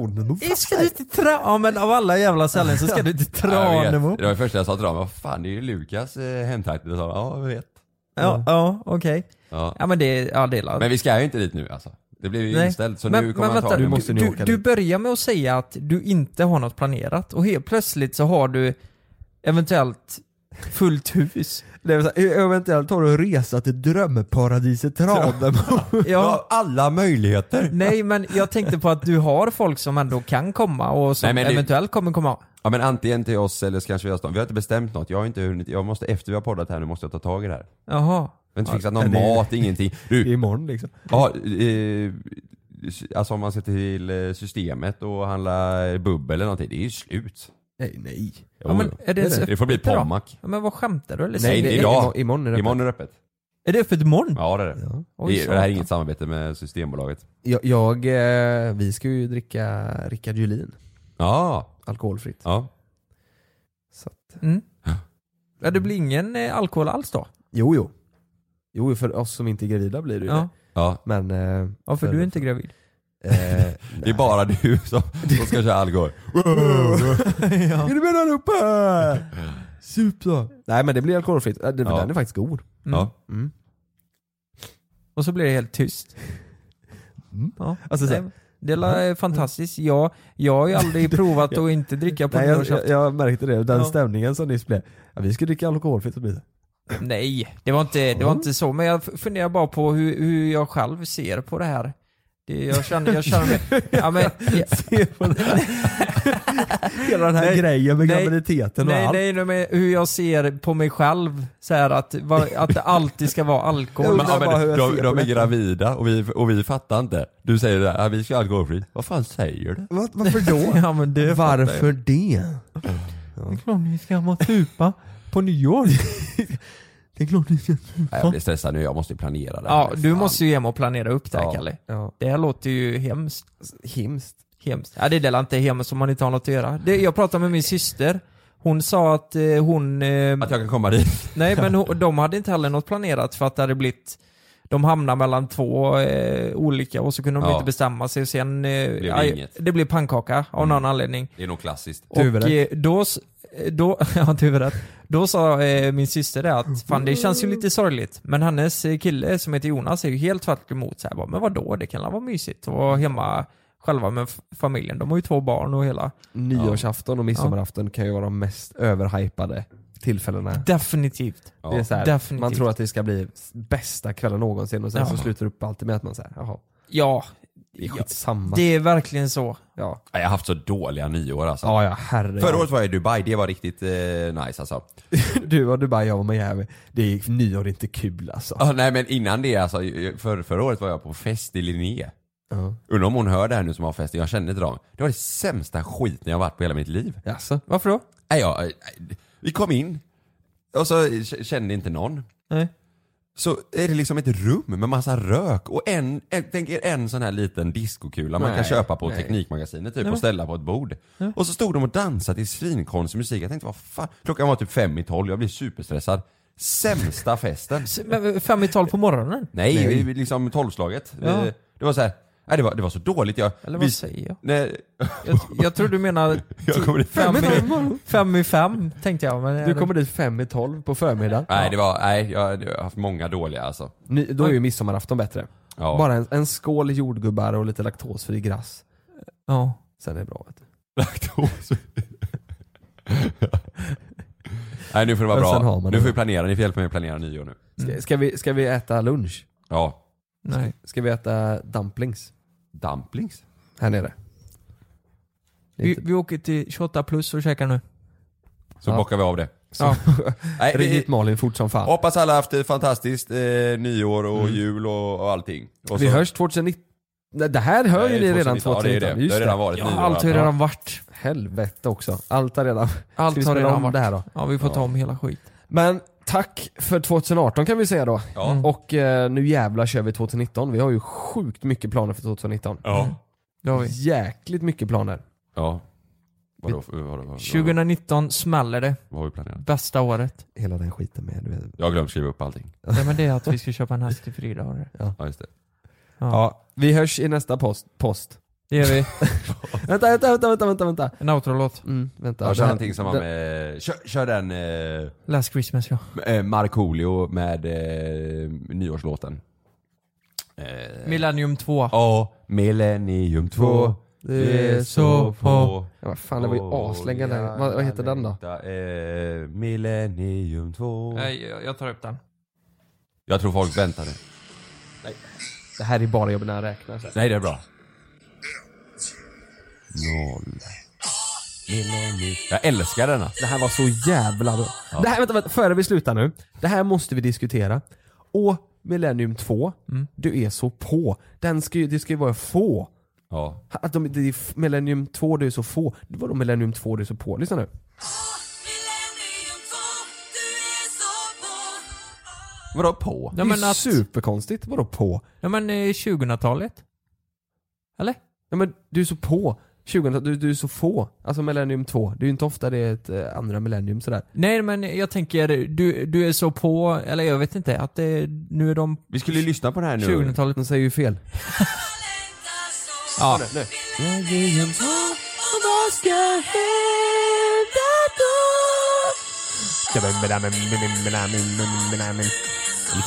Tranemo?
Ska du till Tra... Ja men av alla jävla ställen så ska du till
Ja, jag
Tranemo.
vet. Det var det första jag sa till dem. Vad fan, det är ju Lukas eh, hemtrakter. Så, ja, jag vet.
Ja, ja okej.
Ja.
Ja men det, ja det är
Men vi ska ju inte dit nu alltså. Det blev ju
Nej.
inställt så
men,
nu kommer
men
han ta
vänta,
det
du,
lugnt.
du, du börjar med att säga att du inte har något planerat och helt plötsligt så har du eventuellt fullt hus.
Det är så här, eventuellt har du en resa till drömparadiset Tranemo.
Ja.
Alla möjligheter.
Nej men jag tänkte på att du har folk som ändå kan komma och som
Nej, men det-
eventuellt kommer komma.
Ja men antingen till oss eller så kanske vi gör stan. Vi har inte bestämt något. Jag har inte hunnit, jag måste efter vi har poddat här nu måste jag ta tag i det här.
Jaha.
Jag har inte
Ja,
fixat någon
men det-
mat, ingenting. Du,
Imorgon liksom.
Ja, eh, alltså om man ska till eh, systemet och handla eh, bubbel eller någonting, det är ju slut.
Nej, nej.
Jo,
Ja, men
jo.
är det ens
det får bli
öppet idag?
Pommac.
Ja, men vad skämtar du eller?
Nej,
det
inte idag. Imorgon är det öppet.
Är det öppet imorgon?
Ja det är det.
Oj,
det, är- det här är
satan.
inget samarbete med Systembolaget.
Jag, jag, eh, vi ska ju dricka Rickard Julin.
Ja.
Alkoholfritt.
Ja.
Så att,
Mm. Ja, det blir ingen eh, alkohol alls då?
jo, jo. Jo, jo, för oss som inte är gravida blir det ju
Ja.
det.
Ja.
Men... Eh,
Ja, för du är inte gravid.
Eh,
Det är bara du som, som ska köra alkohol.
ja. Är du med allihopa? Sup då. Nej men det blir alkoholfritt. Eh, det-
Ja.
Den är faktiskt god.
Mm.
Ja.
Mm.
Och så blir det helt tyst.
Mm.
Ja.
Alltså, så-
Nej, det är fantastiskt. Jag, jag har ju aldrig provat att inte dricka på
Nej, jag,
nyårsafton.
jag, jag märkte det, den
Ja.
stämningen som nyss blev. Ja, vi ska dricka alkoholfritt och bli det.
Nej, det var inte, det var inte så. Men jag f- funderar bara på hur, hur jag själv ser på det här. Det, jag känner, jag känner mig... Ja, men, jag,
Hela den här
Nej,
grejen med
nej,
graviditeten och
nej,
allt.
nej, nej, men hur jag ser på mig själv. Så här, att, va, att det alltid ska vara alkohol.
Men, ja, men, de, de är gravida och vi, och vi fattar inte. Du säger det där, "Ja, vi ska ha alkoholfritt. Vad fan säger du?
Vad- Varför då?
Ja, men det fattar jag.
Varför det?
Det är klart ni ska vara supa på nyår.
Det är klart ni ska.
Nej, Jag blir stressad nu, jag måste ju planera det här.
Ja, du
Fan.
måste ju hem och planera upp det här
Ja.
Kalle.
Ja.
Det här låter ju hemskt.
Hemskt.
Hemskt. Ja, det är väl inte hemskt om man inte har något att göra. Det, jag pratade med min syster. Hon sa att eh, hon... Eh,
Att jag kan komma dit.
Nej, men hon, de hade inte heller något planerat för att det hade blivit... De hamnade mellan två eh, olika och så kunde de
Ja.
inte bestämma sig och sen... Eh,
blev
aj,
inget. Mm.
det blev pannkaka av någon anledning.
Det är nog klassiskt.
Och eh, då, s- eh, då, ja, du är rätt. då sa eh, min syster det att fan det känns ju lite sorgligt. Men hennes eh, kille som heter Jonas är ju helt tvärt emot så här, bara, men vadå det kan väl vara mysigt att vara hemma själva med f- familjen. De har ju två barn och hela.
Nyårsafton och midsommaraften kan ju vara de mest överhypade tillfällena.
Definitivt.
Det är så här,
Definitivt.
man tror att det ska bli s- bästa kvällen någonsin och sen
Ja.
så slutar det upp alltid med att man säger jaha,
Ja,
det är
Ja.
skitsamma.
det är verkligen så.
Ja.
Ja, Jag har haft så dåliga nyår alltså.
Ja, ja, herre.
Förra året var jag i Dubai, det var riktigt eh, nice alltså.
Du och Dubai, jag var Miami. Det är nyår är inte kul alltså.
Ja, nej men innan det alltså, för, förra året var jag på fest i Linné.
Ja.
Undrar om hon hör det här nu som har fest, jag känner inte dem. Det var det sämsta skiten jag har varit på hela mitt liv.
Jaså?
Varför då?
Nej, jag, eh, vi kom in och så k- kände inte någon.
Nej.
Så är det liksom ett rum med massa rök och en, en tänk er en sån här liten diskokula man kan
Nej,
köpa på
nej.
Teknikmagasinet typ
men-
och ställa på ett bord. Och så stod de och dansade till svinkonstig musik. Jag tänkte vad fan, klockan var typ fem i tolv, jag blev superstressad. Sämsta festen.
S- men eh, Fem i tolv på morgonen?
Nej, vi- liksom tolvslaget.
Ja.
Eh, Det var så här, nej, det, var, det var så dåligt. Jag,
Eller
vi-
vad säger jag?
Nej,
Jag, jag tror du menar
jag kommer inte-
fem i, fem i fem, tänkte jag. Men
Du kommer dit fem i tolv på förmiddagen.
nej, det var, nej jag, jag har haft många dåliga alltså.
Ny, då är ju midsommarafton bättre.
Ja.
Bara en, en skål jordgubbar och lite laktosfri glass.
Ja.
Sen är det bra. Vet du.
Laktos. Nej nu får det vara
Men sen
bra.
har man
Nu får
det.
vi planera, ni får hjälpa mig att planera nyår nu.
Ska, ska, vi, ska vi äta lunch?
Ja.
Nej.
Ska vi äta dumplings?
Dumplings?
Här nere. Det är
Vi,
inte-
vi åker till 28 plus och käkar nu.
Så
Ja.
bockar vi av det.
Ja.
Nej,
Ring
vi,
hit Malin fort som fan.
hoppas alla haft ett fantastiskt eh, nyår och jul och, och allting. Och
Vi
så-
hörs 2019.
Nej, Det här hör
Nej,
ju ni redan
2019. Ja, det
2019.
är det. Det har
Just
redan varit
Ja,
nyår, alltså.
allt har ju
ja.
redan varit. Helvete också. Allt har redan...
Allt
Ska vi
har
spela
redan
om
varit.
det här då?
Ja, vi får ta om hela skit.
Men tack för 2018 kan vi säga då.
Ja.
Och eh, nu jävla kör vi 2019. Vi har ju sjukt mycket planer för 2019.
Ja.
Det har vi.
Jäkligt mycket planer.
Ja. Vadå, vadå, vadå, vadå?
2019 smäller det.
Vad har vi planerat?
Bästa året.
Hela den skiten med... Du vet.
Jag har glömt skriva upp allting.
Nej men det är att vi ska köpa en häst till Frida har det.
Ja.
ja just det.
Ja. vi hörs i nästa post. post.
Det gör vi.
vänta, vänta, vänta, vänta, vänta, vänta.
En outro-låt.
Mm, vänta.
Jag
Det
kör
här-
någonting som har
det-
med, kör, kör den... Eh,
Last Christmas ja.
eh, Markoolio med eh, nyårslåten. Eh,
Millennium 2.
Ja, Millennium 2.
Det är så på. Ja, vad fan, det var ju aslänge där.
ja,
Vad- vad heter den då?
längtar, Eh, millennium 2.
Nej, jag jag tar upp den.
Jag tror folk väntar nu.
Det här är bara jobb när jag räknar. så här.
Nej, det är bra. Noll. Jag älskar denna.
Det här var så jävla bra.
Ja.
Det här, vänta, vänta, före vi slutar nu. Det här måste vi diskutera. Och Millennium 2,
Mm.
du är så på. Den ska ju, det ska ju vara få.
Ja.
Att de, det är f- Millennium 2, du är så få. Vadå Millennium 2, du är så på? Lyssna nu.
Vadå på?
det är ju superkonstigt. Vadå på?
Ja men eh, 2000-talet. Eller?
Ja, men du är så på. 20, du, du är så få. Alltså Millennium 2. Det är ju inte ofta det är ett eh, andra Millennium sådär.
Nej men jag tänker, du, du är så på, eller jag vet inte, att det, nu är de...
Vi skulle ju lyssna på den här nu.
2000-talet.
De säger ju fel.
Ja.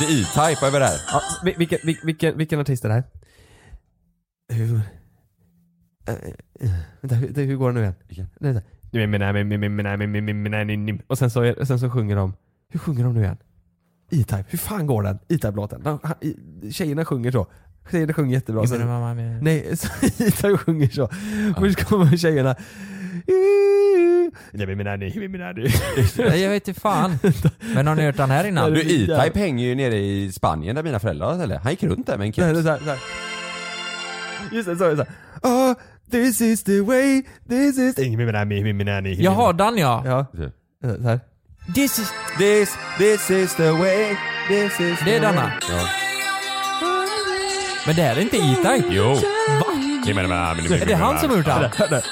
Lite E-Type över det här.
Ja, vil- vilken, vil- vilken, vilken artist är det här? Hur... Eh, eh, Vänta, hur, det- hur går det nu igen?
Vilken?
Det är så här. Nu, men, nej, men, men, men, nej, men, men, men, nej, nej, nej. Och sen så, och sen så sjunger de... Hur sjunger de nu igen? E-Type. Hur fan går den? E-Type-låten. De- han- i- Tjejerna sjunger så. Tjejerna sjunger jättebra. Sen,
Nej.
nej, så E-Type sjunger så. Först kommer tjejerna... "Uh, nej, men, men, nej, nej, men, nej, nej."
Jag vet inte fan. Men har ni hört den här innan?
Du, E-Type hänger ju nere i Spanien där mina föräldrar eller? Han gick runt där med en keps.
Nej, det är såhär, såhär. Just det, så är det såhär. Oh, this is the way, this is...
Jag har den ja.
Ja. Så här.
This is...
This, this is the way, this is
Det är denna. Men det här är inte E-Type.
Jo.
Va? Är det han som har gjort den?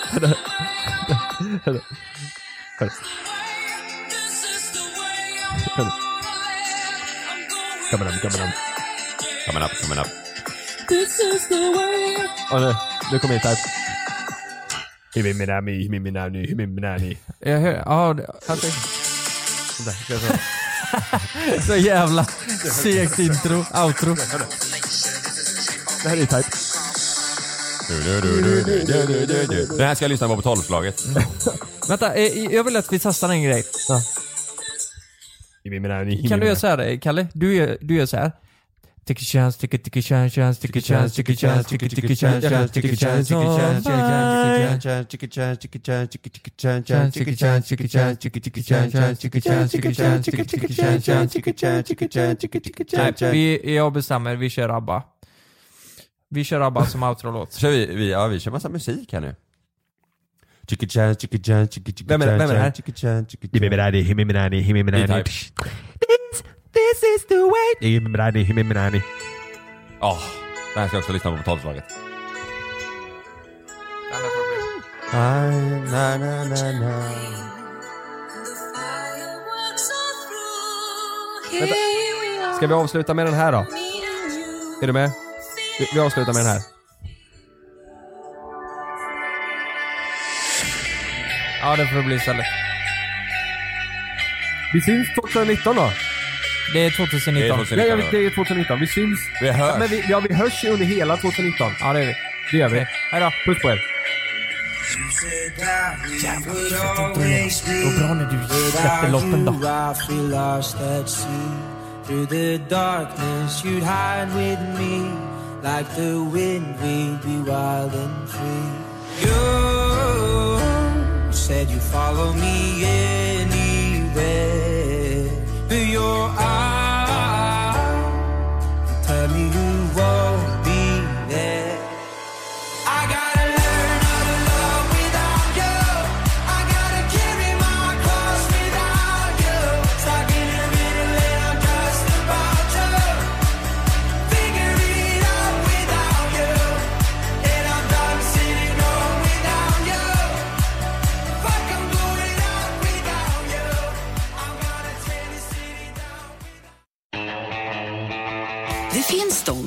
Coming up, coming up.
Coming up, coming up.
Och nu, nu kommer E-Type. Himinami, himinami, himinami.
Jag hör... Ja, det- så jävla segt intro, outro.
Det här är E-Type.
Du, du, du, du, du, du, du, du. Den här ska jag lyssna på på tolvslaget.
Vänta, eh, jag vill att vi testar en grej. Kan du göra så här, Kalle? Du gör, du gör så här. Tycker känns, tycker tycker känns, känns, tycker känns, tycker känns, tycker tycker känns, känns, tycker känns, tycker känns, tycker känns, tycker känns, tycker känns, tycker tycker känns, tycker känns, tycker känns, tycker tycker känns, känns, tycker känns, tycker känns, tycker tycker känns. Nej, vi, jag bestämmer, vi kör ABBA. Vi kör ABBA som outro-låt.
Kör vi, vi, ja, vi kör massa musik här nu. Vem
är det- vem är det här? Himinani, himinani, himinani.
E-Type.
This, this is the way. Himinani, himinani.
Ja, den här ska jag också lyssna på på tolvslaget.
Vänta. Ska vi avsluta med den här då? Är du med? Vi, vi avslutar med den här.
Ja, det får bli istället.
Vi syns 2019 då.
Det är 2019.
Nej, jag vet, det är 2019. Vi syns.
Vi hörs.
Men vi, ja, vi hörs ju under hela 2019.
Ja, det är vi.
Det gör vi.
Hej då.
Puss på er.
Vad bra när du släpper loppen då.
Through the darkness, you'd hide with me. Like the wind, we'd be wild and free. You said you'd follow me anywhere. But your eyes tell me you won't be there.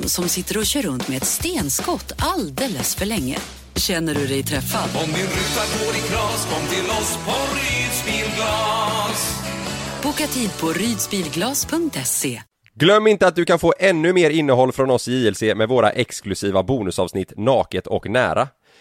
som sitter och kör runt med ett stenskott alldeles för länge. Känner du dig träffad?
Om din ruta går i kras, kom till oss på Ryds bilglas.
Boka tid på rydsbilglas.se.
Glöm inte att du kan få ännu mer innehåll från oss i JLC med våra exklusiva bonusavsnitt Naket och nära.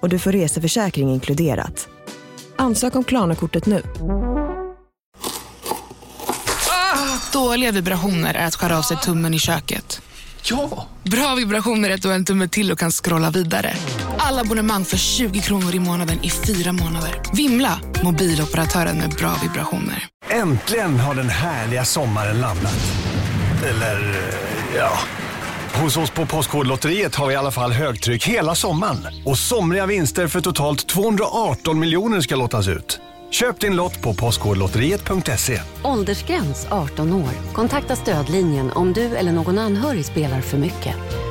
och du får reseförsäkring inkluderat. Ansök om Klarna-kortet nu.
Dåliga vibrationer är att skära av sig tummen i köket.
Ja!
Bra vibrationer är att du har en tumme till och kan scrolla vidare. Alla abonnemang för 20 kronor i månaden i fyra månader. Vimla! Mobiloperatören med bra vibrationer.
Äntligen har den härliga sommaren landat. Eller, ja. Hos oss på Postkodlotteriet har vi i alla fall högtryck hela sommaren. Och somriga vinster för totalt 218 miljoner ska lottas ut. Köp din lott på postkodlotteriet.se.
Åldersgräns 18 år. Kontakta stödlinjen om du eller någon anhörig spelar för mycket.